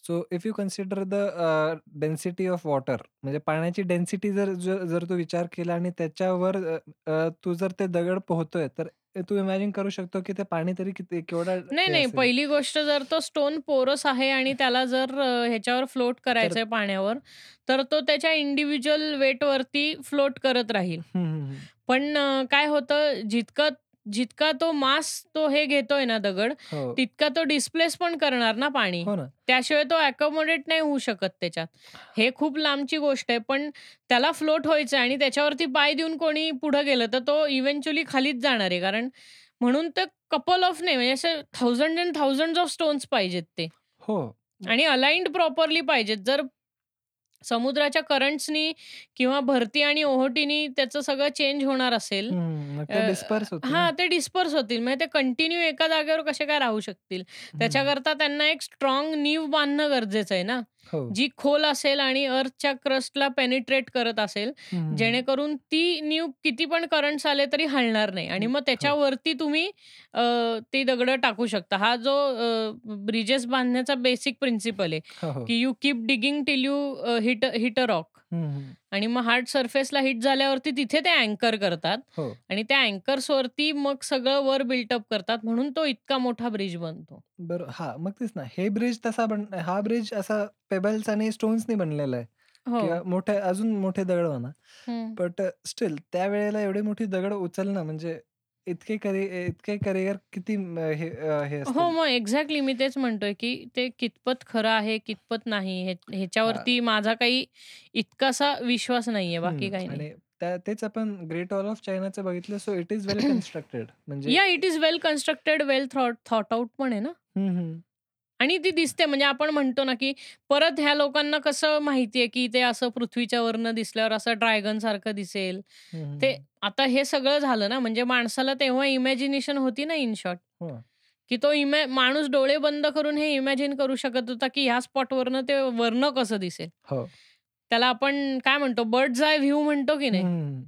so if you consider the density of water म्हणजे पाण्याची density जर जर जर तू विचार केला आणि त्याच्यावर अ, अ, तू जर ते दगड पोहतोय तर तू इमॅजिन करू शकतो की ते पाणी तरी किती केवढा
नाही
हे
नाही
असेल
पहिली गोष्ट जर तो स्टोन पोरस आहे आणि त्याला जर अ, ह्याच्यावर फ्लोट
तर
करायचंय पाण्यावर तर तो त्याच्या इंडिव्हिज्युअल वेटवरती फ्लोट करत राहील
हम्म, हम्म, हम्म.
पण अ, काय होतं जितका जितका तो मास तो हे घेतोय ना दगड
हो
तितका तो डिस्प्लेस पण करणार ना पाणी
हो ना
त्याशिवाय तो अकोमोडेट नाही होऊ शकत त्याच्यात हे खूप लांबची गोष्ट आहे पण त्याला फ्लोट व्हायचं आणि त्याच्यावरती पाय देऊन कोणी पुढं गेलं तर तो इव्हेंच्युअली खालीच जाणार आहे कारण म्हणून तर कपल ऑफ नाही म्हणजे असे thousand and thousand of stones पाहिजेत ते
हो
आणि अलाइंड प्रॉपरली पाहिजेत जर समुद्राच्या करंट्सनी किंवा भरती आणि ओहोटीनी त्याचं सगळं चेंज होणार असेल
हम्म, मग ते
अ,
डिस्पर्स होतील ना
हा ते डिस्पर्स होतील म्हणजे ते कंटिन्यू एका जागेवर कसे काय राहू शकतील
हम्म.
त्याच्याकरता त्यांना एक स्ट्रॉंग नीव बांधणं गरजेचं आहे ना
हो
जी खोल असेल आणि अर्थच्या क्रस्टला पेनिट्रेट करत असेल
हम्म.
जेणेकरून ती न्यूब किती पण करंट आले तरी हलणार नाही आणि मग त्याच्यावरती तुम्ही अ, ती दगडं टाकू शकता हा जो ब्रिजेस बांधण्याचा बेसिक प्रिन्सिपल आहे
हो, हो.
की you keep digging till you hit hit a rock
hmm, hmm.
आणि मग हार्ड सरफेसला हिट झाल्यावरती तिथे ते अँकर करतात
हो
आणि त्या अँकर्सवरती मग सगळं वर बिल्टअप करतात म्हणून तो इतका मोठा ब्रिज बनतो
बरं हा मग तेच ना हे ब्रिज तसा बन हा ब्रिज असा पेबल्स आणि स्टोन्सनी बनलेला आहे
हो
किंवा मोठे अजून मोठे दगड म्हणा
हम्म.
बट स्टील त्यावेळेला एवढी मोठी दगड उचलणं म्हणजे इतके करि इतके करिअर किती म, हे अ, हे असतील.
हो मग एक्झॅक्टली मी तेच म्हणतोय की ते कितपत खरं आहे कितपत नाही हे- ह्याच्यावरती माझा काही इतकासा विश्वास नाहीये बाकी
हम्म,
काही नाही
आणि त्या- तेच आपण ग्रेट वॉल ऑफ चायनाचं बघितलं so it is well constructed म्हणजे
या it is well constructed well thought out पण आहे ना
हम्म, हम्म.
आणि ती दिसते म्हणजे आपण म्हणतो ना की परत ह्या लोकांना कसं माहितीये की ते असं पृथ्वीच्या वरनं दिसल्यावर असं ड्रॅगन सारखं दिसेल
हम्म,
ते आता हे सगळं झालं ना म्हणजे माणसाला तेव्हा इमॅजिनेशन होती ना इन शॉर्ट
हो.
की तो इमॅ माणूस डोळे बंद करून हे इमॅजिन करू शकत होता की ह्या स्पॉटवरनं ते वर्ण कसं दिसेल
हो
त्याला आपण काय म्हणतो बर्ड आय व्ह्यू म्हणतो की नाही
हम्म,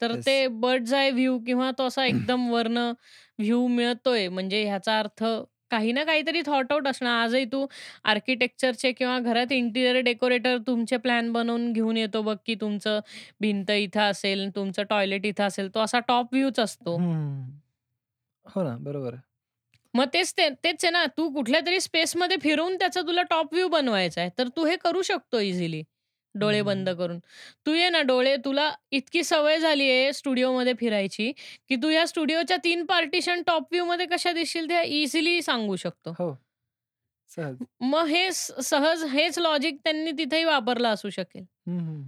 तर
Yes.
ते बर्ड आय व्ह्यू किंवा तो असा एकदम वर्ण व्ह्यू मिळतोय म्हणजे ह्याचा अर्थ काही ना काहीतरी थॉट आउट असणार आजही तू आर्किटेक्चरचे किंवा घरात इंटिरियर डेकोरेटर तुमचे प्लॅन बनवून घेऊन येतो बघ की तुमचं भिंत इथं असेल तुमचं टॉयलेट इथं असेल तो असा टॉप व्ह्यूच असतो
हम्म. हो ना बरोबर आहे.
मग तेच ते तेच आहे ना तू कुठल्या तरी स्पेसमध्ये फिरून त्याचा तुला टॉप व्ह्यू बनवायचा आहे तर तू हे करू शकतो इझिली डोळे
हम्म.
बंद करून तू ये ना डोळे तुला इतकी सवय झाली आहे स्टुडिओमध्ये फिरायची की तू या स्टुडिओच्या तीन पार्टिशन टॉप व्ह्यू मध्ये कशा दिसतील त्या इझिली सांगू शकतो
हो सहज
मग हे स- सहज हेच लॉजिक त्यांनी तिथेही वापरलं असू शकेल
हम्म, हम्म.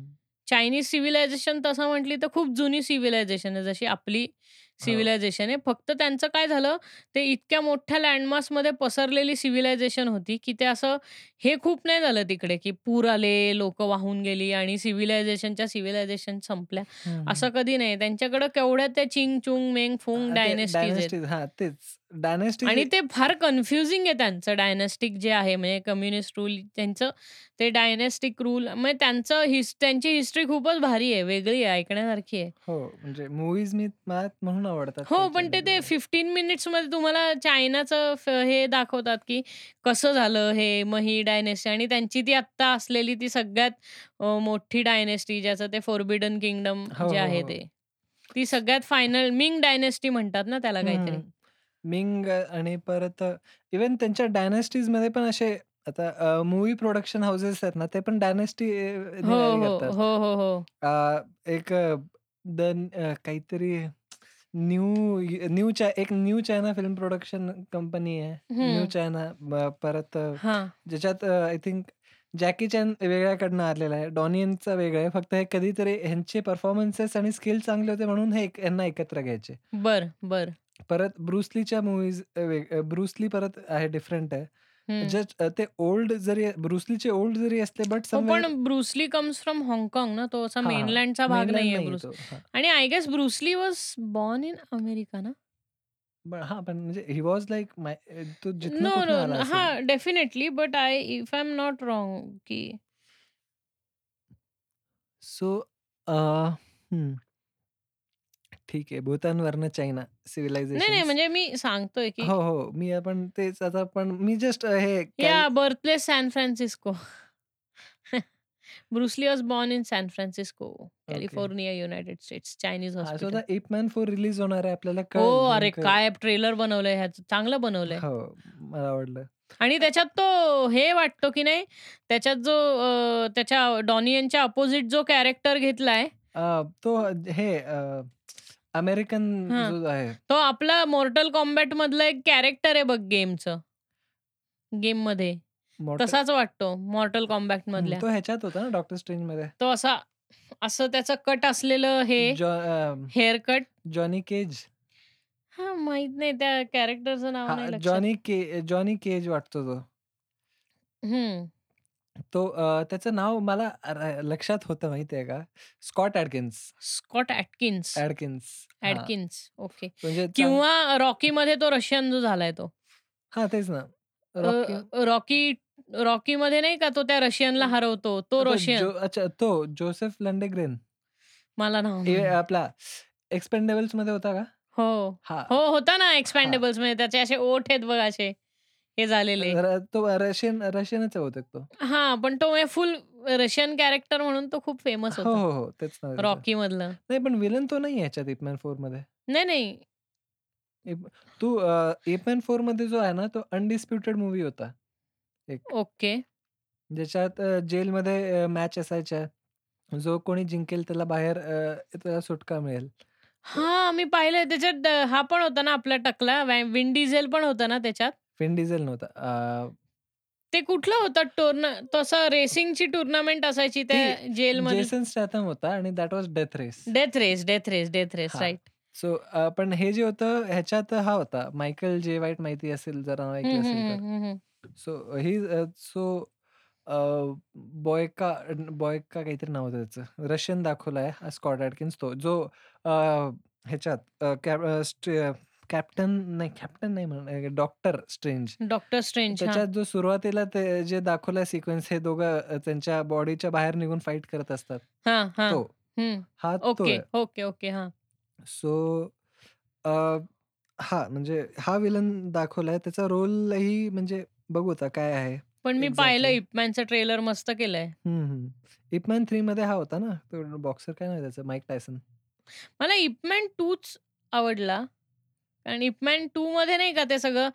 चायनीज सिव्हिलायझेशन तसं म्हटली तर खूप जुनी सिव्हिलायझेशन आहे जशी आपली
हो.
सिव्हिलायझेशन आहे फक्त त्यांचं काय झालं ते इतक्या मोठ्या landmass मध्ये पसरलेली सिव्हिलायझेशन होती की ते असं हे खूप नाही झालं तिकडे की पूर आले लोक वाहून गेली आणि सिव्हिलायझेशनच्या सिव्हिलायझेशन संपल्या
हम्म,
असं कधी नाही त्यांच्याकडे केवढ्या त्या चिंग चुंग मेंग फुंग
हम्म. हा, ते
डायनेस्टीज आहेत
dynasties, हा तेच डायनेस्टी
आणि ते फार कन्फ्युजिंग आहे त्यांचं डायनेस्टिक जे आहे म्हणजे कम्युनिस्ट रूल त्यांचं ते डायनेस्टिक रूल म्हणजे त्यांचं हिस त्यांची हिस्ट्री खूपच भारी आहे वेगळी आहे ऐकण्यासारखी आहे
हो म्हणजे मूवीज मी मला म्हणून आवडतात
हो
त्यांच्या
पण ते ते
वेगवेगळ्या.
फिफ्टीन मध्ये तुम्हाला चायनाचं फ- हे दाखवतात की कसं झालं हे मग ही डायनेस्टी आणि त्यांची ती आत्ता असलेली ती सगळ्यात अं, मोठी डायनेस्टी ज्याचं ते फोरबिडन किंगडम
हो,
जे
हो,
आहे
हो.
ते ती सगळ्यात फायनल मिंग डायनेस्टी म्हणतात ना त्याला काहीतरी
हम्म. मिंग आणि परत इवन त्यांच्या डायनेस्टीज मध्ये पण असे आता मूवी प्रोडक्शन हाऊसेस आहेत ना ते पण डायनेस्टी
हो हो
करतात
हो हो हो
अ, एक द काहीतरी न्यू न्यू चा एक new China film production company आहे
हम्म.
न्यू चायना ब- परत अ,
हा
ज्याच्यात आय थिंक जॅकी चॅन वेगळ्याकडनं आलेला आहे डॉनियनचा वेगळा आहे फक्त हे कधीतरी ह्यांचे परफॉर्मन्सेस आणि स्किल चांगले होते म्हणून हे एक- यांना एकत्र घ्यायचे
बर बर
परत ब्रुसलीच्या मूवीज ब्रुसली परत आहे डिफरंट आहे
हम्म.
जस्ट ते ओल्ड जरी ब्रुसलीचे ओल्ड जरी असले बट
हो, पण ब्रुसली कम्स फ्रॉम हाँगकाँग ना तो असा
हा, हा.
मेनलँडचा भाग नाहीये ब्रुस
पण
आणि I guess Bruce Lee was born in America ना
हा पण म्हणजे ही वॉज लाईक तो जिथनं
नो
कुठनं आला
नो हा
असेल
definitely but I if I am not wrong की
सो ठीक आहे भूतानवरनं चायना
नाही नाही
सिव्हिलायझेशन
म्हणजे मी सांगतोय की
हो हो मी आपण तेच आता पण मी जस्ट हे
या
कॅल-
birthplace San Francisco Bruce Lee was born in San Francisco California United States Chinese
हा, so
हॉस्पिटल
आता एप मॅन फोर रिलीज होणार आहे आपल्याला
हो
कळेल
अरे
नेमकं-
काय ट्रेलर बनवलंय ह्याचं चांगलं बनवलंय
हो मला आवडलं
आणि त्याच्यात तो हे वाटतो की नाही त्याच्यात जो अं, त्याच्या डॉनियनच्या अपोजिट जो कॅरेक्टर घेतलाय
अ, तो हे अ, अमेरिकन
हा.
जो आहे
तो आपला मॉर्टल कॉम्बॅट मधला एक कॅरेक्टर आहे बघ गेमचं गेम मध्ये
मोठा
तसाच वाटतो मॉर्टल कॉम्बॅट मधल्या
तो ह्याच्यात होता ना डॉक्टर स्ट्रेंज मध्ये
तो असा असं त्याचं कट असलेलं हे
जॉ- अम,
हेअर कट
जॉनी केज
हा माहित नाही त्या कॅरेक्टरचं नाव
हा
नाही लक्षात
जॉनी के जॉनी केज वाटतो तो
हम्म.
तो अ, त्याचं नाव मला र- लक्षात होतं माहितीये का स्कॉट ऍडकिन्स
स्कॉट ऍटकिन्स
ऍडकिन्स हा,
ऍटकिन्स ओके
म्हणजे चांग-
किंवा रॉकी मध्ये तो रशियन जो झालाय तो
हा तेच ना रॉकी
अ, रॉकी रॉकी मध्ये नाही का तो त्या रशियनला हरवतो तो
तो
रशियन
जो- अच्छा तो जोसेफ लंडेग्रेन
मला नाव
हे
नाही.
आपला एक्सपेंडेबल्स मध्ये होता का
हो
हा
हो होता ना एक्सपॅन्डेबल्स मध्ये त्याचे असे ओठ आहेत बघ असे हे झालेले
र- तो रशियन रशियनच आहे बहुतेक तो
हा पण तो फुल रशियन कॅरेक्टर म्हणून तो खूप फेमस
हो
होता
हो हो तेच नाव आहे त्याचं.
रॉकी मधलं
नाही पण विलन तो नाही आहे याच्यात एपमॅन फोर मध्ये
नाही नाही
तू एपमॅन फोर मध्ये जो आहे ना तो अनडिस्प्युटेड मूवी होता
ओके
ज्याच्यात अ, जेलमध्ये मॅच असायच्या जो कोणी जिंकेल त्याला बाहेर अ, त्याला सुटका मिळेल
हा मी पाहिलंय त्याच्यात अ, हा पण होता ना आपला टकला वॅ- विन डिझेल पण होता ना त्याच्यात
विन डिझेल नव्हता अ,
ते कुठलं होतं टूर्ना तसं रेसिंगची टुर्नामेंट असायची त्या
ती
जेलमध्ये
जेसन स्टॅथम होता आणि that was death race
death race death race death race
हा.
राईट
सो पण हे जे होतं ह्याच्यात हा होता मायकल जे वाईट माहिती असेल जर नाव ऐकलं असेल तर so he so Boyka Boyka काहीतरी नाव होतं त्याचं रशियन दाखवला आहे स्कॉट ॲटकिन्स तो जो अ, ह्याच्यात अ, कॅप- अ, स्ट्रे- अ, कॅप्टन नाही कॅप्टन नाही म्हणून डॉक्टर स्ट्रेंज
डॉक्टर स्ट्रेंज
त्याच्यात जो सुरुवातीला ते जे दाखवला सिक्वेन्स हे दोघं अ, त्यांच्या बॉडीच्या बाहेर निघून फाईट करत असतात
हा हा
तो
हम्म.
हा तो
ओके ओके ओके हा
सो हा म्हणजे हा विलन दाखवलाय त्याचा रोलही म्हणजे बघू आता काय आहे
पण मी
Exactly.
पाहिलं इपमॅनचं ट्रेलर मस्त केलंय
इपमॅन थ्री मध्ये हा होता ना तो बॉक्सर काय नाही त्याचं माईक टायसन
मला इपमॅन टूच आवडला कारण इपमॅन टू मध्ये नाही का ते सगळं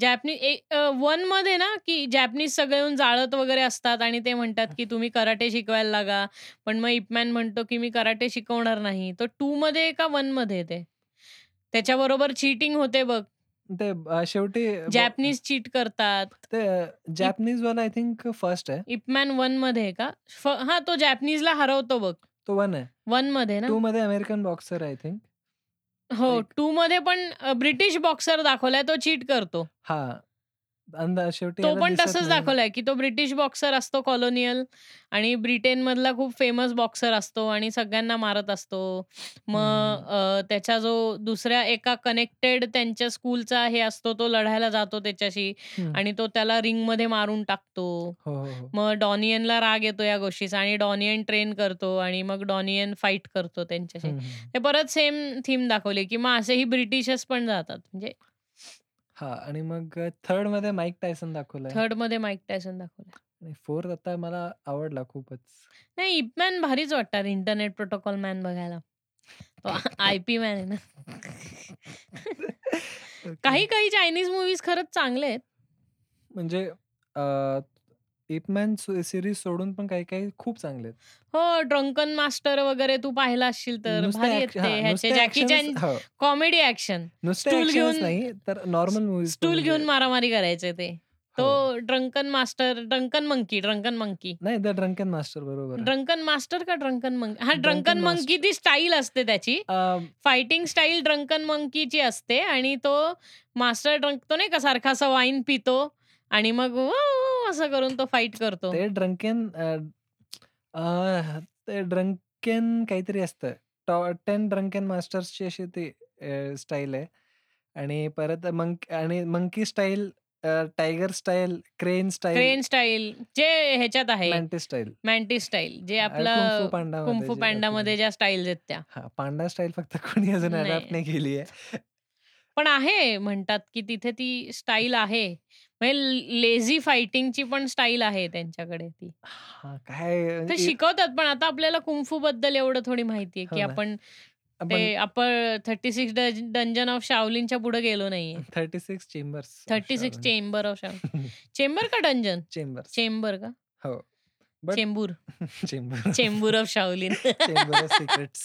जॅपनीज वन मध्ये ना की जॅपनीज सगळे येऊन जाळत वगैरे असतात आणि ते म्हणतात की तुम्ही कराटे शिकवायला लागा पण मग इपमॅन म्हणतो की मी कराटे शिकवणार नाही तर टू मध्ये का वन मध्ये ते त्याच्याबरोबर चीटिंग होते बघ
ते अ, शेवटी ब-
जॅपनीज चीट करतात
ते जॅपनीज वाला आय थिंक फर्स्ट आहे
इपमॅन वन मध्ये का फ- हा तो जॅपनीजला हरवतो बघ
तो वन आहे
वन मध्ये ना
टू मध्ये अमेरिकन बॉक्सर आय थिंक
हो
एक-
टू मध्ये पण अ, ब्रिटिश बॉक्सर दाखवलाय तो चीट करतो
हा अंदा शेवटी
तो
याला
पण
दिसत
तसंच
नाही.
दाखवलाय की तो ब्रिटिश बॉक्सर असतो कॉलोनियल आणि ब्रिटेन मधला खूप फेमस बॉक्सर असतो आणि सगळ्यांना मारत असतो मग
हम्म.
अ, त्याचा जो दुसऱ्या एका कनेक्टेड त्यांच्या स्कूलचा हे असतो तो लढायला जातो त्याच्याशी
हम्म.
आणि तो त्याला रिंग मध्ये मारून टाकतो
हो हो हो
मग डॉनियनला राग येतो या गोष्टीचा आणि डॉनियन ट्रेन करतो आणि मग डॉनियन फाईट करतो त्यांच्याशी
हम्म, हम्म.
ते परत सेम थीम दाखवली की मग असेही ब्रिटिशच पण जातात म्हणजे
हा आणि मग थर्ड मध्ये माईक टायसन दाखवलाय
थर्ड मध्ये माईक टायसन दाखवलं
आणि फोर्थ आता मला आवडला खूपच
नाही इपमॅन भारीच वाटतात इंटरनेट प्रोटोकॉल मॅन बघायला तो आय पी मॅन आहे ना
Okay.
काही काही चायनीज मूवीज खरंच चांगले आहेत
म्हणजे इपमॅन सिरीज सोडून पण काही काही खूप चांगले आहेत.
हो ड्रंकन मास्टर वगैरे तू पाहिला असशील तर
नुसते
भारी आहेत
act- हा,
ते
नुसते
ह्याचे जॅकी
actions-
चॅन
हो,
कॉमेडी ऍक्शन
नुसते
stool
actions
घेऊन-
नाही तर नॉर्मल मूवी
स्टूल घेऊन हो. मारामारी करायचे ते
हो.
तो drunken master drunken monkey drunken monkey
नाही द ड्रंकन मास्टर बरोबर आहे.
ड्रंकन मास्टर का ड्रंकन मंकी हा
Drunken
ड्रंकन
Master.
मंकी ती स्टाईल असते त्याची
अं,
फायटिंग स्टाईल ड्रंकन मंकीची असते आणि तो मास्टर ड्रंक तो नाही का सारखा असा वाईन पितो आणि मग "वाव" असं करून तो फाईट करतो
ते ड्रंकेन अं, अं, ते ड्रंकेन काहीतरी असतं टॉ टेन ड्रंकेन मास्टर्सची अशी ती स्टाईल आहे आणि परत मंक आणि monkey style tiger style crane style
train style जे ह्याच्यात आहे
मॅन्टी स्टाईल
मॅन्टी स्टाईल जे
कुंफू
आपलं
पांडा मध्ये
कुंफू
जे
पॅन्डा
दाखवलंय.
मध्ये ज्या स्टाईल आहेत त्या
हा पांडा स्टाईल फक्त कोणी अजून
नाही.
अडॅप्ट नाही केली आहे
पण आहे म्हणतात की तिथे ती स्टाईल आहे म्हणजे लेझी फायटिंगची पण स्टाईल आहे त्यांच्याकडे ती
हा काय
ते
म्हणजे
शिकवतात पण आता आपल्याला कुंफू बद्दल एवढं थोडी माहिती आहे
हो
की
ना.
आपण
आपण
ते आपण थर्टी सिक्स डंजन ऑफ शावलींच्या पुढे गेलो नाहीये
thirty six chambers
thirty six chamber of Shawli chamber का डंजन
चेंबर्स
चेंबर का
हो But-
Chembur
chamber
Chembur of शावलीन
chamber of secrets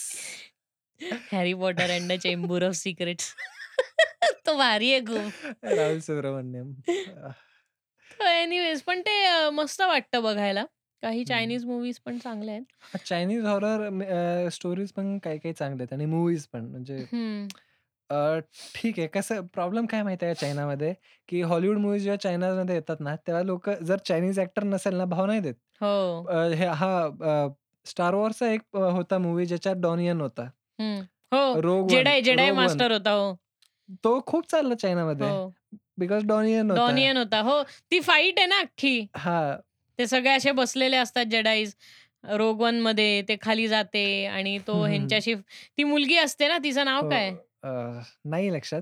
Harry Potter and the Chembur of secrets तो भारी आहे खूप
राहुल सुब्रमण्यम अह,
एनिवेज पण ते अं, मस्त वाटतं बघायला काही चायनीज मूवीज पण चांगल्या आहेत
चायनीज हॉरर स्टोरीज पण काही काही चांगल्या आहेत आणि मूवीज पण म्हणजे
हम्म.
अह, ठीक आहे कसं प्रॉब्लेम काय माहिती आहे चायनामध्ये की हॉलिवूड मूवीज जेव्हा चायनामध्ये येतात ना तेव्हा लोक जर चायनीज ऍक्टर नसेल ना भाव नाही देत
हो
अ, हे हा स्टार वॉरचा एक अ, होता मूवी ज्याच्यात डॉनियन होता
हम्म. हो
रोग
जेडाय जेडाय मास्टर होता हो
तो खूप चालला चायनामध्ये
हो
बिकॉज डॉनियन होता.
डॉनियन होता हो ती फाईट आहे ना अख्खी
हा
ते सगळे असे बसलेले असतात जडाईज रोगवन मध्ये ते खाली जाते आणि तो
हम्म.
ह्यांच्याशी ती मुलगी असते ना तिचं नाव काय
हो, अ, नाही लक्षात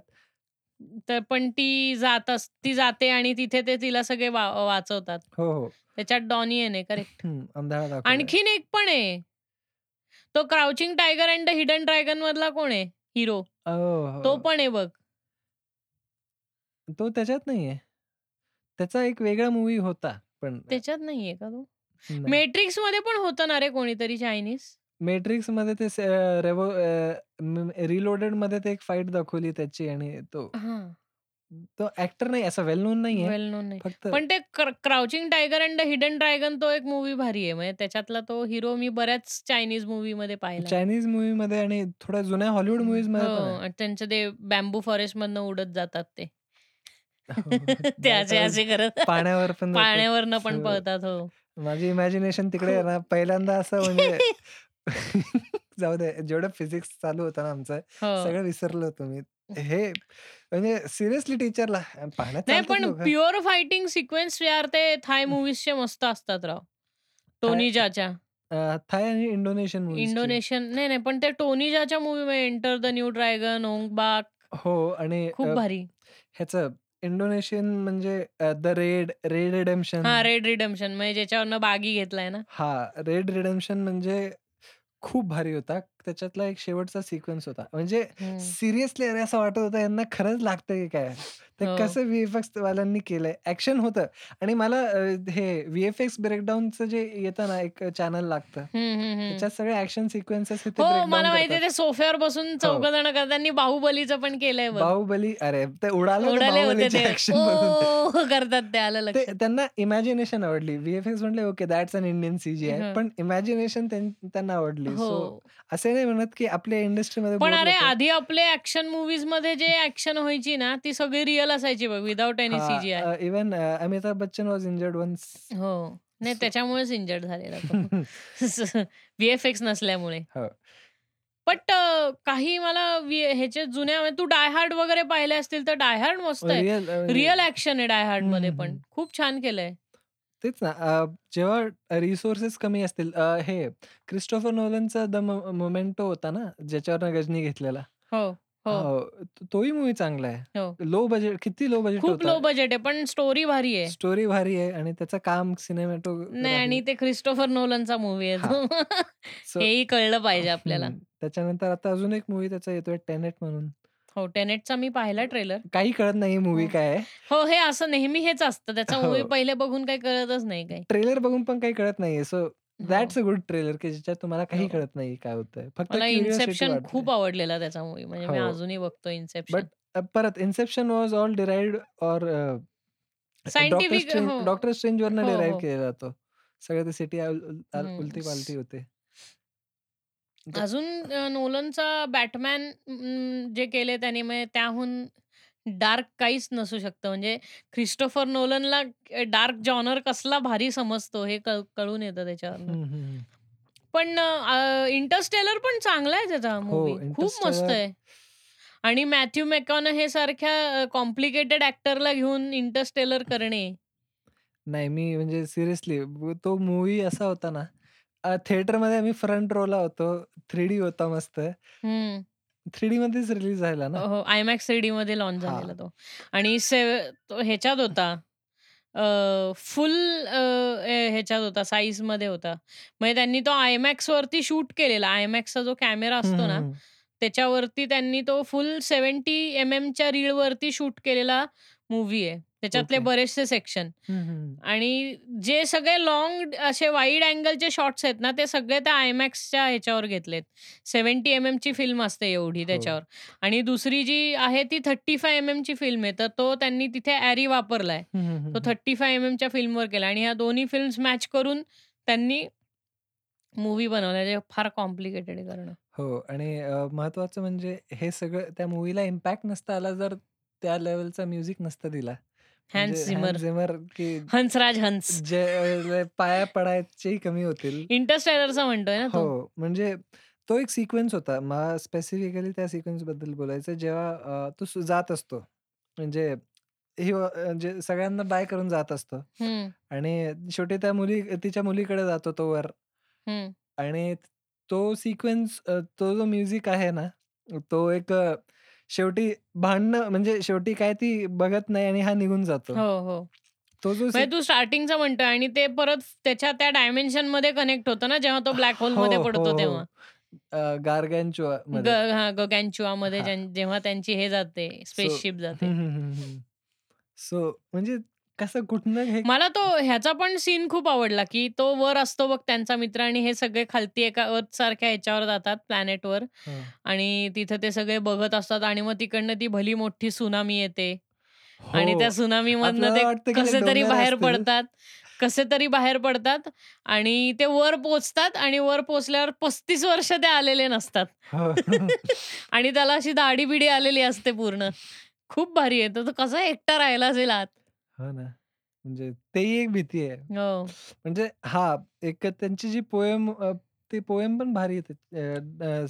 तर पण ती जात अस- ती जाते आणि तिथे ते तिला सगळे वा- वाचवतात
हो हो
त्याच्यात डॉनियन आहे करेक्ट
हम्म, अंधारात दाखवलंय.
आणखीन एक पण आहे तो crouching tiger and the hidden dragon मधला कोण आहे हिरो
अ, हो, हो.
तो पण आहे बघ
तो त्याच्यात नाहीये त्याचा एक वेगळा मूवी होता पण
त्याच्यात नाहीये का तो मेट्रिक्स मध्ये पण होतं ना रे कोणीतरी चायनीज
मेट्रिक्स मध्ये ते से- अ, रेवो रिलोडेड मध्ये ते एक फाईट दाखवली त्याची आणि तो तो ऍक्टर नाही असा वेल नोन नाहीये
वेल नोन नाही
फक्त
पण ते crouching tiger and the hidden dragon तो एक मूवी भारी आहे म्हणजे त्याच्यातला तो हिरो मी बऱ्याच चायनीज मूवी मध्ये पाहिला
चायनीज मूवी मध्ये आणि थोड्या जुन्या हॉलिवूड मुव्हीज मध्ये पण
हो,
आहे.
आणि त्यांचे ते बॅम्बू फॉरेस्ट मधनं उडत जातात ते
हो.
ते असे
नाही,
असे करत
पाण्यावर पण जातो.
पाण्यावरनं पण
हो.
पळतात हो
माझी इमॅजिनेशन तिकडे आहे ना पहिल्यांदा असं म्हणजे
हो.
जाऊ दे जेवढं फिजिक्स चालू होतं ना आमचं
हो.
सगळं विसरलो होतो मी हे म्हणजे सिरियसली टीचरला पाहण्यात
नाही
चालतात
पण
लोकं.
प्युअर फायटिंग सिक्वेन्स यार ते थाय मुव्हीजचे मस्त असतात राव टोनीजाच्या
अं, थाय आणि इंडोनेशियन movies ची.
इंडोनेशियन नाही नाही पण ते टोनीजाच्या मूवी मध्ये enter the new dragon Ong Bak
हो आणि
खूप
अं,
भारी
ह्याचं इंडोनेशियन म्हणजे द रेड रेड रिडेम्पशन
हा रेड रिडम्पशन म्हणजे ज्याच्यावरनं बागी घेतलाय ना
हा रेड रिडेम्पशन म्हणजे खूप भारी होता त्याच्यातला एक शेवटचा सिक्वेन्स होता म्हणजे
हम्म.
सिरियसली अरे असं वाटत होतं यांना खरंच लागतंय की काय ते
हो.
कसं व्हीएफएक्स वाल्यांनी केलंय ऍक्शन होतं आणि मला अं, हे व्हीएफएक्स ब्रेकडाऊनचं जे येतं ना एक चॅनल लागतं
हम्म, हम्म, हम्म.
त्याच्यात सगळे ऍक्शन सिक्वेन्सेस हे ते
हो
breakdown
मला माहितीये
करतात. हो.
ते सोफ्यावर बसून चौघ जण करताना बाहुबलीचं पण केलंय बघ
बाहुबली अरे ते उडाले
उडाले होते ते हो.
ऍक्शन
ओ करतात ते आलं
ते
लक्षात
त्यांना इमॅजिनेशन आवडली व्हीएफएक्स म्हणले okay that's an Indian CG
हं.
आहे पण इमॅजिनेशन त्यांना आवडली सो
हो
असे नाही म्हणत की आपल्या इंडस्ट्रीमध्ये
पण अरे आधी आपले ऍक्शन मुव्हीज मध्ये जे ऍक्शन व्हायची ना ती सगळी रिअल असायची बघ without any CG
even Amitabh Bachchan was injured once
हो नाही त्याच्यामुळेच इंजर्ड झालेला
म्हणजे
तो व्हीएफएक्स नसल्यामुळे
हो.
बट काही मला वी- ह्याचे जुन्या म्हणजे तू डाय हार्ड वगैरे पाहिले असतील तर डाय हार्ड मस्त आहे
रिअल
रिअल ऍक्शन आहे डाय हार्ड मध्ये
हम्म,
पण
हम्म.
खूप छान केलंय
तेच ना अ, जेव्हा रिसोर्सेस कमी असतील अ, हे क्रिस्टोफर नोलनचा द मोमेंटो होता ना ज्याच्यावर गजनी घेतलेला
हो हो
हो, तो- तोही मूवी चांगला आहे
हो.
लो बजेट किती लो बजेट
खूप लो
होता
बजेट आहे पण स्टोरी भारी आहे
स्टोरी भारी आहे आणि त्याचं काम सिनेमॅटो
नाही आणि ते क्रिस्टोफर नोलनचा मूवी आहे तो. हेही कळलं पाहिजे आपल्याला
हम्म. त्याच्यानंतर आता अजून एक मूवी त्याचा येतोय टेनेट म्हणून
हो टेनेटचा मी पाहिला ट्रेलर
काही कळत नाही मूवी
हो.
काय आहे
हो हे असं नेहमी हेच असतं त्याचा
हो.
मूवी पहिले बघून काही कळतच नाही काही
ट्रेलर बघून पण काही कळत नाहीये सो
हो.
दॅट्स अ गुड ट्रेलर की ज्याच्यात तुम्हाला काही
हो.
कळत नाही काय होतंय फक्त
मला
curiosity
इन्सेप्शन
वाटते.
खूप आवडलेला त्याचा मूवी म्हणजे मी
हो.
अजूनही बघतो इन्सेप्शन
But- अ, परत इन्सेप्शन वॉज ऑल डिराइड और
Scientific, हो.
डॉक्टर स्ट्रेंज वरनं
हो,
डिराइव्ह
हो.
केला जातो सगळ्या ते सिटी
हम्म.
उलटी पालटी होते but-
अजून अ, नोलनचा बॅटमॅन म, जे केले त्याने म्हणजे त्याहून डार्क काहीच नसू शकतं म्हणजे क्रिस्टोफर नोलनला डार्क जॉनर कसला भारी समजतो हे कळ- कळून येतं त्याच्यावर
हम्म, हम्म, हम्म.
पण इंटरस्टेलर पण चांगला आहे त्याचा मूवी खूप मस्त
हो, Interstellar-
आहे आणि मॅथ्यू मेकॉन हे सारख्या कॉम्प्लिकेटेड ऍक्टरला घेऊन इंटरस्टेलर करणे
नाही मी म्हणजे सिरियसली तो मूवी असा होता ना थिएटर मध्ये आम्ही फ्रंट रोला होतो थ्री डी होता मस्त
हम्म.
थ्री डी मध्येच रिलीज झाला ना
हो आयमॅक्स थ्रीडी मध्ये लॉन्च
हा.
झालेला तो आणि से- तो ह्याच्यात होता फुल ह्याच्यात होता साईज मध्ये होता म्हणजे त्यांनी तो आयमॅक्स वरती शूट केलेला आयमॅक्सचा जो कॅमेरा असतो ना
हम्म,
त्याच्यावरती त्यांनी तो फुल सेव्हन्टी एम एमच्या रील वरती शूट केलेला मूवी आहे त्याच्यातले
Okay.
बरेचसे सेक्शन
हम्म, हम्म.
आणि जे सगळे लॉंग असे वाईड अँगलचे शॉट्स आहेत ना ते सगळे त्या आयमॅक्सच्या ह्याच्यावर घेतलेत सेव्हन्टी एम एमची फिल्म असते एवढी
हो.
त्याच्यावर आणि दुसरी जी आहे ती थर्टी फाय एम एमची फिल्म आहे तर तो त्यांनी तिथे ॲरी वापरलाय
हम्म, हम्म,
तो
हम्म.
थर्टी फाय एम एमच्या फिल्मवर केला आणि ह्या दोन्ही फिल्म्स मॅच करून त्यांनी मूवी बनवल्या जे फार कॉम्प्लिकेटेड आहे करणं
हो आणि अ, महत्वाचं म्हणजे हे सगळं त्या मूवीला इम्पॅक्ट नसता आला जर त्या लेवलचा म्युझिक नसता दिला
हॅन्स
म्हणजे Hans
झिमर
Zimmer की
हंसराज हंस
जे अ, पाया पडायचे कमी होतील
इंटरस्टेलरचा म्हणतोय ना तो
हो म्हणजे तो एक सिक्वेन्स होता मला स्पेसिफिकली त्या सिक्वेन्स बद्दल बोलायचं जेव्हा अ, तो सु- जात असतो म्हणजे ही अ, म्हणजे सगळ्यांना बाय करून जात असतो
हम्म,
आणि शेवटी त्या मुली तिच्या मुलीकडे जातो तो वर
हम्म,
आणि तो सिक्वेन्स तो जो म्युझिक आहे ना तो एक अ, शेवटी भांडणं म्हणजे शेवटी काय ती बघत नाही आणि हा निघून जातो
हो हो
तो जो
म्हणजे तू स्टार्टिंगचा म्हणतोय आणि ते परत त्याच्या त्या डायमेन्शन मध्ये कनेक्ट होतं ना जेव्हा तो ब्लॅक
हो,
होल मध्ये पडतो तेव्हा
गार्गॅन्चुआ मध्ये
ग- हा गगॅनचुआ मध्ये
हा.
ज्यां- जेव्हा त्यांची हे जाते स्पेसशिप जाते
सो म्हणजे कसं कुठनं हे
मला तो ह्याचा पण सीन खूप आवडला की तो वर असतो बघ त्यांचा मित्र आणि हे सगळे खालती एका अर्थ सारख्या ह्याच्यावर जातात प्लॅनेटवर
हा.
आणि तिथं ते सगळे बघत असतात आणि मग तिकडनं ती भली मोठी सुनामी येते आणि
हो.
त्या सुनामी मधनं
आपल्याला
ते
वाटतं की ते
कसे तरी
डोंगर
बाहेर
असतील.
पडतात कसे तरी बाहेर पडतात आणि ते वर पोचतात आणि वर पोचल्यावर पस्तीस वर्ष ते आलेले नसतात
हो.
आणि त्याला अशी दाढी बिडी आलेली असते पूर्ण खूप भारी आहे तो तो कसा एकटा राहिला असेल आत
हो ना म्हणजे तेही एक भीती आहे
हो
म्हणजे हा एक त्यांची जी पोएम ते पोएम पण भारी येते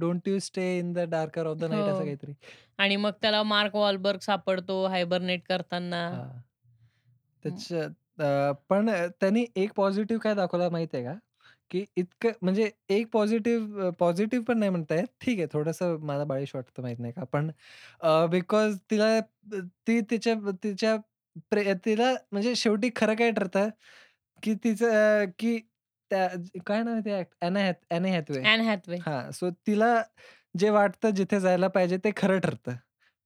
don't you stay in the darker of the night
हो.
असं काहीतरी
आणि मग त्याला मार्क वॉलबर्ग सापडतो हायबरनेट करताना
हा. त्याच्यात अ, पण त्यांनी एक पॉझिटिव्ह काय दाखवला माहिती आहे का की इतकं म्हणजे एक पॉझिटिव्ह पॉझिटिव्ह पण नाही म्हणतायत ठीक आहे थोडंसं मला बाळीश वाटतं माहित नाही का पण बिकॉज तिला अ, ती तिच्या तिच्या प्रे तिला म्हणजे शेवटी खरं काय ठरतं की तिचं अ, की त्या काय नाव आहे ते act Anna Hath Anne Hathaway
and Hathaway
हा सो तिला जे वाटतं जिथे जायला पाहिजे ते खरं ठरतं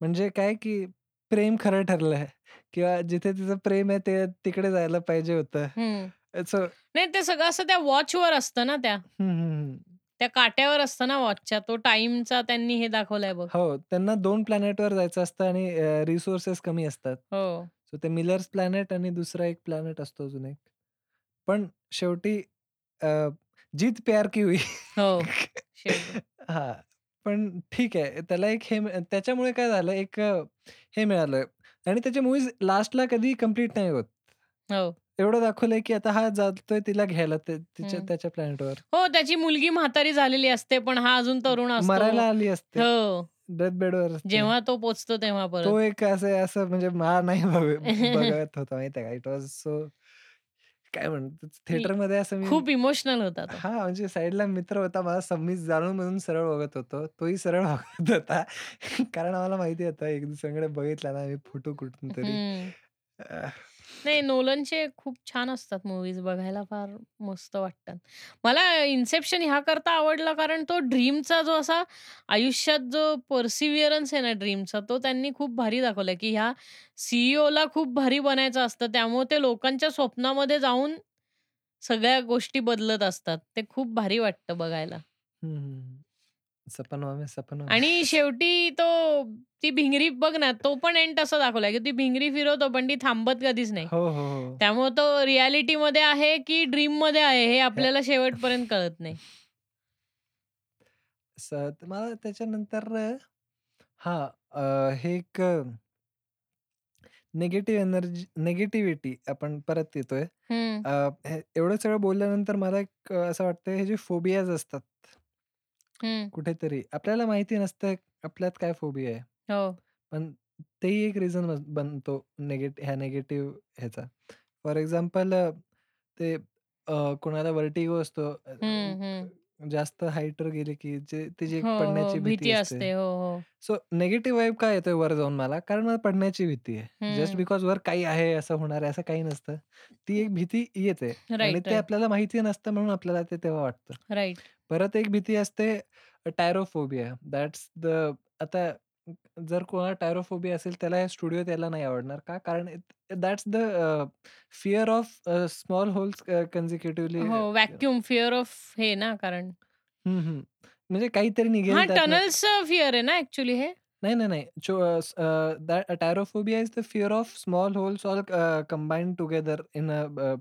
म्हणजे काय की प्रेम खरं ठरलं आहे किंवा जिथे तिचं प्रेम आहे ते तिकडे जायला पाहिजे होतं
हम्म.
सो
नाही ते सगळं असं त्या वॉचवर असतं ना त्या त्या काट्यावर असतं ना वॉचच्या तो टाइमचा त्यांनी हे दाखवलाय बघ
हो त्यांना दोन प्लॅनेटवर जायचं असतं आणि रिसोर्सेस कमी असतात
हो
सो ते मिलर्स प्लॅनेट आणि दुसरा एक प्लॅनेट असतो अजून एक पण शेवटी अ, जीत प्यार की हुई
हो शेवटी.
हा पण ठीक आहे त्याला एक हे मिळ- त्याच्यामुळे काय झालं एक अ, हे मिळालं आणि त्याचे मुव्हीज लास्टला कधी कम्प्लीट नाही होत
हो
एवढं दाखवलंय की आता हा जातोय तिला घ्यायला ते- तिच्या
हम्म.
त्याच्या प्लॅनेटवर
हो त्याची मुलगी म्हातारी झालेली असते पण हा अजून तरुण
मरायला
असतो
आली असते
हो
डेथ बेडवर
जेव्हा तो पोचतो तेव्हा
तो
परत
एक असं असं म्हणजे मार नाही बघ- बघत होता माहितीये का इट वॉज सो काय म्हणतो थिएटर मध्ये असं मी
खूप इमोशनल होता तो
हा म्हणजे साईडला मित्र होता मला संमित जाणून म्हणून सरळ बघत होतो तोही सरळ बघत होता कारण आम्हाला माहिती होतं एक दुसऱ्याकडे बघितला ना मी फोटो कुठून तरी
हम्म.
अह,
नाही नोलनचे खूप छान असतात मूवीज बघायला फार मस्त वाटतात मला इन्सेप्शन ह्या करता आवडला कारण तो ड्रीमचा जो असा आयुष्यात जो परसिव्हिअरन्स आहे ना ड्रीमचा तो त्यांनी खूप भारी दाखवला की ह्या सीईओला खूप भारी बनायचं असतं त्यामुळे ते लोकांच्या स्वप्नामध्ये जाऊन सगळ्या गोष्टी बदलत असतात ते खूप भारी वाटतं बघायला
हम्म. सपन वामे सपन वामे.
आणि शेवटी तो ती भिंगरी बघ ना तो पण एंड तसा दाखवला की ती भिंगरी फिरवतो पण ती थांबत कधीच नाही
हो हो हो
त्यामुळे तो रियालिटी मध्ये आहे की ड्रीम मध्ये आहे हे आपल्याला शेवटपर्यंत कळत नाही
स- त- मला त्याच्यानंतर अह, हा अह, हे एक निगेटिव्ह एनर्जी निगेटिव्हिटी आपण परत येतोय
हम्म.
अह, हे- एवढं सगळं बोलल्यानंतर मला एक अह, असं वाटतं हे जे फोबियाज असतात
हम्म.
कुठेतरी आपल्याला माहिती नसतं आपल्यात काय फोबिया आहे
हो
पण तेही एक रिझन बनतो नेगेट ह्या नेगेटिव्ह ह्याचा फॉर एक्झाम्पल ते अ, कोणाला वर्टिगो असतो अ,
हम्म, हम्म.
जास्त हाईटवर गेले की जे तिची एक
हो हो
पडण्याची भीती
भीती
असते
असते हो हो
सो नेगेटिव्ह वाईब काय येतोय वर जाऊन मला कारण मला पडण्याची भीती आहे जस्ट
हम्म.
बिकॉज वर काही आहे असं होणार आहे असं काही नसतं ती एक भीती येते आणि
राईट
ते
राईट
आपल्याला माहिती नसतं म्हणून आपल्याला ते तेव्हा वाटतं
राईट
परत एक भीती असते टायरोफोबिया दॅट्स द आता जर कोणाला टायरोफोबिया असेल त्याला हे स्टुडिओ त्याला नाही आवडणार का कारण that's the fear of small holes consecutively
हो व्हॅक्युम फिअर ऑफ हे ना कारण
म्हणजे काहीतरी निघेल
हा
त्यातनं.
टनल्स फिअर आहे ना ऍक्च्युली हे
नाही नाही नाही trypophobia is the fear of small holes all combine together in a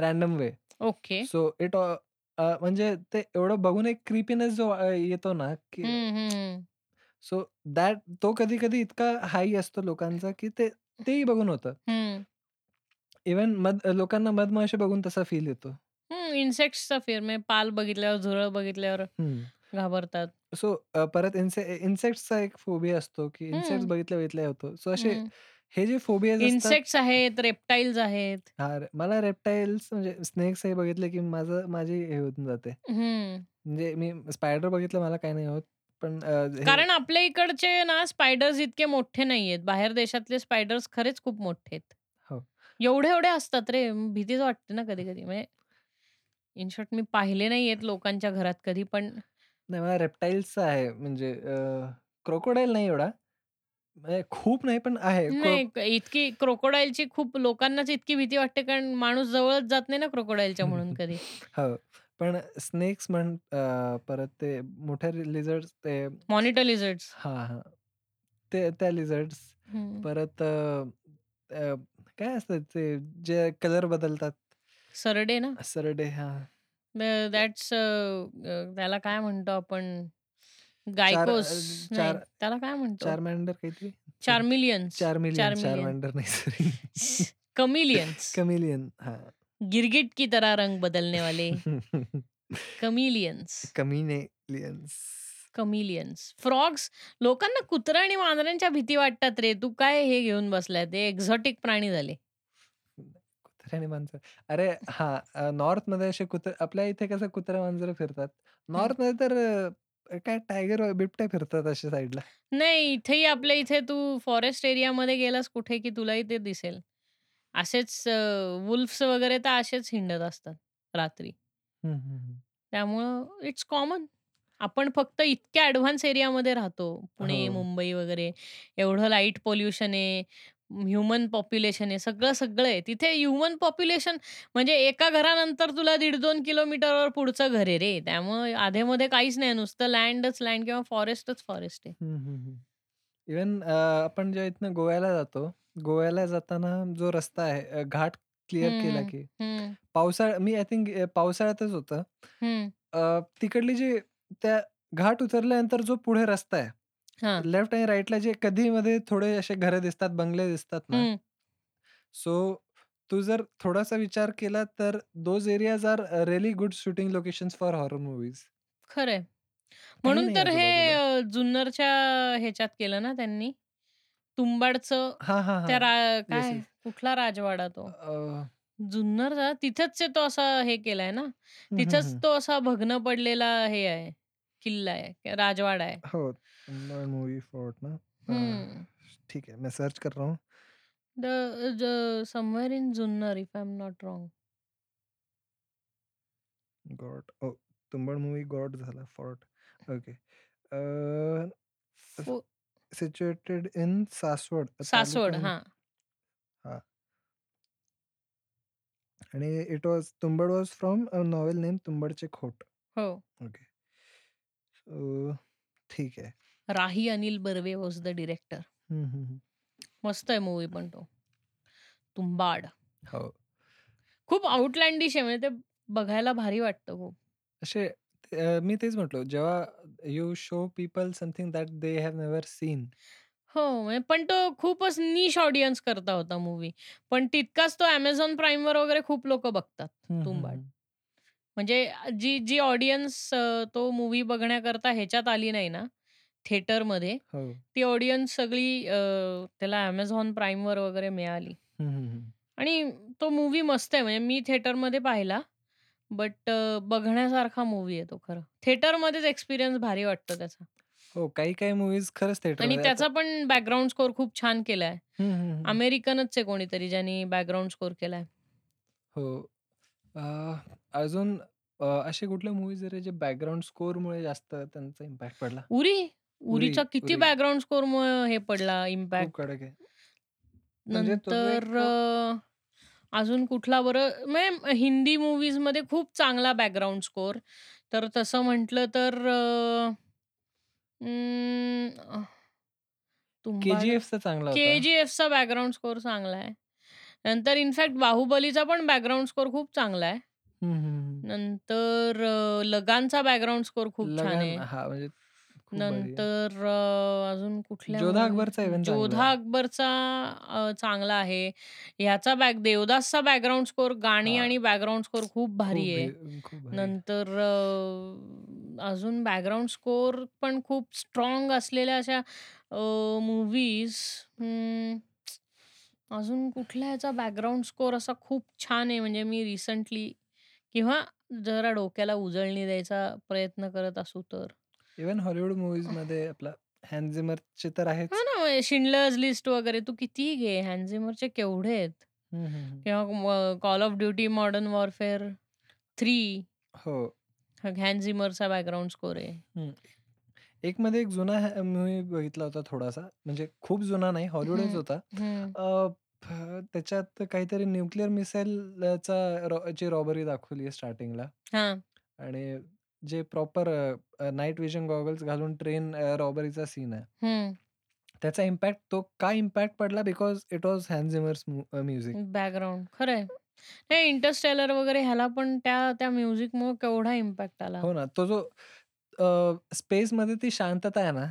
random way
okay
so it म्हणजे ते एवढं बघून एक क्रिपीनेस जो अ, येतो ना की
हम्म, हम्म.
सो दॅट तो कधी कधी इतका हाई असतो लोकांचा की ते तेही बघून होतं
हम्म.
इवन मध लोकांना मधमाशी बघून तसा फील येतो
हम्म, insects चा फिअर म्हणजे पाल बघितल्यावर झुरळ बघितल्यावर घाबरतात
सो परत इन्से इन्सेक्टचा एक फोबिया असतो की इन्सेक्ट
हम्म.
बघितल्या बघितल्या होतो सो असे हे जे फोबियाज असतात
इन्सेक्ट्स आहेत रेप्टाईल्स आहेत
हा रे- मला रेप्टाईल्स म्हणजे स्नेक्स हे बघितले की माझं माझी हे होऊन जाते
हम्म.
म्हणजे मी स्पायडर बघितलं मला काही नाही होत पण अ, हे-
कारण आपल्या इकडचे ना स्पायडर्स इतके मोठे नाहीयेत बाहेर देशातले स्पायडर्स खरेच खूप मोठे आहेत
हो.
एवढे एवढे असतात रे म, भीतीच वाटते ना कधी कधी म्हणजे इन शॉर्ट मी पाहिले नाहीयेत लोकांच्या घरात कधी पण
नाही मला रेप्टाईल्सचा आहे म्हणजे क्रोकोडाईल नाही एवढा म्हणजे खूप नाही पण आहे क्रो-
नाही क- इतकी क्रोकोडाईलची खूप लोकांनाच इतकी भीती वाटते कारण माणूस जवळच जात नाही ना क्रोकोडाईलच्या म्हणून कधी
हो पण स्नेक्स म्हण अ, परत ते मोठ्या लिझर्ड ते
मॉनिटर लिझर्ड्स
हा हा ते त्या लिझर्ड्स परत अ, अ, काय असतात ते जे कलर बदलतात
सरडे ना
सरडे हा
दॅट्स त्याला काय म्हणतो आपण
चार-
गायकोस
अ,
नाही,
चार-
त्याला काय म्हणतो
चार मँडर काहीतरी
चार मिलियन
चार मिलियन चार
million.
मँडर नाही सॉरी
कमिलियन्स
कमिलियन हा
गिरगिट की तरह रंग बदलने वाले कमिलियन्स
कमिनेलियन्स
कमिलियन्स फ्रॉग्स लोकांना कुत्रा आणि मांजरांच्या भीती वाटतात रे तू काय हे घेऊन बसलाय ते एक्झॉटिक प्राणी झाले
कुत्रे आणि मांजर अरे हा नॉर्थ मध्ये असे कुत्रे आपल्या इथे कसं कुत्रा मांजर फिरतात नॉर्थ मध्ये तर अ, काय टायगर बिबट्या फिरतात अशा साईडला
नाही इथेही आपल्या इथे तू फॉरेस्ट एरियामध्ये गेलास कुठे की तुलाही ते दिसेल असेच वुल्फ्स वगैरे तर असेच हिंडत असतात रात्री त्यामुळं इट्स कॉमन आपण फक्त इतक्या ॲडव्हान्स एरियामध्ये राहतो पुणे
हो.
मुंबई वगैरे एवढं लाईट पोल्युशन आहे ह्युमन पॉप्युलेशन आहे सगळं सगळं आहे तिथे ह्युमन पॉप्युलेशन म्हणजे एका घरानंतर तुला दीड दोन किलोमीटरवर पुढचं घर आहे रे त्यामुळे आधेमध्ये काहीच नाही नुसतं लँडच लँड किंवा फॉरेस्टच फॉरेस्ट आहे
इवन आपण जेव्हा इथनं गोव्याला जातो गोव्याला जाताना जो रस्ता आहे अ, घाट क्लिअर केला
हम्म.
की
हम्म,
पावसाळा मी आय थिंक पावसाळ्यातच होतं
हम्म.
अ, तिकडली जी त्या घाट उतरल्यानंतर जो पुढे रस्ता आहे
हा.
लेफ्ट आणि राईटला जे कधी मध्ये थोडे असे घरं दिसतात बंगले दिसतात ना
हम्म.
सो तू जर थोडासा विचार केला तर those areas are really good shooting location for horror movies
खरंय म्हणून
नाही
तर हे
आजूबाजूला.
अ, जुन्नरच्या ह्याच्यात केलं ना त्यांनी तुंबाडचं
हा हा
त्या
हा
रा- काय
yes.
कुठला राजवाडा तो
अ, हम्म,
जुन्नरचा तिथंच तो असा हे केलाय ना तिथंच
हम्म.
तो असा भग्न पडलेला हे आहे किल्ला आहे राजवाडा आहे
हो मूवी फोर्ट ना अ,
हम्म.
ठीक है मैं सर्च कर रहा हूँ
the somewhere in Junnar if I am not wrong
गॉड ओ तुंबड मूवी गॉड झाला fort okay situated in Saswad अ,
हो, सासवड
तालुका-
हा
आणि it was Tumbbad was from a novel name तुंबडचे खोट
हो
ओके सो ठीक आहे
Rahi Anil Barve was the director
hmm, हम्म, हम्म.
मस्त आहे मूवी पण तो तुंबाड
हो
खूप आउटलँडिश आहे म्हणजे ते बघायला भारी वाटतं खूप
असे ते- अ, मी तेच म्हटलो जेव्हा you show people something that they have never seen
हो म्हणजे पण तो खूपच निश ऑडियन्स करता होता मूवी पण तितकाच तो अमेझॉन वर वगैरे खूप लोक बघतात तुंबाड म्हणजे जी जी ऑडियन्स तो मूवी बघण्याकरता ह्याच्यात आली नाही ना थिएटरमध्ये
हो
ती ऑडियन्स सगळी अ, त्याला अमेझॉन वर वगैरे मिळाली
हम्म, हम्म, हम्म.
आणि तो मूवी मस्त आहे म्हणजे मी थिएटरमध्ये पाहिला बट बघण्यासारखा मूवी आहे तो खरं थिएटरमध्येच एक्सपिरियन्स भारी वाटतो त्याचा
हो काही काही मूवीज खरंच थिएटर
आणि त्याचा पण बॅकग्राऊंड स्कोर खूप छान केलाय अमेरिकनच आहे कोणीतरी ज्यांनी बॅकग्राऊंड स्कोर केलाय
हो अ, अजून अ, असे कुठले मूवीज आहे जे बॅकग्राऊंड स्कोर मुळे जास्त त्यांचा इम्पॅक्ट पडला
उरी उरीचा किती
उरी.
बॅकग्राऊंड स्कोर हे पडला
खूप
इम्पॅक्ट
कडक आहे म्हणजे तो जो एक
नंतर अं, अजून कुठला बरं म्हणजे हिंदी movies मध्ये खूप चांगला बॅकग्राऊंड स्कोर तर तसं म्हटलं तर अं, अं,
के
तुम्हाला
जी एफचा चांगला
के
होता
जी एफचा बॅकग्राऊंड स्कोर चांगला आहे नंतर इनफॅक्ट बाहुबलीचा पण बॅकग्राऊंड स्कोर खूप चांगला आहे
हम्म, हम्म, हम्म.
नंतर अं, लगानचा बॅकग्राऊंड स्कोर खूप छान
लगान
आहे
हा म्हणजे खूप भारी आहे.
नंतर अ, अजून कुठल्या
जोधा
movie?
अकबरचा even चांगला
जोधा
आहे.
अकबरचा अ, चांगला आहे ह्याचा बॅक देवदासचा बॅकग्राऊंड स्कोर गाणी
हा.
आणि बॅकग्राऊंड स्कोर खूप
खूप
भारी आहे
भी- खूप भारी आहे.
नंतर अ, अजून बॅकग्राऊंड स्कोर पण खूप स्ट्रॉंग असलेल्या अशा मूवीज अजून कुठल्या याचा बॅकग्राऊंड स्कोर असा खूप छान आहे म्हणजे मी रिसेंटली किंवा जरा डोक्याला उजळणी द्यायचा प्रयत्न करत असू तर
इव्हन हॉलिवूड मूवीज मध्ये आपला हॅन्झिमरचे तर आहेच
हा ना शिंडलर्स लिस्ट वगैरे तू किती घे हॅन्झिमरचे केवढे आहेत
हम्म, हम्म, हम्म.
किंवा call of duty modern warfare three
हो
हॅन्झिमरचा बॅकग्राऊंड स्कोर आहे
एक मध्ये एक जुना मूवी बघितला होता थोडासा म्हणजे खूप जुना नाही हॉलिवूडच
हम्म.
होता
हम्म.
अ, फ- त्याच्यात काहीतरी न्यूक्लिअर मिसाईलचा ची रॉबरी दाखवली आहे स्टार्टिंगला
हा
आणि जे प्रॉपर नाईट विजन गॉगल्स घालून ट्रेन रॉबरीचा सीन आहे
हम्म
त्याचा इम्पॅक्ट तो का इम्पॅक्ट पडला because it was Hans Zimmer's music
background खरंय नाही इंटरस्टेलर वगैरे ह्याला पण त्या त्या म्युझिकमुळे केवढा इम्पॅक्ट आला
हो ना तो जो स्पेसमध्ये ती शांतता आहे ना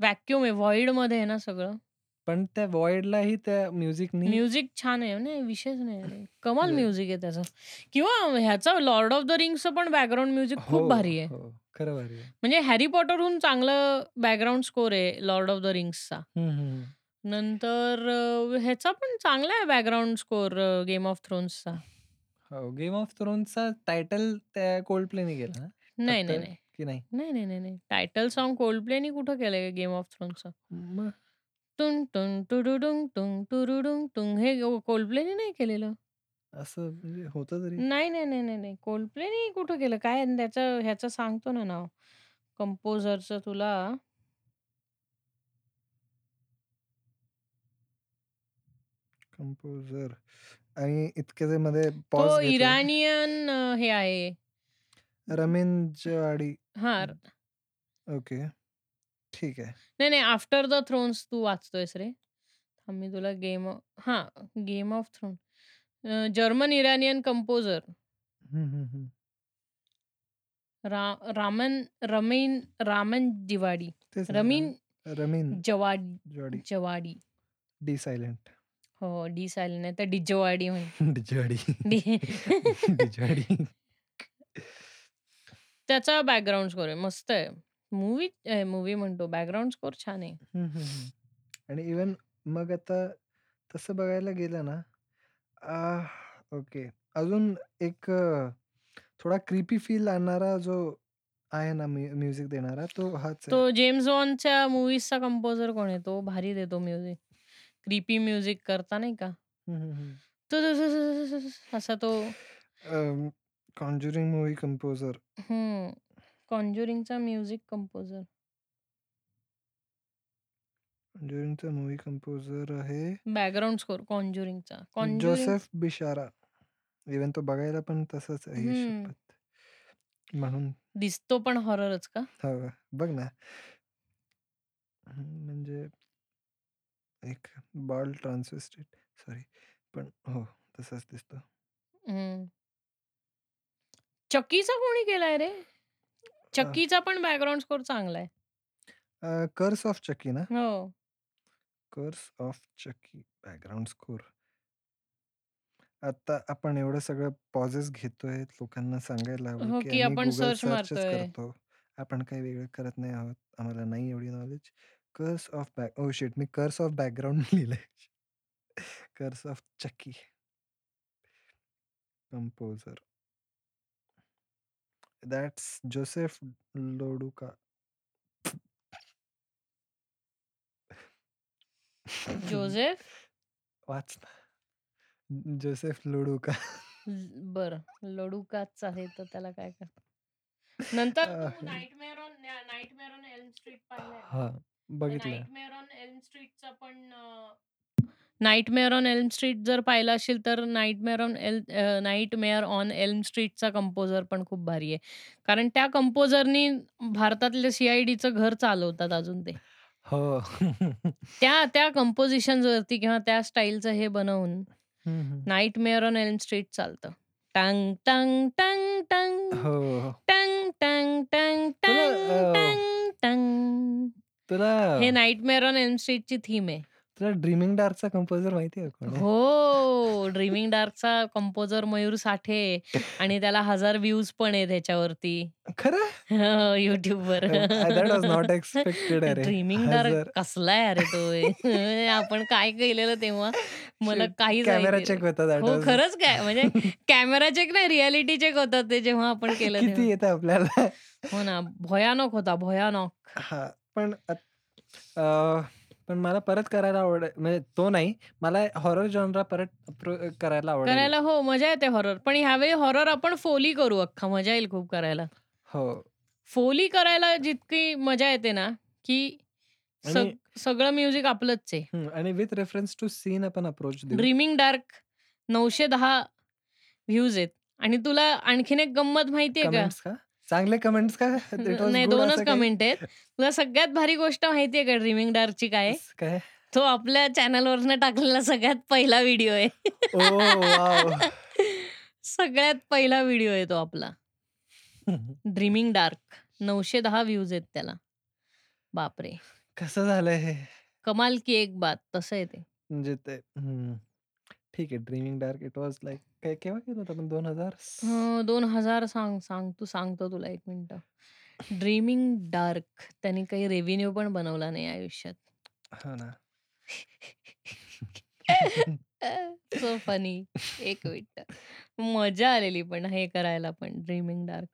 व्हॅक्युम आहे void मध्ये आहे ना सगळं
पण त्या वॉइडलाही त्या म्युझिकनी
म्युझिक छान आहे नाही विशेष नाही अरे कमाल
म्हणजे-
म्युझिक आहे त्याचं किंवा ह्याचा लॉर्ड ऑफ द रिंग्सचं पण बॅकग्राऊंड म्युझिक खूप
हो
भारी आहे
हो खरं भारी आहे
म्हणजे हॅरी पॉटरहून चांगलं बॅकग्राऊंड स्कोर आहे लॉर्ड ऑफ द रिंग्सचा
हम्म, हम्म.
नंतर अ, ह्याचा पण चांगला आहे बॅकग्राऊंड स्कोर गेम ऑफ थ्रोन्सचा
हो गेम ऑफ थ्रोनचा टायटल त्या कोल्ड प्लेने गेला ना
नाही नाही
After
नाही
की नाही
नाही नाही नाही नाही टायटल सॉन्ग कोल्ड प्लेनी कुठं केलंय गेम ऑफ थ्रोनचं
मग
टुंग टुंग टुडुडुंग टुंग टुरुडुंग टुंग हे कोल्ड प्लेनी नाही केलेलं
असं म्हणजे होतं तरी
नाही नाही नाही नाही नाही कोल्ड प्लेनी कुठं केलं काय आणि त्याचं ह्याचं सांगतो ना नाव कंपोजरचं तुला
कंपोजर आणि इतके जे मध्ये पॉज
तो
घेतला
इराणियन अ, हे आहे
रमेन जवाडी
हा र-
ओके ठीक आहे
नाही नाही आफ्टर द थ्रोन्स तू वाचतोयस रे थांब मी तुला गेम हा game of throne German Iranian composer
hmm, हम्म, हम्म.
रा रामन रमीन रामन जिवाडी
तेच ना
Ramin
Ramin
Djawadi
Djawadi
Djawadi
D silent
हो डी सायलेंट नाही तर डिजवाडी होईल
डिजाडी
डी-
डिजाडी
त्याचा बॅकग्राऊंड स्कोर आहे मस्त आहे मूवी मूवी म्हणतो बॅकग्राऊंड स्कोर छान आहे
आणि इवन मग आता तसं बघायला गेलं ना ओके अजून एक अ, थोडा क्रिपी फील आणणारा जो आहे ना म्युझिक देणारा तो हाच आहे
तो जेम्स वॉनच्या मूवीजचा कंपोजर कोण आहे तो भारी देतो म्युझिक क्रिपी म्युझिक करता नाही का
हम्म, हम्म, हम्म.
तो असा तो
अम, कॉन्ज्युरिंग मूवी कंपोजर
हो. कॉन्ज्युरिंगचा म्युझिक कंपोजर
कॉन्ज्युरिंगचा मूवी कंपोजर आहे
बॅकग्राऊंड स्कोर कॉन्ज्युरिंगचा कॉन्ज्युरिंग
जोसेफ बिशारा इवन तो बघायला पण तसंच आहे
हम्म.
शपथ म्हणून
दिसतो पण हॉररच का
हवं बघ ना हम्म, म्हणजे एक बॉल ट्रान्सिस्टेड सॉरी पण हो तसाच दिसतो
हम्म. चकीचा कोणी केलाय रे चकीचा पण बॅकग्राऊंड स्कोर चांगला आहे
कर्स ऑफ चकी ना
हो
curse of Chucky background score आता आपण एवढं सगळं पॉझेस घेतोय लोकांना सांगायला हवं
हो
की
की
आम्ही
आपण
गुगल
सर्च
सर्चच
मारतोय
करतो आपण काही वेगळं करत नाही आहोत आम्हाला नाही एवढी knowledge curse of back oh shit oh मी कर्स ऑफ बॅकग्राऊंड लिहिलंय curse of Chucky composer that's Joseph लोडुका
Joseph
watch ना जोसेफ लोडुका
बर लडूकाच आहे तर त्याला काय कर नंतर
अं,
तू nightmare on nightmare on Elm Street पाहिलंय
हा हाँ, बघितलं
नाईटमेअर ऑन एल्म स्ट्रीटचा पण नाईटमेअर ऑन एल्म स्ट्रीट जर पाहिला असेल तर nightmare on L nightmare on Elm स्ट्रीटचा कंपोजर पण खूप भारी आहे कारण त्या कंपोजरनी भारतातल्या सीआयडीचं घर चालवतात अजून ते
हो
त्या त्या कंपोजिशन वरती किंवा त्या स्टाईलचं हे बनवून नाईटमेअर ऑन एल्म स्ट्रीट चालतं टंग टंग टंग टंग
हो
टंग टंग टंग
तुला
टंग टंग
अं,
टंग
तुला
हे नाईटमेअर ऑन एल्म स्ट्रीटची थीम आहे
तुला ड्रीमिंग डार्कचा कंपोजर माहिती आहे कोण आहे?
हो ड्रीमिंग डार्कचा कंपोजर मयूर साठे आणि त्याला हजार व्ह्यूज पण आहे त्याच्यावरती
खरं
युट्यूब वर
दॅट वॉज नॉट एक्सपेक्टेड अरे
ड्रीमिंग डार्क कसलाय अरे तो आपण काय केलेलं तेव्हा मला काहीच
कॅमेरा
idea
चेक
नाही.
होता that
हो
was-
खरंच काय म्हणजे कॅमेरा चेक नाही रियालिटी चेक होतात ते जेव्हा आपण केलं
किती
तेव्हा.
येतं आपल्याला
हो ना भयानक होता भयानक
हा पण आत- अं, पण मला परत करायला आवड म्हणजे तो नाही मला हॉरर जॉनरा परत appro- करायला आवडेल
करायला हो मजा येते हॉरर पण ह्यावेळी हॉरर आपण फोली करू अख्खा मजा येईल खूप करायला
हो
फोली करायला जितकी मजा येते ना की सग-
आणि-
सगळं म्युझिक आपलंच आहे
हम्म, आणि विथ रेफरन्स टू सीन आपण अप्रोच देऊ
ड्रीमिंग डार्क नऊशे दहा व्ह्यूज आहेत आणि तुला आणखीन एक गंमत माहितीये का
कमेंट्स का चांगले कमेंट्स का It was
नाही
good असं
दोनच
काही?
कमेंट आहेत तुला सगळ्यात भारी गोष्ट माहितीये का ड्रीमिंग डार्कची काय आहे?
काय
तो आपल्या चॅनलवरनं टाकलेला सगळ्यात पहिला व्हिडिओ
Oh, wow.
आहे सगळ्यात पहिला व्हिडिओ आहे तो आपला ड्रीमिंग डार्क नऊशे दहा व्ह्यूज आहेत त्याला बापरे
कसं झालंय हे
कमाल की एक बात तसं आहे ते
म्हणजे ते हम्म. ठीक आहे dreaming dark it was like काय केव्हा केलं होतं आपण दोन हजार
अं, दोन हजार सांग सांग तू सांगतो तुला एक मिनिट ड्रीमिंग डार्क त्याने काही रेव्हेन्यू पण बनवला नाही
हो ना
आयुष्यात सो फनी एक मिनिट मजा आलेली पण हे करायला पण ड्रीमिंग डार्क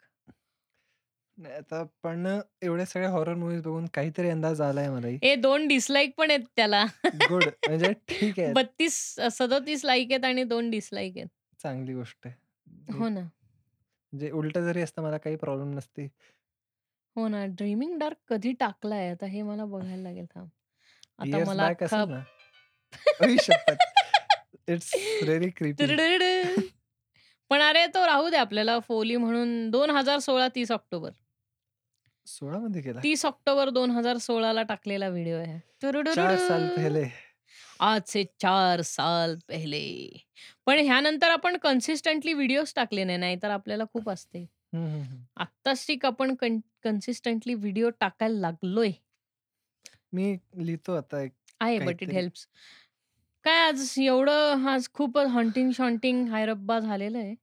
नाही आता पण एवढ्या सगळ्या हॉरर मूवीज बघून काहीतरी अंदाज आलाय मलाही
हे दोन डिसलाईक पण आहेत त्याला
गुड म्हणजे ठीक आहे
बत्तीस सदोतीस लाईक आहेत आणि दोन डिसलाईक आहेत
चांगली गोष्ट आहे
हो ना
म्हणजे उलट जरी असतं मला काही प्रॉब्लेम नसते
हो ना ड्रीमिंग डार्क कधी टाकलाय आता हे मला बघायला लागेल थांब आता
Years
मला
back
अख्खा-
असेल ना. अई, शपथ. It's really creepy.
तिरडिरड. पण अरे तो राहू दे आपल्याला फोली म्हणून दोन हजार सोळा तीस ऑक्टोबर
सोळा मध्ये गेला
तीस ऑक्टोबर दोन हजार सोळा ला टाकलेला व्हिडिओ आहे तिरडिरड.
चार साल पहिले
आज से चार साल पहिले पण ह्यानंतर आपण कन्सिस्टंटली व्हिडिओज टाकले नाही नाहीतर आपल्याला खूप असते
हम्म, हम्म, हम्म.
आत्ताच ठीक आपण कन्सिस्टंटली व्हिडिओ टाकायला लागलोय
मी लिहितो आता एक
आहे बट इट
काहीतरी.
हेल्प्स काय आज एवढं आज खूप हॉन्टिंग शॉन्टिंग हायरब्बा झालेलं आहे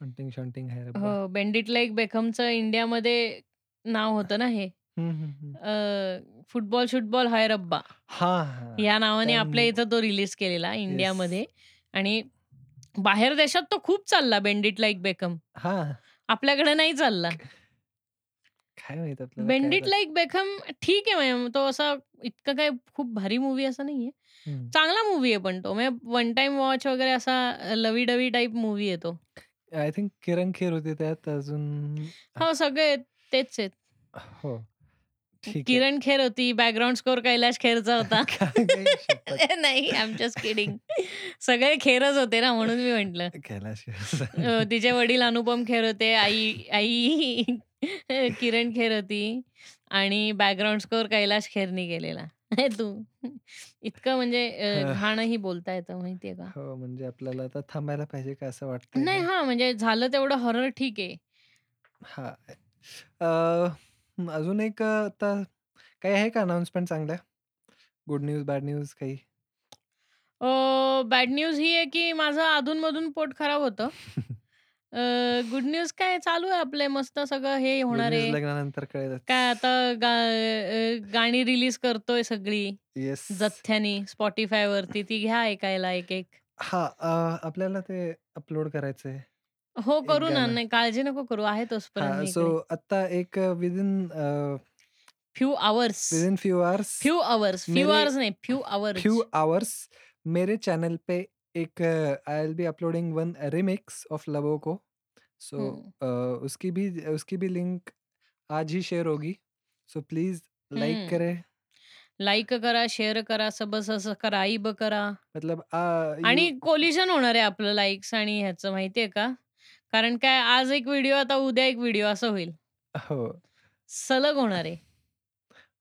हंटिंग शॉन्टिंग आहे रे बा.
हो बेंडिट लाईक बेकमचं इंडियामध्ये नाव होतं ना हे
हम्म, हम्म, हम्म.
अ, फुटबॉल शुटबॉल हाय रब्बा
हा हा
या नावाने आपल्या
त्यामुळे-
इथं तो रिलीज केलेला इंडियामध्ये आणि बाहेर देशात तो खूप चालला बेंडिट लाईक बेकम
हा
आपल्याकडे नाही चालला
काय माहित आपल्याला काय
बेंडिट
झालं.
लाईक बेकम ठीक आहे मॅम तो असा इतका काय खूप भारी मूवी असा नाहीये
हम्म.
चांगला मूवी आहे पण तो म्हणजे वन टाइम वॉच वगैरे असा लवी डवी टाईप मूवी आहे तो
आय थिंक किरण खेर होते त्यात अजून
हो सगळे तेच आहेत
हो ठीक आहे.
किरण खेर होती बॅकग्राऊंड स्कोर कैलाश खेरचा होता
काय- काय शपथ.
नाही आमच्या किडिंग सगळे खेरच होते ना म्हणून मी म्हंटल
कैलाश
अ, तिचे वडील अनुपम खेर होते आई आई किरण खेर होती आणि बॅकग्राऊंड स्कोर कैलाश खेरनी केलेला हे तू इतकं म्हणजे अ,
हा.
घाणही बोलता येतं माहितीये का
हो म्हणजे आपल्याला आता थांबायला पाहिजे का असं वाटतं
नाही हा म्हणजे झालं तेवढं हॉरर ठीक आहे
हा अ, म, अजून एक अ, आता काही आहे का अनाउन्समेंट चांगल्या गुड न्यूज बॅड न्यूज काही
बॅड न्यूज ही आहे की माझं अधूनमधून पोट खराब होतं गुड न्यूज काय चालू आहे आपले मस्त सगळं हे
Good
होणार
news
आहे
लग्नानंतर कळेल
काय आता गा- अ, गाणी रिलीज करतोय सगळी
येस
जथ्यानी स्पॉटीफाय वरती ती घ्या ऐकायला एक एक
हा अ, आपल्याला ते अपलोड करायचंय
हो
एक
करू ना
गाणं.
नाही काळजी नको करू आहे
हा
तोपर्यंत
सो आता एक within within
few hours
few hours
few hours few
मेरे-
आवर्स नाही फ्यू आवर्स
फ्यू आवर्स मेरे चैनल पे एक I will be uploading one remix of लबो को सो
हम्म।
उसकी भी उसकी भी लिंक आज ही शेयर होगी सो प्लीज लाइक
हम्म।
करें
लाईक करा शेअर करा सबस्क्राईब करा
मतलब आ, you-
आणि कोलिशन होणार आहे आपलं लाईक्स आणि ह्याचं माहितीये का कारण काय आज एक व्हिडिओ आता उद्या एक व्हिडिओ असं होईल
हो
सलग होणार आहे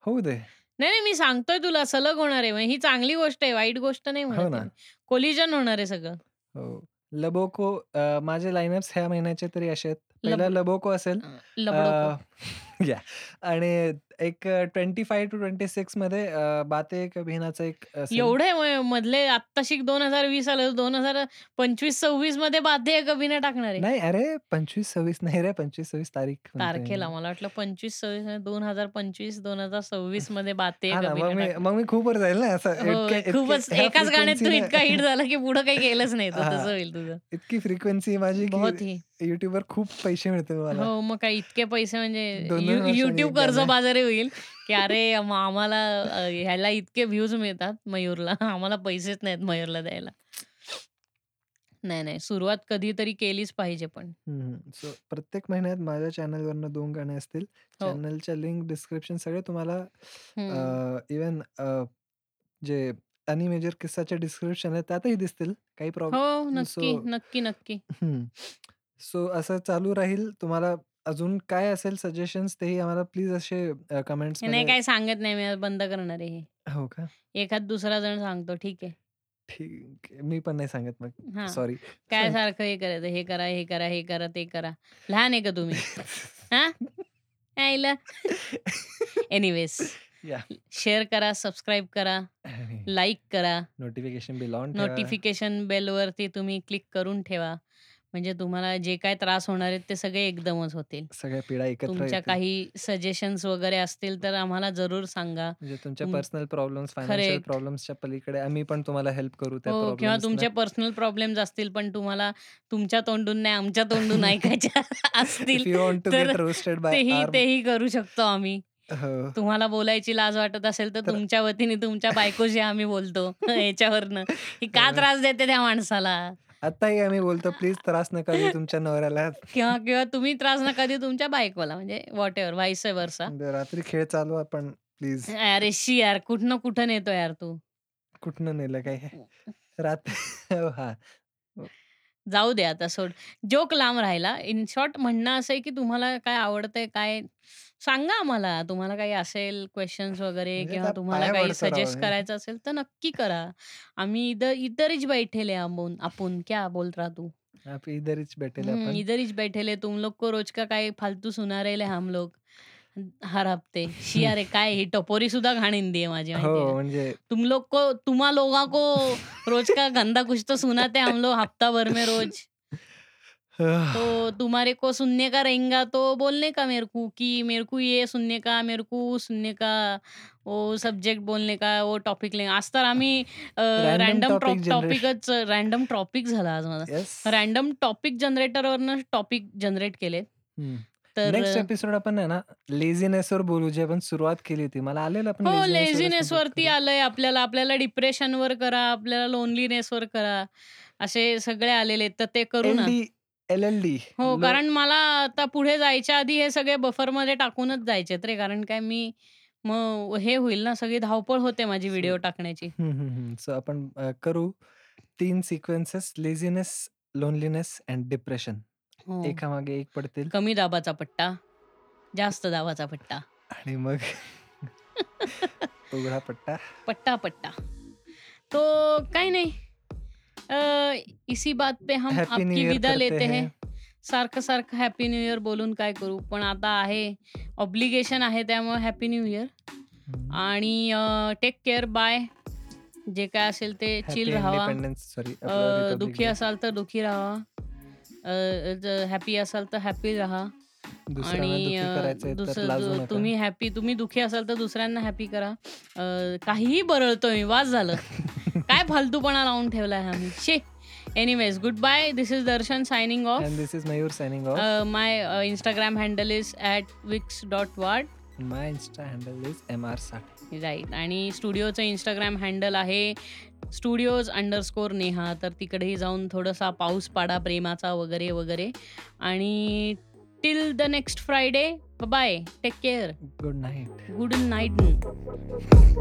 होऊ दे
नाही नाही मी सांगतोय तुला सलग होणार आहे म्हणजे ही चांगली गोष्ट आहे वाईट गोष्ट नाही
हो ना
म्हणत कोलिजन होणार आहे सगळं
हो लबो को अ, माझे लाईनअप्स ह्या महिन्याचे तरी असे आहेत पहिला लबोको असेल
लबडोको
अ, या आणि एक twenty five to twenty six मध्ये अ, बाते एक भिनाचा एक असेल.
एवढे म- मधले आत्ताशिक दोन हजार वीस आलं दोन हजार पंचवीस सव्वीस मध्ये बाध्य कबीने टाकणार आहे
नाही अरे पंचवीस सव्वीस नाही रे पंचवीस सव्वीस तारीख म्हणतोय मी.
तारखेला मला वाटलं पंचवीस सव्वीस नाही, दोन हजार पंचवीस दोन हजार सव्वीस मध्ये बाते
हा ना, मग
कबीने
मी
टाकणार.
मग मी खूप वर जाईल ना असं
हो,
इतके- इतके-
खूपच
ह्या
एकाच गाण्यात तू
frequency
इतका
ने-
हिट झाला की पुढे काही गेलंच नाही तू,
हा.
तसं होईल तुझं
इतकी फ्रिक्वेन्सी माझी
बहुत
की
ही
YouTube वर खूप पैसे मिळतील मला
हो मग काय इतके पैसे
दोन दोन
म्हणजे
वर्षांनी
युट्यूब
एक
कर्ज
गाणं.
बाजारी होईल की अरे आम- आम्हाला अ, ह्याला इतके व्ह्यूज मिळतात मयूरला आम्हाला पैसेच नाहीत मयूरला द्यायला नाही नाही सुरुवात कधीतरी केलीच पाहिजे पण
सो प्रत्येक महिन्यात माझ्या channel वरनं दोन गाणे असतील
हो.
चॅनलच्या लिंक डिस्क्रिप्शन सगळे तुम्हाला
हम्म.
इवन जे आणि मेजर किस्साच्या डिस्क्रिप्शन आहे त्यातही दिसतील काही प्रॉब्लेम
हो नक्की
so-
नक्की नक्की
सो असं चालू राहील तुम्हाला अजून काय असेल सजेशन्स तेही आम्हाला प्लीज असे कमेंट्स
हे नाही काय सांगत नाही मी आज बंद करणार आहे हे.
हो का
एखाद दुसरा जण सांगतो ठीक आहे
ठीक आहे. मी पण नाही सांगत मग
हा
सॉरी
काय सारखं हे करायचं हे करा हे करा हे करा ते करा लहान आहे का तुम्ही हा? आईला एनिवेज
Yeah.
शेअर करा सबस्क्राईब करा लाईक करा
नोटिफिकेशन बिल ऑन
नोटिफिकेशन बेलवरती तुम्ही क्लिक करून ठेवा म्हणजे तुम्हाला जे काय त्रास होणार आहेत ते सगळे एकदमच होतील
सगळ्या पिढा एकत्र
तुमच्या
येतील.
काही सजेशन्स वगैरे असतील तर आम्हाला जरूर सांगा
म्हणजे तुमच्या
तुम-
पर्सनल प्रॉब्लेम्स फायनान्शियल
Correct.
प्रॉब्लेम्सच्या पलीकडे आम्ही पण तुम्हाला हेल्प करू त्या
हो किंवा
problems
तुमचे
ना.
पर्सनल प्रॉब्लेम्स असतील पण तुम्हाला तुमच्या तोंडून नाही आमच्या तोंडून ऐकायच्या
If
असतील
you want to
तर
get roasted by
तेही
our-
तेही करू शकतो आम्ही
हो.
तुम्हाला बोलायची लाज वाटत असेल तर
तर-
तुमच्या वतीने तुमच्या बायकोशी आम्ही बोलतो याच्यावरनं ही का
बरोबर.
त्रास देते त्या माणसाला
आताही आम्ही बोलतो प्लीज त्रास नका देऊ तुमच्या नवऱ्याला
किंवा किंवा तुम्ही त्रास नका देऊ तुमच्या बायकोला म्हणजे वॉट एव्हर व्हायस वर्षा
म्हणजे रात्री खेळ चालू आपण प्लीज
अरे शी यार कुठनं कुठं नेतो यार तू
कुठनं नेलं काय
हो.
रात्री हा
जाऊ दे आता सोड जोक लांब राहिला इन शॉर्ट म्हणणं असं आहे की तुम्हाला काय आवडतंय काय सांगा आम्हाला तुम्हाला काही असेल क्वेश्चन्स वगैरे
म्हणजे
किंवा
त्या
तुम्हाला
पाया
काही
पडतो राव
सजेस्ट
हे.
करायचं असेल तर नक्की करा आम्ही इधर इधरच बैठेले आपण आपण क्या बोल रहा तू
आप इधरच भेटेल
हम्म,
आपण
इधर ही बैठेले तुम लोग को रोज का काय फालतू सुना रहेले हम लोग हर हफ्ते शी अरे काय ही टपोरी सुद्धा घाण हिंदी आहे माझी माहिती आहे
हो
का?
म्हणजे
तुम लोग को तुम्हा लोगा को रोज का गंदा कुछ तो सुनाते हम लोग हफ्ता भर में रोज तो तुम्हारे को सुनने का रहेगा तो बोलने का मेरे को कि मेरे को ये सुनने का मेरे को वो सुनने का वो सब्जेक्ट बोलने का वो टॉपिक लेंगे आज तर आम्ही
Random
रॅन्डम
topic generation.
टॉपिकच रॅन्डम टॉपिक झाला आज माझा
येस
रॅन्डम टॉपिक जनरेटरवरनं टॉपिक जनरेट केले तर
नेक्स्ट एपिसोड आपण आहे ना लेझीनेस वर बोलू जे आपण सुरुवात केली होती मला आलेलं आपण
हो
laziness वरच
लेझीनेस
सुरुवात
वरती
करू.
आलंय आपल्याला आपल्याला डिप्रेशन वर करा आपल्याला लोनलीनेस वर करा असे सगळे आलेले आहेत, तर ते करू ना
LD, LLD.
हो
लो-
कारण मला आता पुढे जायच्या आधी हे सगळे बफर मध्ये टाकूनच जायचे रे कारण काय मी मग हे होईल ना सगळी धावपळ होते माझी व्हिडिओ टाकण्याची
सो आपण अ, करू तीन sequences laziness loneliness and depression
हो.
एकामागे एक पडतील
कमी दाबाचा पट्टा जास्त दाबाचा पट्टा
आणि मग उघडा पट्टा
पट्टा पट्टा तो काही नाही अ, इसी बात पे हम
Happy New
आपकी
Year
विदा
करते
लेते हैं
हैं.
सारखं सारखं हॅपी न्यू इयर बोलून काय करू पण आता आहे ऑब्लिगेशन आहे त्यामुळे हॅपी न्यू इयर आणि टेक केअर बाय जे काय असेल ते चिल राहावा
सॉरी
अ, दुखी असाल तर दुखी राहा हॅपी असाल तर हॅपी राहा आणि अ, दुसरं- दु- तुम्ही हॅपी तुम्ही दुखी असाल तर दुसऱ्यांना हॅपी करा अ, काहीही बरळतोय मी वाज झालं काय फालतूपणा लावून ठेवलाय आम्ही शे anyways good bye this is Darshan signing off
and this is Mayur signing off
my Instagram handle is at vicks dot वाट
my insta handle is M R साठी
राईट आणि स्टुडिओचं इंस्टाग्राम हँडल आहे स्टुडिओज अंडरस्कोर नेहा तर तिकडेही जाऊन थोडासा पाऊस पाडा प्रेमाचा वगैरे वगैरे आणि till the next Friday bye take care
good night
good night